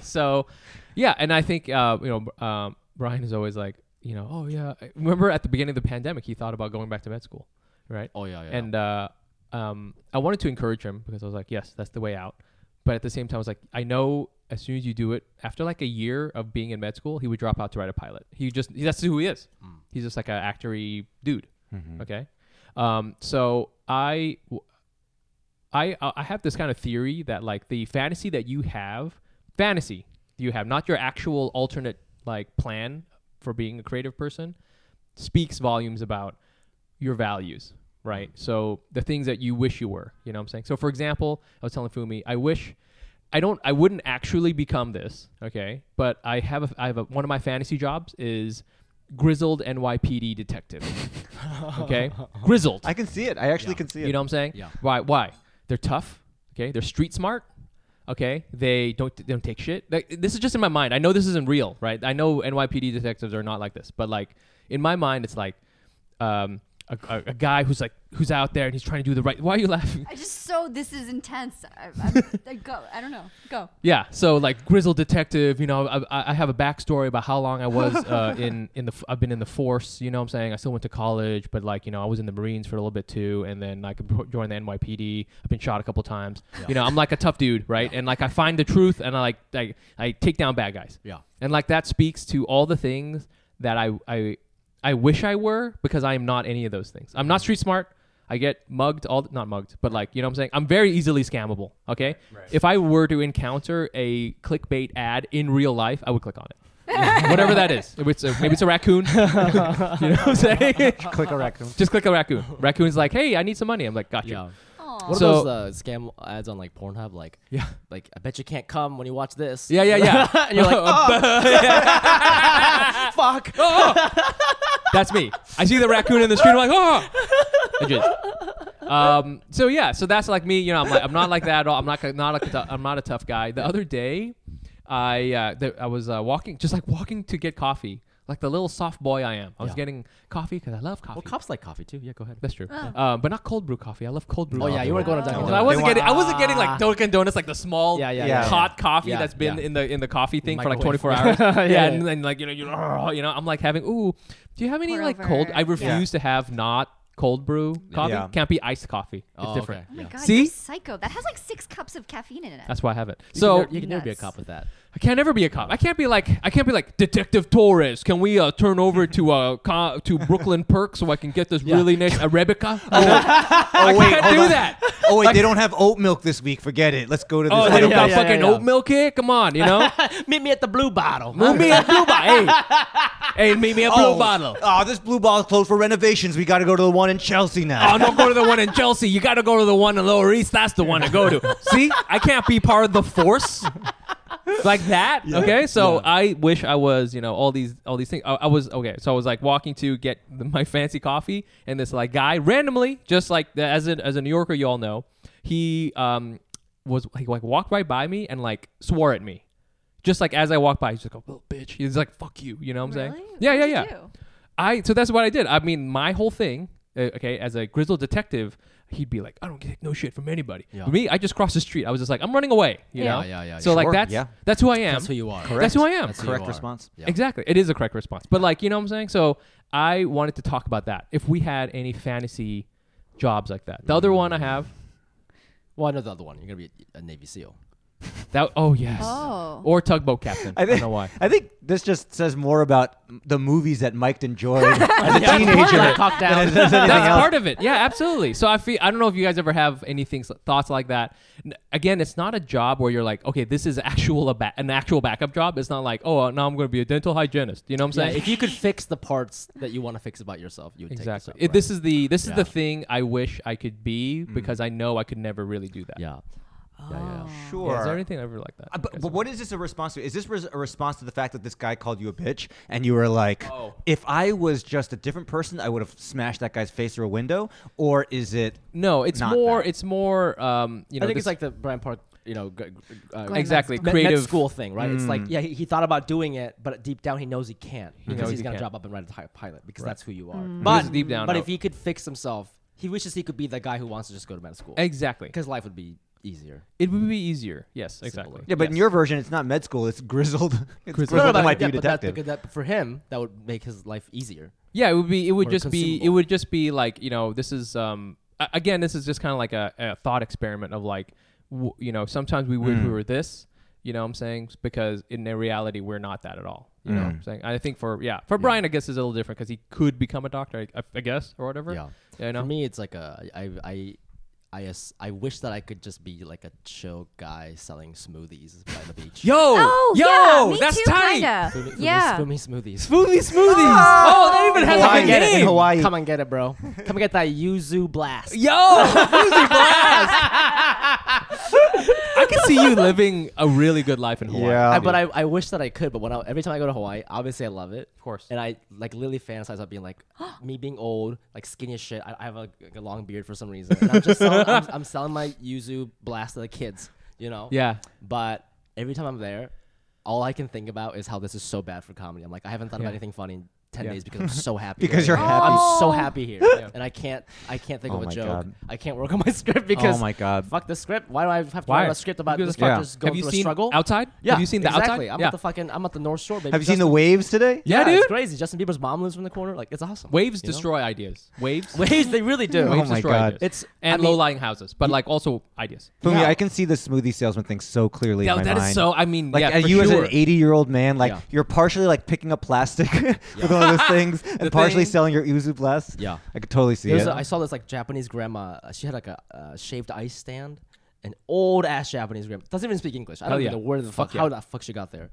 S1: so yeah and i think uh you know um brian is always like you know oh yeah I remember at the beginning of the pandemic he thought about going back to med school right
S2: Oh yeah, yeah.
S1: and uh um i wanted to encourage him because i was like yes that's the way out but at the same time i was like i know as soon as you do it after like a year of being in med school he would drop out to write a pilot he just that's who he is he's just like an actory dude
S4: Hmm.
S1: okay um so i I uh, I have this kind of theory that like the fantasy that you have, fantasy you have, not your actual alternate like plan for being a creative person, speaks volumes about your values, right? So the things that you wish you were, you know what I'm saying? So for example, I was telling Fumi, I wish I don't I wouldn't actually become this, okay? But I have a I have a, one of my fantasy jobs is grizzled NYPD detective. okay? grizzled.
S4: I can see it. I actually
S2: Yeah.
S4: can see it.
S1: You know what I'm saying?
S2: Yeah.
S1: Why? Why? They're tough. Okay. They're street smart. Okay. They don't they don't take shit. Like, this is just in my mind. I know this isn't real, right? I know NYPD detectives are not like this, but like in my mind, it's like um, a, a, a guy who's like who's out there and he's trying to do the right. Why are you laughing?
S3: I just so this is intense. I, I, I go. I don't know. Go.
S1: Yeah. So like grizzled detective, you know, I, I- I have a backstory about how long I was uh, in in the f- I've been in the force. You know, what I'm saying I still went to college, but like you know I was in the Marines for a little bit too, and then like pro- joined the NYPD. I've been shot a couple times. You know, I'm like a tough dude, right? And like I find the truth, and I like I, I take down bad guys.
S2: Yeah.
S1: And like that speaks to all the things that I I I wish I were because I am not any of those things. I'm not street smart. I get mugged all not mugged, but like you know what I'm saying. I'm very easily scammable. Okay. If I were to encounter a clickbait ad in real life, I would click on it. Whatever that is. If it's a, maybe it's a raccoon. you know what I'm saying?
S4: Click a raccoon.
S1: Just click a raccoon. Raccoon's like, hey, I need some money. I'm like, got you.
S2: yeah.
S3: Aw.
S2: What
S1: So-
S2: are those uh, scam ads on like Pornhub? Like,
S1: Yeah.
S2: like I bet you can't come when you watch this.
S1: Yeah, yeah, yeah.
S2: and you're like, oh, fuck.
S1: That's me. I see the raccoon in the street. I'm like, oh. I just- um, so yeah, so that's like me. You know, I'm like, I'm not like that at all. I'm not not a, I'm not a tough guy. The other day, I uh, th- I was uh, walking, just like walking to get coffee, like the little soft boy I am. I was
S2: Yeah.
S1: getting coffee because I love coffee.
S2: Well, cops like coffee too. Yeah, go ahead.
S1: that's true, um, but not cold brew coffee. I love cold brew.
S2: Oh yeah,
S1: coffee.
S2: you weren't going to Dunkin'
S1: So
S3: No,
S1: I
S2: Donuts.
S1: wasn't
S4: want-
S1: getting I wasn't getting like Dunkin' Donuts like the small
S2: Yeah, yeah,
S4: yeah.
S1: hot coffee
S2: Yeah,
S1: that's been
S2: yeah.
S1: in the in the coffee thing for like
S2: Microwave.
S1: 24 hours. yeah,
S2: Yeah,
S1: and
S2: yeah.
S1: then like you know you know, you know I'm like having ooh, do you have any
S3: Pour
S1: like
S3: over.
S1: cold? I
S3: Yeah.
S1: refuse to have not cold brew coffee.
S4: Yeah.
S1: Can't be iced coffee. It's
S2: Oh,
S1: different.
S3: Oh my god.
S1: See?
S3: you're psycho. That has like six cups of caffeine in it.
S1: That's why I have it.
S2: So
S1: So
S2: you can, never be a
S3: Nuts.
S2: cop with that.
S1: I can't ever be a cop. I can't be like I can't be like Detective Torres. Can we uh, turn over to uh co- to Brooklyn Perk so I can get this really nice Arabica? I
S4: Oh wait,
S1: can't
S4: hold
S1: do
S4: on.
S1: that.
S4: Oh wait, they don't have oat milk this week. Forget it. Let's go to this.
S1: Oh, they
S4: other
S1: don't got
S2: yeah,
S1: fucking
S2: yeah.
S1: oat milk here. Come on, you know.
S2: Meet me at the blue bottle.
S1: Move me a blue bottle. Hey, hey, meet me a blue bottle.
S4: Oh, this blue ball is closed for renovations. We got to go to the one in Chelsea now.
S1: Oh, don't go to the one in Chelsea. You got to go to the one in Lower East. That's the one to go to. See, I can't be part of the force like that. Okay, so I wish I was, you know, all these, all these things. I, I was okay. So I was like walking to get the, my fancy coffee, and this like guy randomly, just like the- as a, as a New Yorker, you all know, he um was he like walked right by me and like swore at me. Just like as I walk by, he's just like, "Oh, bitch." He's like, "Fuck you," you know what I'm
S3: Really?
S1: saying? Yeah, yeah,
S3: What'd
S1: yeah.
S3: you do?
S1: I so that's what I did. I mean, my whole thing, uh, okay, as a grizzled detective, he'd be like, "I don't take no shit from anybody."
S2: Yeah.
S1: For me, I just crossed the street. I was just like, "I'm running away," you
S2: Yeah.
S1: know?
S2: Yeah, yeah, yeah,
S1: So like
S4: sure,
S1: that's
S4: yeah.
S1: that's who I am.
S2: That's who you are.
S1: That's who I am.
S2: That's who
S4: Correct
S2: you are.
S4: response.
S2: Yeah.
S1: Exactly. It is a correct response. But like, you know what I'm saying? So I wanted to talk about that. If we had any fantasy jobs like that. The
S2: Mm.
S1: other one I have
S2: Well, I know the other one. You're gonna be a Navy SEAL.
S1: that oh yes.
S3: Oh.
S1: Or tugboat captain. I, don't know why.
S4: I think this just says more about the movies that Mike enjoyed as a teenager.
S2: Cock down.
S4: than it does anything
S1: That's
S4: else.
S1: part of it. Yeah, absolutely. So I feel I don't know if you guys ever have any things thoughts like that. N- Again, it's not a job where you're like, okay, this is actual a ba- an actual backup job. It's not like, oh, now I'm going to be a dental hygienist. You know what I'm
S2: Yeah,
S1: saying?
S2: if you could fix the parts that you want to fix about yourself, you would
S1: exactly.
S2: Take
S1: It- This is the this is
S2: Yeah. Mm-hmm.
S1: the thing I wish I could be because I know I could never really do that.
S2: yeah. yeah, yeah.
S4: Sure.
S1: Yeah, is there anything ever like that?
S4: Uh, But, but what is this a response to? Is this res- a response to the fact that this guy called you a bitch and you were like,
S1: Oh.
S4: if I was just a different person, I would have smashed that guy's face through a window? Or is it.
S1: No, it's
S4: Not
S1: more.
S4: that.
S1: It's more. Um, you know,
S2: I think
S1: this-
S2: it's like the Brian Park, you know, g- g- uh,
S3: back
S1: Exactly,
S2: med- med
S1: creative-
S2: school thing, right? It's like, yeah, he, he thought about doing it, but deep down he knows he can't because
S1: knows
S2: he's
S1: he
S2: gonna
S1: can't.
S2: drop up and write a ti- pilot because that's who you are.
S1: Because
S2: But
S1: deep down,
S2: but
S1: no.
S2: if he could fix himself, he wishes he could be the guy who wants to just go to med school
S1: exactly.
S2: because life would be easier.
S1: It would be easier. Yes, exactly.
S2: Similar.
S4: Yeah, but in
S1: Yes.
S4: your version, it's not med school, it's grizzled. It's grizzled,
S2: No, no, but,
S4: might
S2: yeah,
S4: be
S2: but that,
S4: detective.
S2: because that, for him, that would make his life easier.
S1: yeah, it would be. It would
S2: Or
S1: just be. It
S2: consumable.
S1: would just be like you know. This is um. a- Again, this is just kind of like a, a thought experiment of like, w- you know, sometimes we wish
S4: Hmm.
S1: we were this. You know what I'm saying? Because in the reality, we're not that at all. You know what
S4: Hmm.
S1: I'm saying? I think for yeah, for Brian, I guess is a little different because he could become a doctor, I, I guess, or whatever. You know?
S2: For me, it's like a I I. I, as- I wish that I could just be like a chill guy selling smoothies by the beach.
S1: Yo,
S3: Oh,
S1: yo,
S3: yeah, me
S1: that's
S3: too,
S1: tight.
S3: kinda. Oh.
S2: Fumi- Fumi-
S3: Yeah.
S2: Fumi smoothies.
S1: Smoothie smoothies. Oh, that even has
S4: Hawaii.
S1: like a
S4: Come get it in
S1: name.
S4: Hawaii.
S2: Come and get it, bro. Come and get that yuzu blast.
S1: Yo, Boozy Blast. I can see you living a really good life in Hawaii.
S4: Yeah.
S2: I, but I, I wish that I could. But when I, every time I go to Hawaii, obviously I love it, of
S1: course.
S2: And I like literally fantasize about being like me being old, like skinny as shit. I, I have a, like, a long beard for some reason. And I'm just selling, I'm, I'm selling my yuzu blast to the kids, you know.
S1: Yeah.
S2: But every time I'm there, all I can think about is how this is so bad for comedy. I'm like, I haven't thought
S1: Yeah.
S2: about anything funny in ten
S1: Yeah.
S2: days because I'm so happy.
S4: Because
S2: here.
S4: you're happy.
S2: I'm so
S3: Oh.
S2: happy here, and I can't. I can't think
S4: Oh
S2: of a
S4: my
S2: joke.
S4: God.
S2: I can't work on my script because.
S4: Oh my God.
S2: Fuck the script. Why do I have to
S1: Oh Why?
S2: write a script about
S1: Because
S2: this
S1: it's fucked.
S2: fucker's going
S1: Have you
S2: through
S1: seen
S2: a struggle?
S1: Outside?
S2: Yeah,
S1: Have you seen the
S2: exactly.
S1: outside?
S2: I'm
S1: yeah.
S2: at the fucking. I'm at the North Shore, baby.
S4: Have you seen the
S2: Justin-
S4: waves today?
S1: yeah,
S2: it's
S1: dude.
S2: crazy. Justin Bieber's mom lives in the corner. Like it's awesome.
S1: Waves
S2: you know?
S1: destroy ideas. Waves.
S2: Waves, they really do.
S4: Oh
S1: Waves
S4: my
S1: destroy
S4: God.
S1: ideas.
S2: It's-
S1: and
S2: I mean-
S1: low-lying houses, but like also ideas.
S4: Fumi,
S2: Yeah.
S4: I can see the smoothie salesman thing so clearly
S1: Yeah,
S4: in my
S1: that is
S4: mind.
S1: so- I mean,
S4: like
S1: yeah,
S4: as
S1: for
S4: you as
S1: sure.
S4: an e- eighty-year-old man, like
S2: Yeah.
S4: you're partially like picking up plastic with all those things, and partially
S1: thing.
S4: selling your Uzu Blast.
S2: Yeah.
S4: I could totally see
S2: There was
S4: it.
S2: a- I saw this like Japanese grandma. uh, She had like a uh, shaved ice stand, an old ass Japanese grandma. Doesn't even speak English. I
S1: Hell
S2: don't
S1: yeah.
S2: even know where the
S1: Fuck
S2: fuck,
S1: yeah.
S2: how the fuck she got there.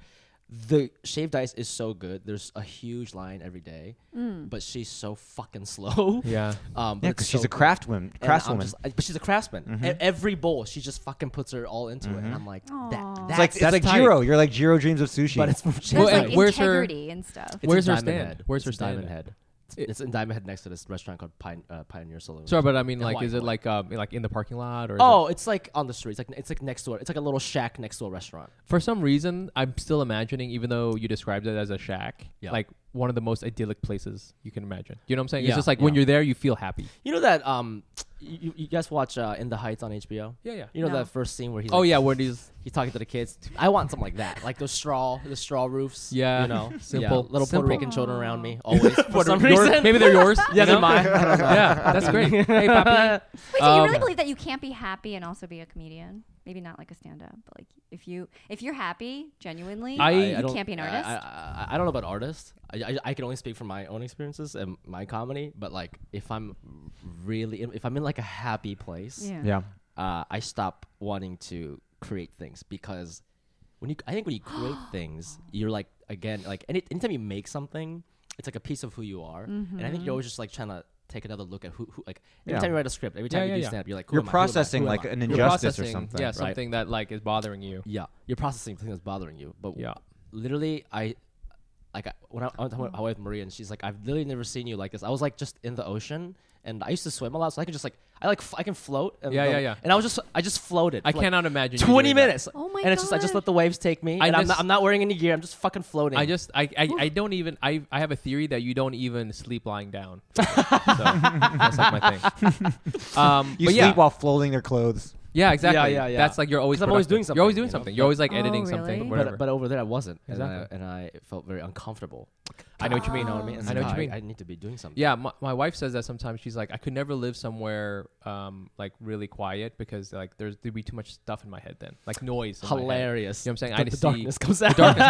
S2: The shaved ice is so good. There's a huge line every day, but she's so fucking slow.
S1: Yeah.
S2: Um, but
S4: yeah,
S2: it's
S4: because she's
S2: so
S4: a
S2: good.
S4: craftswoman.
S2: And I'm
S4: Craftswoman.
S2: just- I- but she's a craftsman. E- every bowl, she just fucking puts her all into it. And I'm like, that,
S4: It's
S2: that's
S4: like it's like Jiro. You're like Jiro dreams of sushi.
S2: But it's from Japan.
S3: There's
S1: Well,
S3: like
S1: and where's her-
S3: integrity and stuff.
S1: Where's
S2: in
S1: her
S2: Diamond
S1: stand?
S2: Head.
S1: Where's her
S2: It's in
S1: stand
S2: Diamond
S1: at?
S2: Head. It's, it's in Diamond Head next to this restaurant called Pine, uh, Pioneer Saloon.
S1: Sorry, but I mean,
S2: In
S1: like,
S2: Hawaii,
S1: is it
S2: Hawaii.
S1: like um, like in the parking lot or? is it-
S2: Oh, it's like on the street. It's like it's like next door. It's like a little shack next to a restaurant.
S1: for some reason, I'm still imagining, even though you described it as a shack,
S2: Yeah.
S1: like one of the most idyllic places you can imagine. You know what I'm saying?
S2: Yeah,
S1: It's just like when
S2: yeah.
S1: you're there, you feel happy.
S2: You know that um, you, you guys watch uh, In the Heights on HBO?
S1: Yeah, yeah.
S2: You know
S3: No.
S2: that first scene where he's
S1: Oh
S2: like,
S1: yeah, where these
S2: he's talking to the kids. I want something like that, like those straw the straw roofs.
S1: Yeah.
S2: you know,
S1: Simple.
S2: Yeah, little
S1: Simple.
S2: Puerto Rican children around me always for
S1: What
S2: some
S1: are yours-
S2: reason.
S1: Maybe they're yours. you
S2: yeah, they're
S1: know?
S2: mine. I don't know.
S1: yeah, that's great. Hey, Papi.
S3: Wait, so you really
S1: Um,
S3: believe that you can't be happy and also be a comedian? Maybe not like a stand-up, but like if you if you're happy genuinely,
S1: I-
S3: you
S1: I
S2: don't-
S3: can't be an
S2: I-
S3: artist.
S2: I, I, I don't know about artists. I, I, I can only speak from my own experiences and my comedy. But like, if I'm really, if I'm in like a happy place,
S3: yeah.
S4: yeah.
S2: uh, I stop wanting to create things because when you, I think when you create things, you're like again, like any, anytime you make something, it's like a piece of who you are, and I think you're always just like trying to take another look at who, who like every
S4: Yeah.
S2: time you write a script, every
S1: Yeah,
S2: time
S1: yeah,
S2: you do
S1: yeah.
S2: stand up, you're like who
S4: You're
S2: am I? Who am I? Who am
S4: processing
S2: I?
S4: like an
S1: You're
S4: injustice or
S1: processing,
S4: something.
S1: Yeah,
S4: right?
S1: something that like is bothering you.
S2: Yeah, you're processing something that's bothering you. But
S1: Yeah.
S2: literally, I like I, when I, I was talking about Hawaii with Maria, and she's like, "I've literally never seen you like this." I was like just in the ocean, and I used to swim a lot, so I could just like I like f- I can float. And
S1: Yeah,
S2: the-
S1: yeah, yeah.
S2: And I was just I just floated.
S1: I
S2: for, like,
S1: cannot imagine you
S2: twenty
S1: doing that.
S2: minutes.
S3: Oh my
S2: And it's just I just
S3: God.
S2: let the waves take me,
S1: I
S2: and I'm
S1: just-
S2: not I'm not wearing any gear. I'm just fucking floating.
S1: I just I, I, I don't even I I have a theory that you don't even sleep lying down. so that's like my thing. Um,
S4: You
S1: but
S4: sleep
S1: yeah,
S4: while folding their clothes.
S1: yeah, exactly.
S2: yeah, yeah.
S1: That's like you're always
S2: 'Cause I'm always doing
S1: productive. You're always doing
S2: something, you know?
S1: something. You're always like
S3: Oh,
S1: editing something.
S3: really?
S1: Whatever.
S2: but, but over there I wasn't,
S1: Exactly.
S2: and, I, and I felt very uncomfortable.
S1: I know what you mean.
S2: You know what I mean? It's
S1: I know
S2: like,
S1: what you
S2: "Ah,
S1: mean.
S2: I need to be doing something.
S1: Yeah, my, my wife says that sometimes. She's like, I could never live somewhere um, like really quiet because like there's there'd be too much stuff in my head then, like noise. in my head.
S2: hilarious.
S1: You know what I'm saying?
S2: The,
S1: I need
S2: the
S1: to see-
S2: darkness comes out.
S1: Darkness.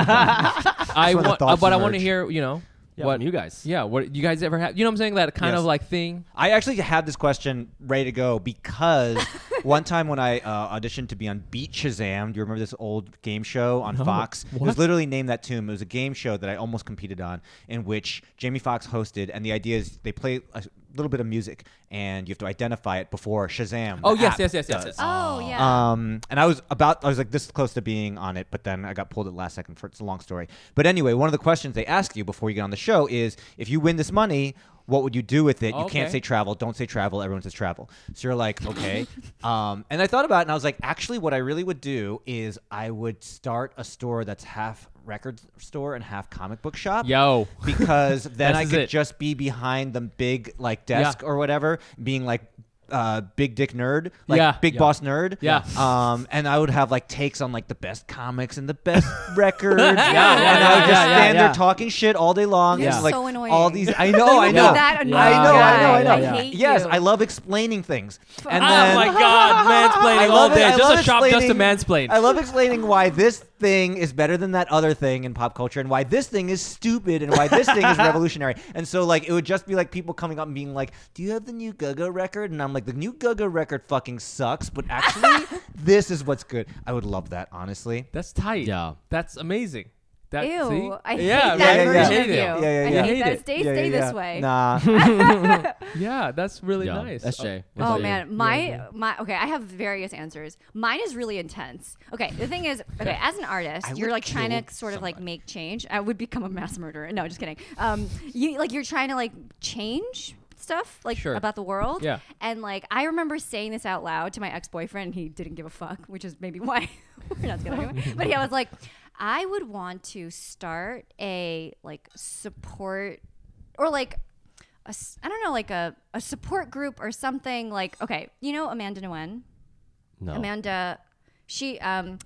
S1: I
S4: That's when the
S1: want, uh,
S4: thoughts
S1: but I want to
S4: emerge.
S1: hear you know
S2: Yeah,
S1: what
S2: from you guys.
S1: Yeah, what you guys ever have? You know what I'm saying? That kind
S4: Yes.
S1: of like thing.
S4: I actually had this question ready to go because one time when I uh, auditioned to be on Beat Shazam, do you remember this old game show on Fox? It was literally named that too. It was a game show that I almost competed on, in which Jamie Foxx hosted, and the idea is they play a little bit of music, and you have to identify it before Shazam.
S1: Oh
S4: the
S1: yes,
S4: app,
S1: yes, yes, yes,
S4: does.
S1: yes.
S3: Oh yeah.
S1: Uh,
S4: Um, and I was about, I was like this close to being on it, but then I got pulled at the last second for it's a long story. But anyway, one of the questions they ask you before you get on the show is if you win this money, what would you do with it? You
S1: Okay.
S4: can't say travel. Don't say travel. Everyone says travel. So you're like, okay. um, and I thought about it and I was like, actually, what I really would do is I would start a store that's half record store and half comic book shop.
S1: Yo.
S4: Because then
S1: This
S4: I
S1: is
S4: could
S1: it.
S4: just be behind the big like desk or whatever, being like, uh, big dick nerd, like
S1: Yeah.
S4: big
S1: Yeah.
S4: boss nerd,
S1: Yeah.
S4: um, and I would have like takes on like the best comics and the best records. yeah, and
S1: yeah,
S4: I would just
S1: yeah,
S4: stand
S2: yeah.
S4: there talking shit all day long.
S3: You're
S4: and, like,
S3: so annoying.
S4: All these, I know, I
S3: would be
S4: know,
S3: that
S4: I know,
S3: annoying
S4: I know, I know.
S2: guy. I
S3: hate
S4: yes,
S3: you.
S4: I love explaining things. And
S1: oh
S4: then,
S1: my god, mansplaining all day.
S4: I
S1: just
S4: love
S1: a shop, just a
S4: explaining-
S1: mansplain.
S4: I love explaining why this thing is better than that other thing in pop culture, and why this thing is stupid, and why this thing is revolutionary. And so, like, it would just be like people coming up and being like, "Do you have the new Gaga record?" And I'm like, "The new Gaga record fucking sucks, but actually, this is what's good." I would love that, honestly.
S1: That's tight.
S2: Yeah.
S1: That's amazing.
S4: Uh,
S1: That,
S3: Ew,
S1: see?
S3: I hate
S1: yeah,
S3: that
S1: right?
S4: yeah, yeah.
S3: version
S1: I
S3: of
S1: hate
S3: you.
S1: it.
S4: Yeah,
S3: I
S4: yeah, yeah.
S3: hate
S1: Hate
S3: that.
S1: it.
S3: Stay,
S4: Yeah,
S3: stay
S4: yeah, yeah.
S3: this way.
S4: Nah.
S1: Yeah, that's really
S2: Yeah,
S1: nice.
S2: that's
S1: Oh,
S2: Jay. What
S3: Oh
S2: about you?
S3: man, my my okay. I have various answers. Mine is really intense. Okay, the thing is, okay, as an artist,
S4: I
S3: you're
S4: would
S3: like trying to
S4: kill
S3: sort of like make change. I would become a mass murderer. No, just kidding. Um, you like you're trying to like change stuff like
S1: Sure.
S3: about the world.
S1: Yeah.
S3: And like I remember saying this out loud to my ex boyfriend, and he didn't give a fuck, which is maybe why we're not together anymore. But yeah, I was like, I would want to start a like support or like a s- I don't know, like a, a support group or something. Like, okay, you know Amanda Nguyen?
S2: No.
S3: Amanda, she um,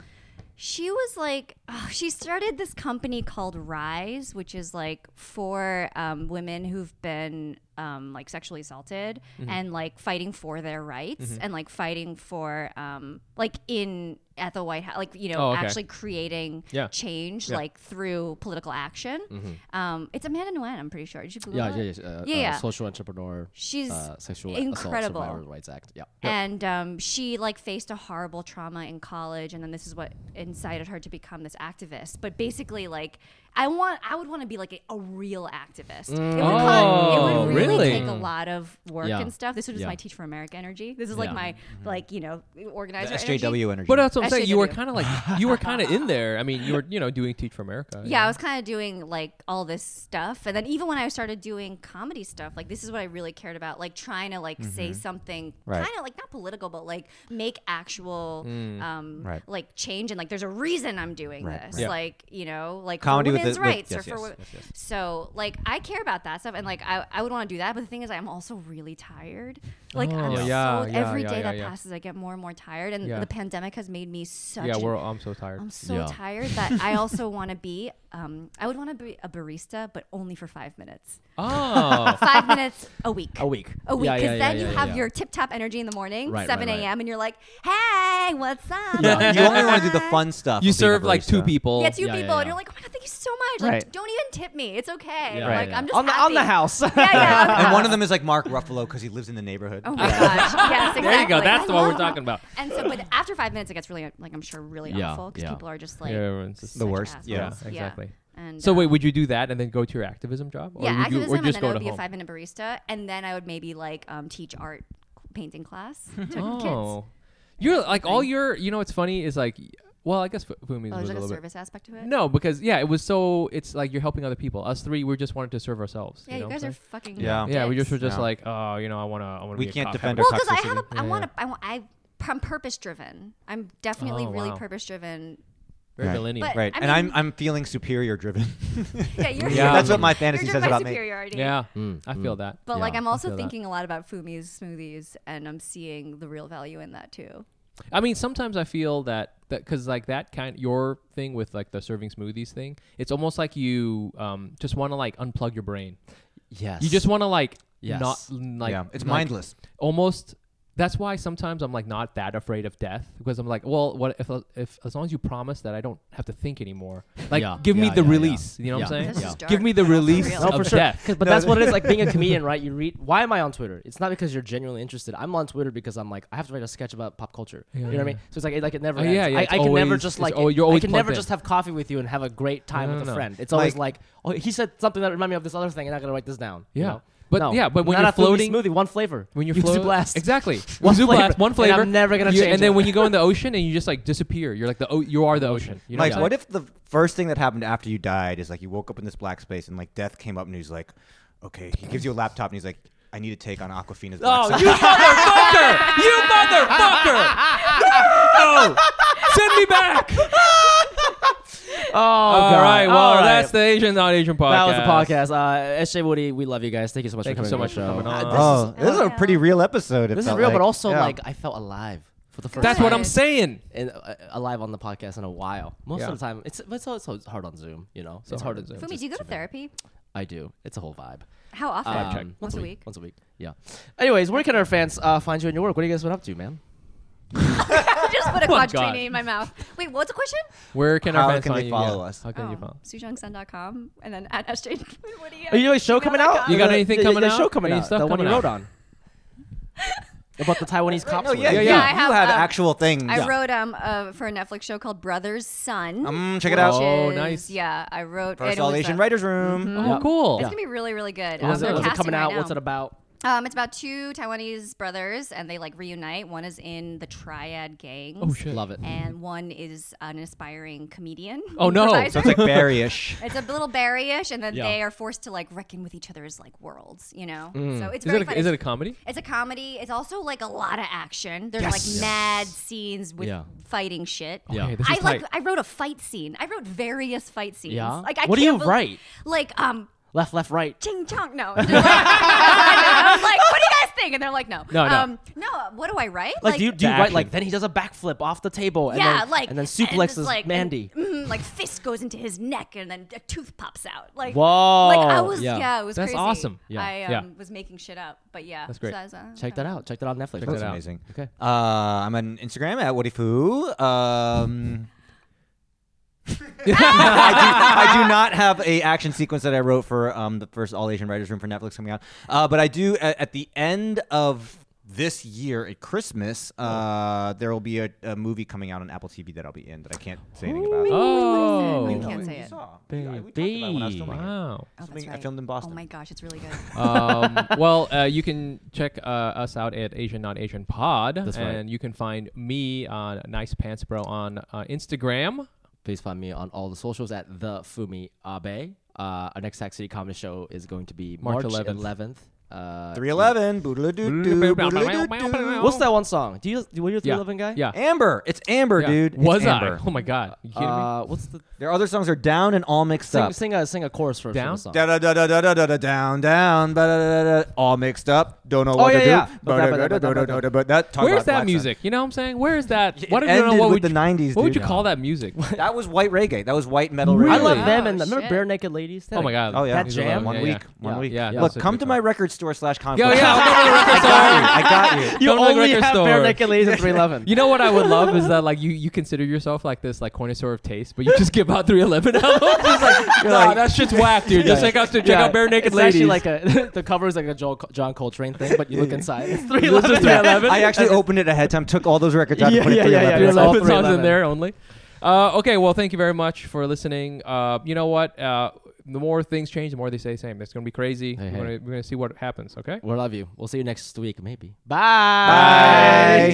S3: she was like, oh, she started this company called Rise, which is like for um, women who've been um, like sexually assaulted and like fighting for their rights and like fighting for um, like in at the White House, like you know,
S1: Oh, okay.
S3: actually creating
S1: Yeah.
S3: change
S1: Yeah.
S3: like through political action. Um, it's Amanda Nguyen, I'm pretty sure. Did you Google
S2: Yeah,
S3: it?
S2: yeah, yeah. Uh,
S3: Yeah,
S2: uh,
S3: yeah.
S2: Social entrepreneur.
S3: She's
S2: uh, sexual
S3: incredible.
S2: assault survivor rights act. Yeah.
S3: And um, she like faced a horrible trauma in college, and then this is what incited her to become this activist. But basically, like I want, I would want to be like a, a real activist.
S2: Mm.
S3: It would, cause- it
S1: Oh,
S3: would really,
S1: really?
S3: take a lot of work
S2: Yeah.
S3: and stuff. This was
S2: Yeah.
S3: my Teach for America energy. This is like
S2: Yeah. Mm-hmm.
S3: my like you know organizer energy.
S4: SJW energy.
S1: But that's what I'm saying. You were
S3: SJW.
S1: kind of like you were kind of in there. I mean, you were you know doing Teach for America.
S3: Yeah, I was kind of doing like all this stuff, and then even when I started doing comedy stuff, like this is what I really cared about, like trying to like say something
S4: Mm-hmm. Right. Mm.
S3: kind of like not political, but like make actual um
S4: Right.
S3: like change, and like there's a reason I'm doing
S4: Right,
S3: this,
S4: right. Yeah.
S3: like you know, like
S4: Comedy
S3: for
S4: with
S3: women's
S4: the- with-
S3: rights
S4: yes,
S3: or
S4: yes,
S3: for wo-
S4: yes, yes.
S3: so like I care about that stuff, and like I, I would want to do that, but the thing is, I'm also really tired. Like I'm
S1: Oh, yeah,
S3: so
S1: yeah,
S3: every
S1: yeah,
S3: day
S1: yeah,
S3: that
S1: yeah.
S3: passes, I get more and more tired, and
S1: Yeah.
S3: the pandemic has made me such
S1: Yeah,
S3: an
S1: we're I'm so tired.
S3: I'm so
S2: Yeah.
S3: tired that I also want to be. Um, I would want to be a barista, but only for five minutes.
S1: Oh,
S3: Five minutes a week.
S2: A week.
S3: A week,
S2: Yeah,
S3: because
S2: yeah, yeah,
S3: then you
S2: yeah,
S3: have
S2: yeah.
S3: your tip top energy in the morning,
S2: Right,
S3: 7
S2: right,
S3: a.m.,
S2: right.
S3: and you're like, hey, what's up?
S4: you only want to do the fun stuff.
S1: you
S4: of being a
S1: serve like two
S4: barista.
S1: people.
S3: Yeah, two
S2: Yeah, yeah,
S3: people, and
S2: yeah.
S3: you're like, oh my God, thank you so much. Like,
S2: Right.
S3: don't even tip me. It's okay.
S2: Yeah,
S3: like,
S2: right, yeah.
S3: I'm just
S2: on the on the
S3: happy.
S2: house.
S3: Yeah, yeah. on the
S4: And
S3: house.
S4: one of them is like Mark Ruffalo because he lives in the neighborhood.
S3: Oh my gosh! Yes, exactly.
S1: There you go. That's
S3: I
S1: the one we're
S3: love-
S1: talking about.
S3: And so, but after five minutes, it gets really like I'm sure really
S2: Yeah,
S3: awful because
S2: yeah.
S3: people are just like
S1: Yeah, everyone's just-
S4: The
S3: such
S4: worst.
S3: assholes.
S4: Yeah,
S1: exactly.
S3: And
S1: So
S3: uh,
S1: wait, would you do that and then go to your activism job, or
S3: yeah,
S1: would you,
S3: activism,
S1: or just
S3: and then
S1: go
S3: I
S1: to
S3: would be
S1: home?
S3: a five minute barista, and then I would maybe like um, teach art painting class to
S1: oh,
S3: kids.
S1: you're like all your. You know what's funny is like Well, I guess Fu- Fumi's
S3: Oh,
S1: was a
S3: there's like a
S1: little bit.
S3: service aspect to it.
S1: No, because yeah, it was so. It's like you're helping other people. Us three, we just wanted to serve ourselves.
S3: Yeah,
S1: you,
S3: you,
S1: know
S3: guys
S1: what
S3: are
S1: I'm
S3: fucking.
S4: Yeah.
S1: saying? Yeah, we just were just
S4: Yeah.
S1: like, oh, you know, I wanna, I wanna.
S4: We
S1: be a
S4: can't
S1: cop,
S4: defend
S1: have
S3: Well,
S1: a-
S4: our
S3: because I have, a,
S4: Toxicity.
S3: I
S1: Yeah.
S3: want to, I want, I, I'm purpose driven. I'm definitely
S1: Oh,
S3: really
S1: wow.
S3: purpose driven.
S1: Very
S4: Right.
S1: millennial.
S3: But-
S4: Right,
S3: I
S4: and I'm
S3: mean-
S4: I'm feeling superior driven.
S3: Yeah, you're.
S1: Yeah. That's what
S4: my
S3: you're
S4: fantasy
S3: driven
S4: says
S3: by
S4: about me.
S3: superiority.
S1: Yeah,
S2: Mm,
S1: I feel that.
S3: But like,
S4: Yeah,
S3: I'm
S1: I
S3: also
S1: feel that.
S3: thinking a lot about Fumi's smoothies, and I'm seeing the real value in that too.
S1: I mean, sometimes I feel that that because like that kind your thing with like the serving smoothies thing, it's almost like you um just want to like unplug your brain.
S2: Yes.
S1: You just want to like
S2: Yes.
S1: not like
S4: yeah, it's
S1: like,
S4: mindless.
S1: almost. That's why sometimes I'm like not that afraid of death because I'm like, well, what if uh, if as long as you promise that I don't have to think anymore, like
S2: Yeah,
S1: give me
S2: yeah,
S1: the
S2: yeah, yeah.
S1: release. You know what
S2: Yeah.
S1: I'm
S3: This
S1: saying?
S3: is dark.
S1: Give me the
S3: but also
S1: release
S3: real.
S2: No, Oh, for
S1: of
S2: sure.
S1: death.
S2: 'Cause- But that's what it is like being a comedian, right? You read. Why am I on Twitter? It's not because you're genuinely interested. I'm on Twitter because I'm like I have to write a sketch about pop culture. You know what I mean? So it's like it, like it never.
S1: Oh,
S2: ends.
S1: yeah, yeah,
S2: I,
S1: it's
S2: I can never
S1: always-
S2: just
S1: it's
S2: like.
S1: al- you're
S2: I
S1: always
S2: can
S1: plugged
S2: never
S1: in.
S2: just have coffee with you and have a great time
S1: No,
S2: with
S1: no, no.
S2: a friend. It's always
S4: Like-
S2: like, oh, he said something that reminded me of this other thing, and I gotta write this down. you
S1: Yeah.
S2: know?
S1: But-
S2: No.
S1: yeah, but when
S2: Not
S1: you're
S2: a Fubi
S1: floating-
S2: smoothie, one flavor.
S1: when you're
S2: Yuzu
S1: floating,
S2: blast.
S1: exactly
S2: One
S1: Yuzu blast,
S2: flavor.
S1: one
S2: And
S1: flavor.
S2: I'm never gonna
S1: you,
S2: change
S1: And then
S2: it.
S1: when you go in the ocean and you just like disappear, you're like the o- you are the ocean. You know
S4: like,
S1: what,
S4: what if the first thing that happened after you died is like you woke up in this black space and like death came up and he's like, okay, he gives you a laptop and he's like, I need to take on Aquafina's black
S1: Oh,
S4: space."
S1: you motherfucker! You motherfucker! No! Send me back!
S2: Oh, God.
S1: All right, well,
S2: All right.
S1: that's the Asian Not Asian podcast.
S2: That was the podcast. Uh, SJ Woody, we love you guys. Thank you so much
S1: Thank
S2: for
S1: you
S2: coming
S1: so
S2: on
S1: much for
S2: the show.
S1: coming
S2: Uh,
S1: on.
S4: Bro, Oh, this is a
S3: Hell
S4: pretty
S3: yeah.
S4: real episode. it
S2: This is
S4: felt
S2: real,
S4: like.
S2: but also
S4: Yeah.
S2: like I felt alive for the first
S1: That's
S2: time.
S1: what I'm saying.
S2: and uh, alive on the podcast in a while. Most
S1: Yeah.
S2: of the time, it's it's, al- it's hard on Zoom. You know, it's
S1: hard
S2: hard on
S1: on
S2: Zoom.
S1: Zoom.
S3: Fumi,
S2: Just-
S3: do you go to
S2: just-
S3: therapy?
S2: I do. It's a whole vibe.
S3: How often?
S1: Uh,
S2: Um,
S3: Once a week.
S2: Once a week. Yeah. Anyways, where can our fans uh, find you and your work? What are you guys been up to, man?
S3: I just put a
S1: Oh my God.
S3: quadrini in my mouth. Wait, what's the question?
S1: Where can
S4: How
S1: our fans
S4: can they
S1: find you?
S4: follow
S1: Yeah.
S4: us?
S1: How can
S3: Oh.
S1: you follow?
S3: Sujungsun.com and then at SJ. What do
S2: Are Oh, you doing a show
S3: Gmail
S2: coming
S3: dot
S2: out?
S3: com.
S1: You got
S2: The-
S1: anything
S2: the-
S1: coming
S2: the
S1: out?
S2: show coming
S1: Any
S2: out.
S1: stuff
S2: The one
S1: coming
S2: you
S1: out?
S2: wrote on. About the Taiwanese
S3: Oh,
S2: cops.
S4: No,
S2: wing.
S4: yeah,
S1: Yeah,
S4: yeah,
S1: yeah.
S4: yeah.
S1: I
S4: You
S3: have,
S4: have,
S3: um,
S4: actual things.
S3: I wrote um uh, for a Netflix show called Brother's Son.
S4: Mm, check it out.
S3: which
S1: Oh,
S3: is-
S1: nice.
S3: Yeah, I wrote.
S4: First
S3: it
S4: All
S3: was uh,
S4: Asian
S3: a-
S4: Writers Room.
S1: Oh, cool.
S3: It's gonna be really, really
S2: When's
S3: good. Um,
S2: it,
S3: they're
S2: when's it
S3: casting
S2: coming
S3: right
S2: out?
S3: now.
S2: What's it about?
S3: Um, it's about two Taiwanese brothers, and they like reunite. One is in the triad gangs.
S1: Oh, shit.
S2: Love it.
S3: And one is an aspiring comedian.
S1: Oh, no.
S4: So
S3: improviser.
S4: it's like Barry-ish.
S3: It's a little barryish, and then
S2: Yeah.
S3: they are forced to like reckon with each other's like worlds, you know. So it's
S1: Mm. Is
S3: very
S1: it,
S3: fun.
S1: a, is it a comedy?
S3: it's a comedy. It's also like a lot of action. There's
S2: Yes.
S3: like
S2: Yes.
S3: mad scenes with
S2: Yeah.
S3: fighting shit.
S2: Yeah.
S1: Okay, this
S3: I
S1: is
S3: like.
S1: tight.
S3: I wrote a fight scene. I wrote various fight scenes.
S2: Yeah?
S3: Like I
S2: What do
S3: can't
S2: you
S3: bel-
S2: write?
S3: Like um,
S2: Left, left, right.
S3: ching chong. No. They're like, I was like, what do you guys think? And they're like, no.
S1: No, no.
S3: Um, no. What do I write?
S2: Like, do you, do you
S1: the
S2: write like
S1: action.
S2: then he does a backflip off the table and
S3: yeah,
S2: then,
S3: like
S2: and then
S3: it's
S2: suplexes
S3: like,
S2: Mandy.
S3: mm, like fist goes into his neck and then a tooth pops out. Like
S2: Whoa.
S3: Like I was
S2: Yeah.
S3: yeah, it was
S1: That's
S3: crazy.
S1: awesome.
S2: Yeah.
S3: I um,
S1: Yeah.
S3: was making shit up, but yeah,
S1: That's great.
S3: was, uh,
S2: Check that out. Check that out on Netflix.
S1: Check
S4: That's
S1: that out.
S4: amazing.
S2: Okay.
S4: Uh, I'm on Instagram at WoodyFoo. Um, I, do, I do not have a action sequence that I wrote for um, the first All Asian Writers Room for Netflix coming out, uh, but I do at, at the end of this year at Christmas. Uh, there will be a, a movie coming out on Apple TV that I'll be in that I can't say anything about.
S1: Oh,
S3: You can't say
S4: You
S3: it.
S4: saw. We- I- we talked about it when I was filming it.
S1: Wow.
S3: Oh,
S4: Something
S3: that's
S4: I
S3: right.
S4: filmed in Boston.
S3: Oh my gosh, it's really good.
S1: um, well, uh, you can check uh, us out at Asian Not Asian Pod,
S2: That's right.
S1: and you can find me on Nice Pants Bro on uh, Instagram.
S2: Please find me on all the socials at the Fumi Abe. Uh, our next Sac City comedy show is going to be March,
S1: March
S2: 11th.
S1: 11th.
S2: Uh,
S4: 311. boodle-a-doo-doo, boodle-a-doo-doo.
S2: What's that one song? Do you were you a
S1: Yeah.
S2: 311 guy?
S1: Yeah.
S4: Amber. It's Amber,
S1: Yeah.
S4: dude. It's
S1: Was
S4: Amber.
S1: I? Oh my god! You kidding me?
S2: Uh, what's the
S4: Their other songs are down and all mixed
S2: sing,
S4: up.
S2: sing a sing a chorus for, for
S1: Down?
S2: the song?
S4: Da da da da da da da da down down ba da da da da all mixed up. Don't know what
S2: yeah,
S4: to
S2: yeah.
S4: do. Ba da da da da da da da da. That talk
S1: Where's
S4: about
S1: that
S4: black
S1: music? You know what I'm saying? Where is that?
S4: It
S1: What, if you don't know,
S4: ended
S1: what
S4: with
S1: would
S4: the
S1: you-
S4: 90s,
S1: What would you
S4: dude.
S1: call that music?
S4: stuff. That was white reggae. That was white metal
S1: Really?
S4: reggae.
S2: I love them and
S3: Oh,
S2: remember
S3: shit.
S2: Bare Naked Ladies. They
S1: Oh
S2: had
S1: my god!
S4: Oh yeah,
S2: That jam?
S4: One
S1: Yeah,
S4: week.
S1: yeah.
S4: One
S2: Yeah.
S4: week.
S1: Yeah, that's
S4: Look,
S1: a
S4: come
S1: good
S4: to
S1: song.
S4: my record store slash comic.
S1: Yo,
S4: book
S1: yeah,
S4: shop.
S1: I'm on the record
S4: I got you. I got you.
S2: You
S1: Don't like
S2: only
S1: record
S2: have
S1: store.
S2: Bare Naked Ladies and 311.
S1: You know what I would love is that like you you consider yourself like this like connoisseur of taste, but you just give out 311 albums. It's like, nah,
S2: like-
S1: that shit's whack, dude. Just
S2: Yeah.
S1: check out check
S2: Yeah.
S1: out bare naked
S2: it's
S1: ladies.
S2: actually like a the cover is like a Joel, John Coltrane thing, but you look inside. It's
S1: Those are
S2: 311.
S1: 311.
S4: I actually opened it ahead of time. Took all those records out.
S2: Yeah,
S4: and put it
S2: yeah,
S4: through
S2: yeah, yeah.
S4: 11.
S2: It's
S1: There's
S2: all
S1: all songs
S2: 311.
S1: in there only. Uh, okay, well, thank you very much for listening. Uh, you know what? Uh, the more things change, the more they stay the same. It's gonna be crazy.
S2: Hey,
S1: we're,
S2: hey.
S1: Gonna, we're gonna see what happens. Okay.
S2: We love you. We'll see you next week, maybe.
S4: Bye.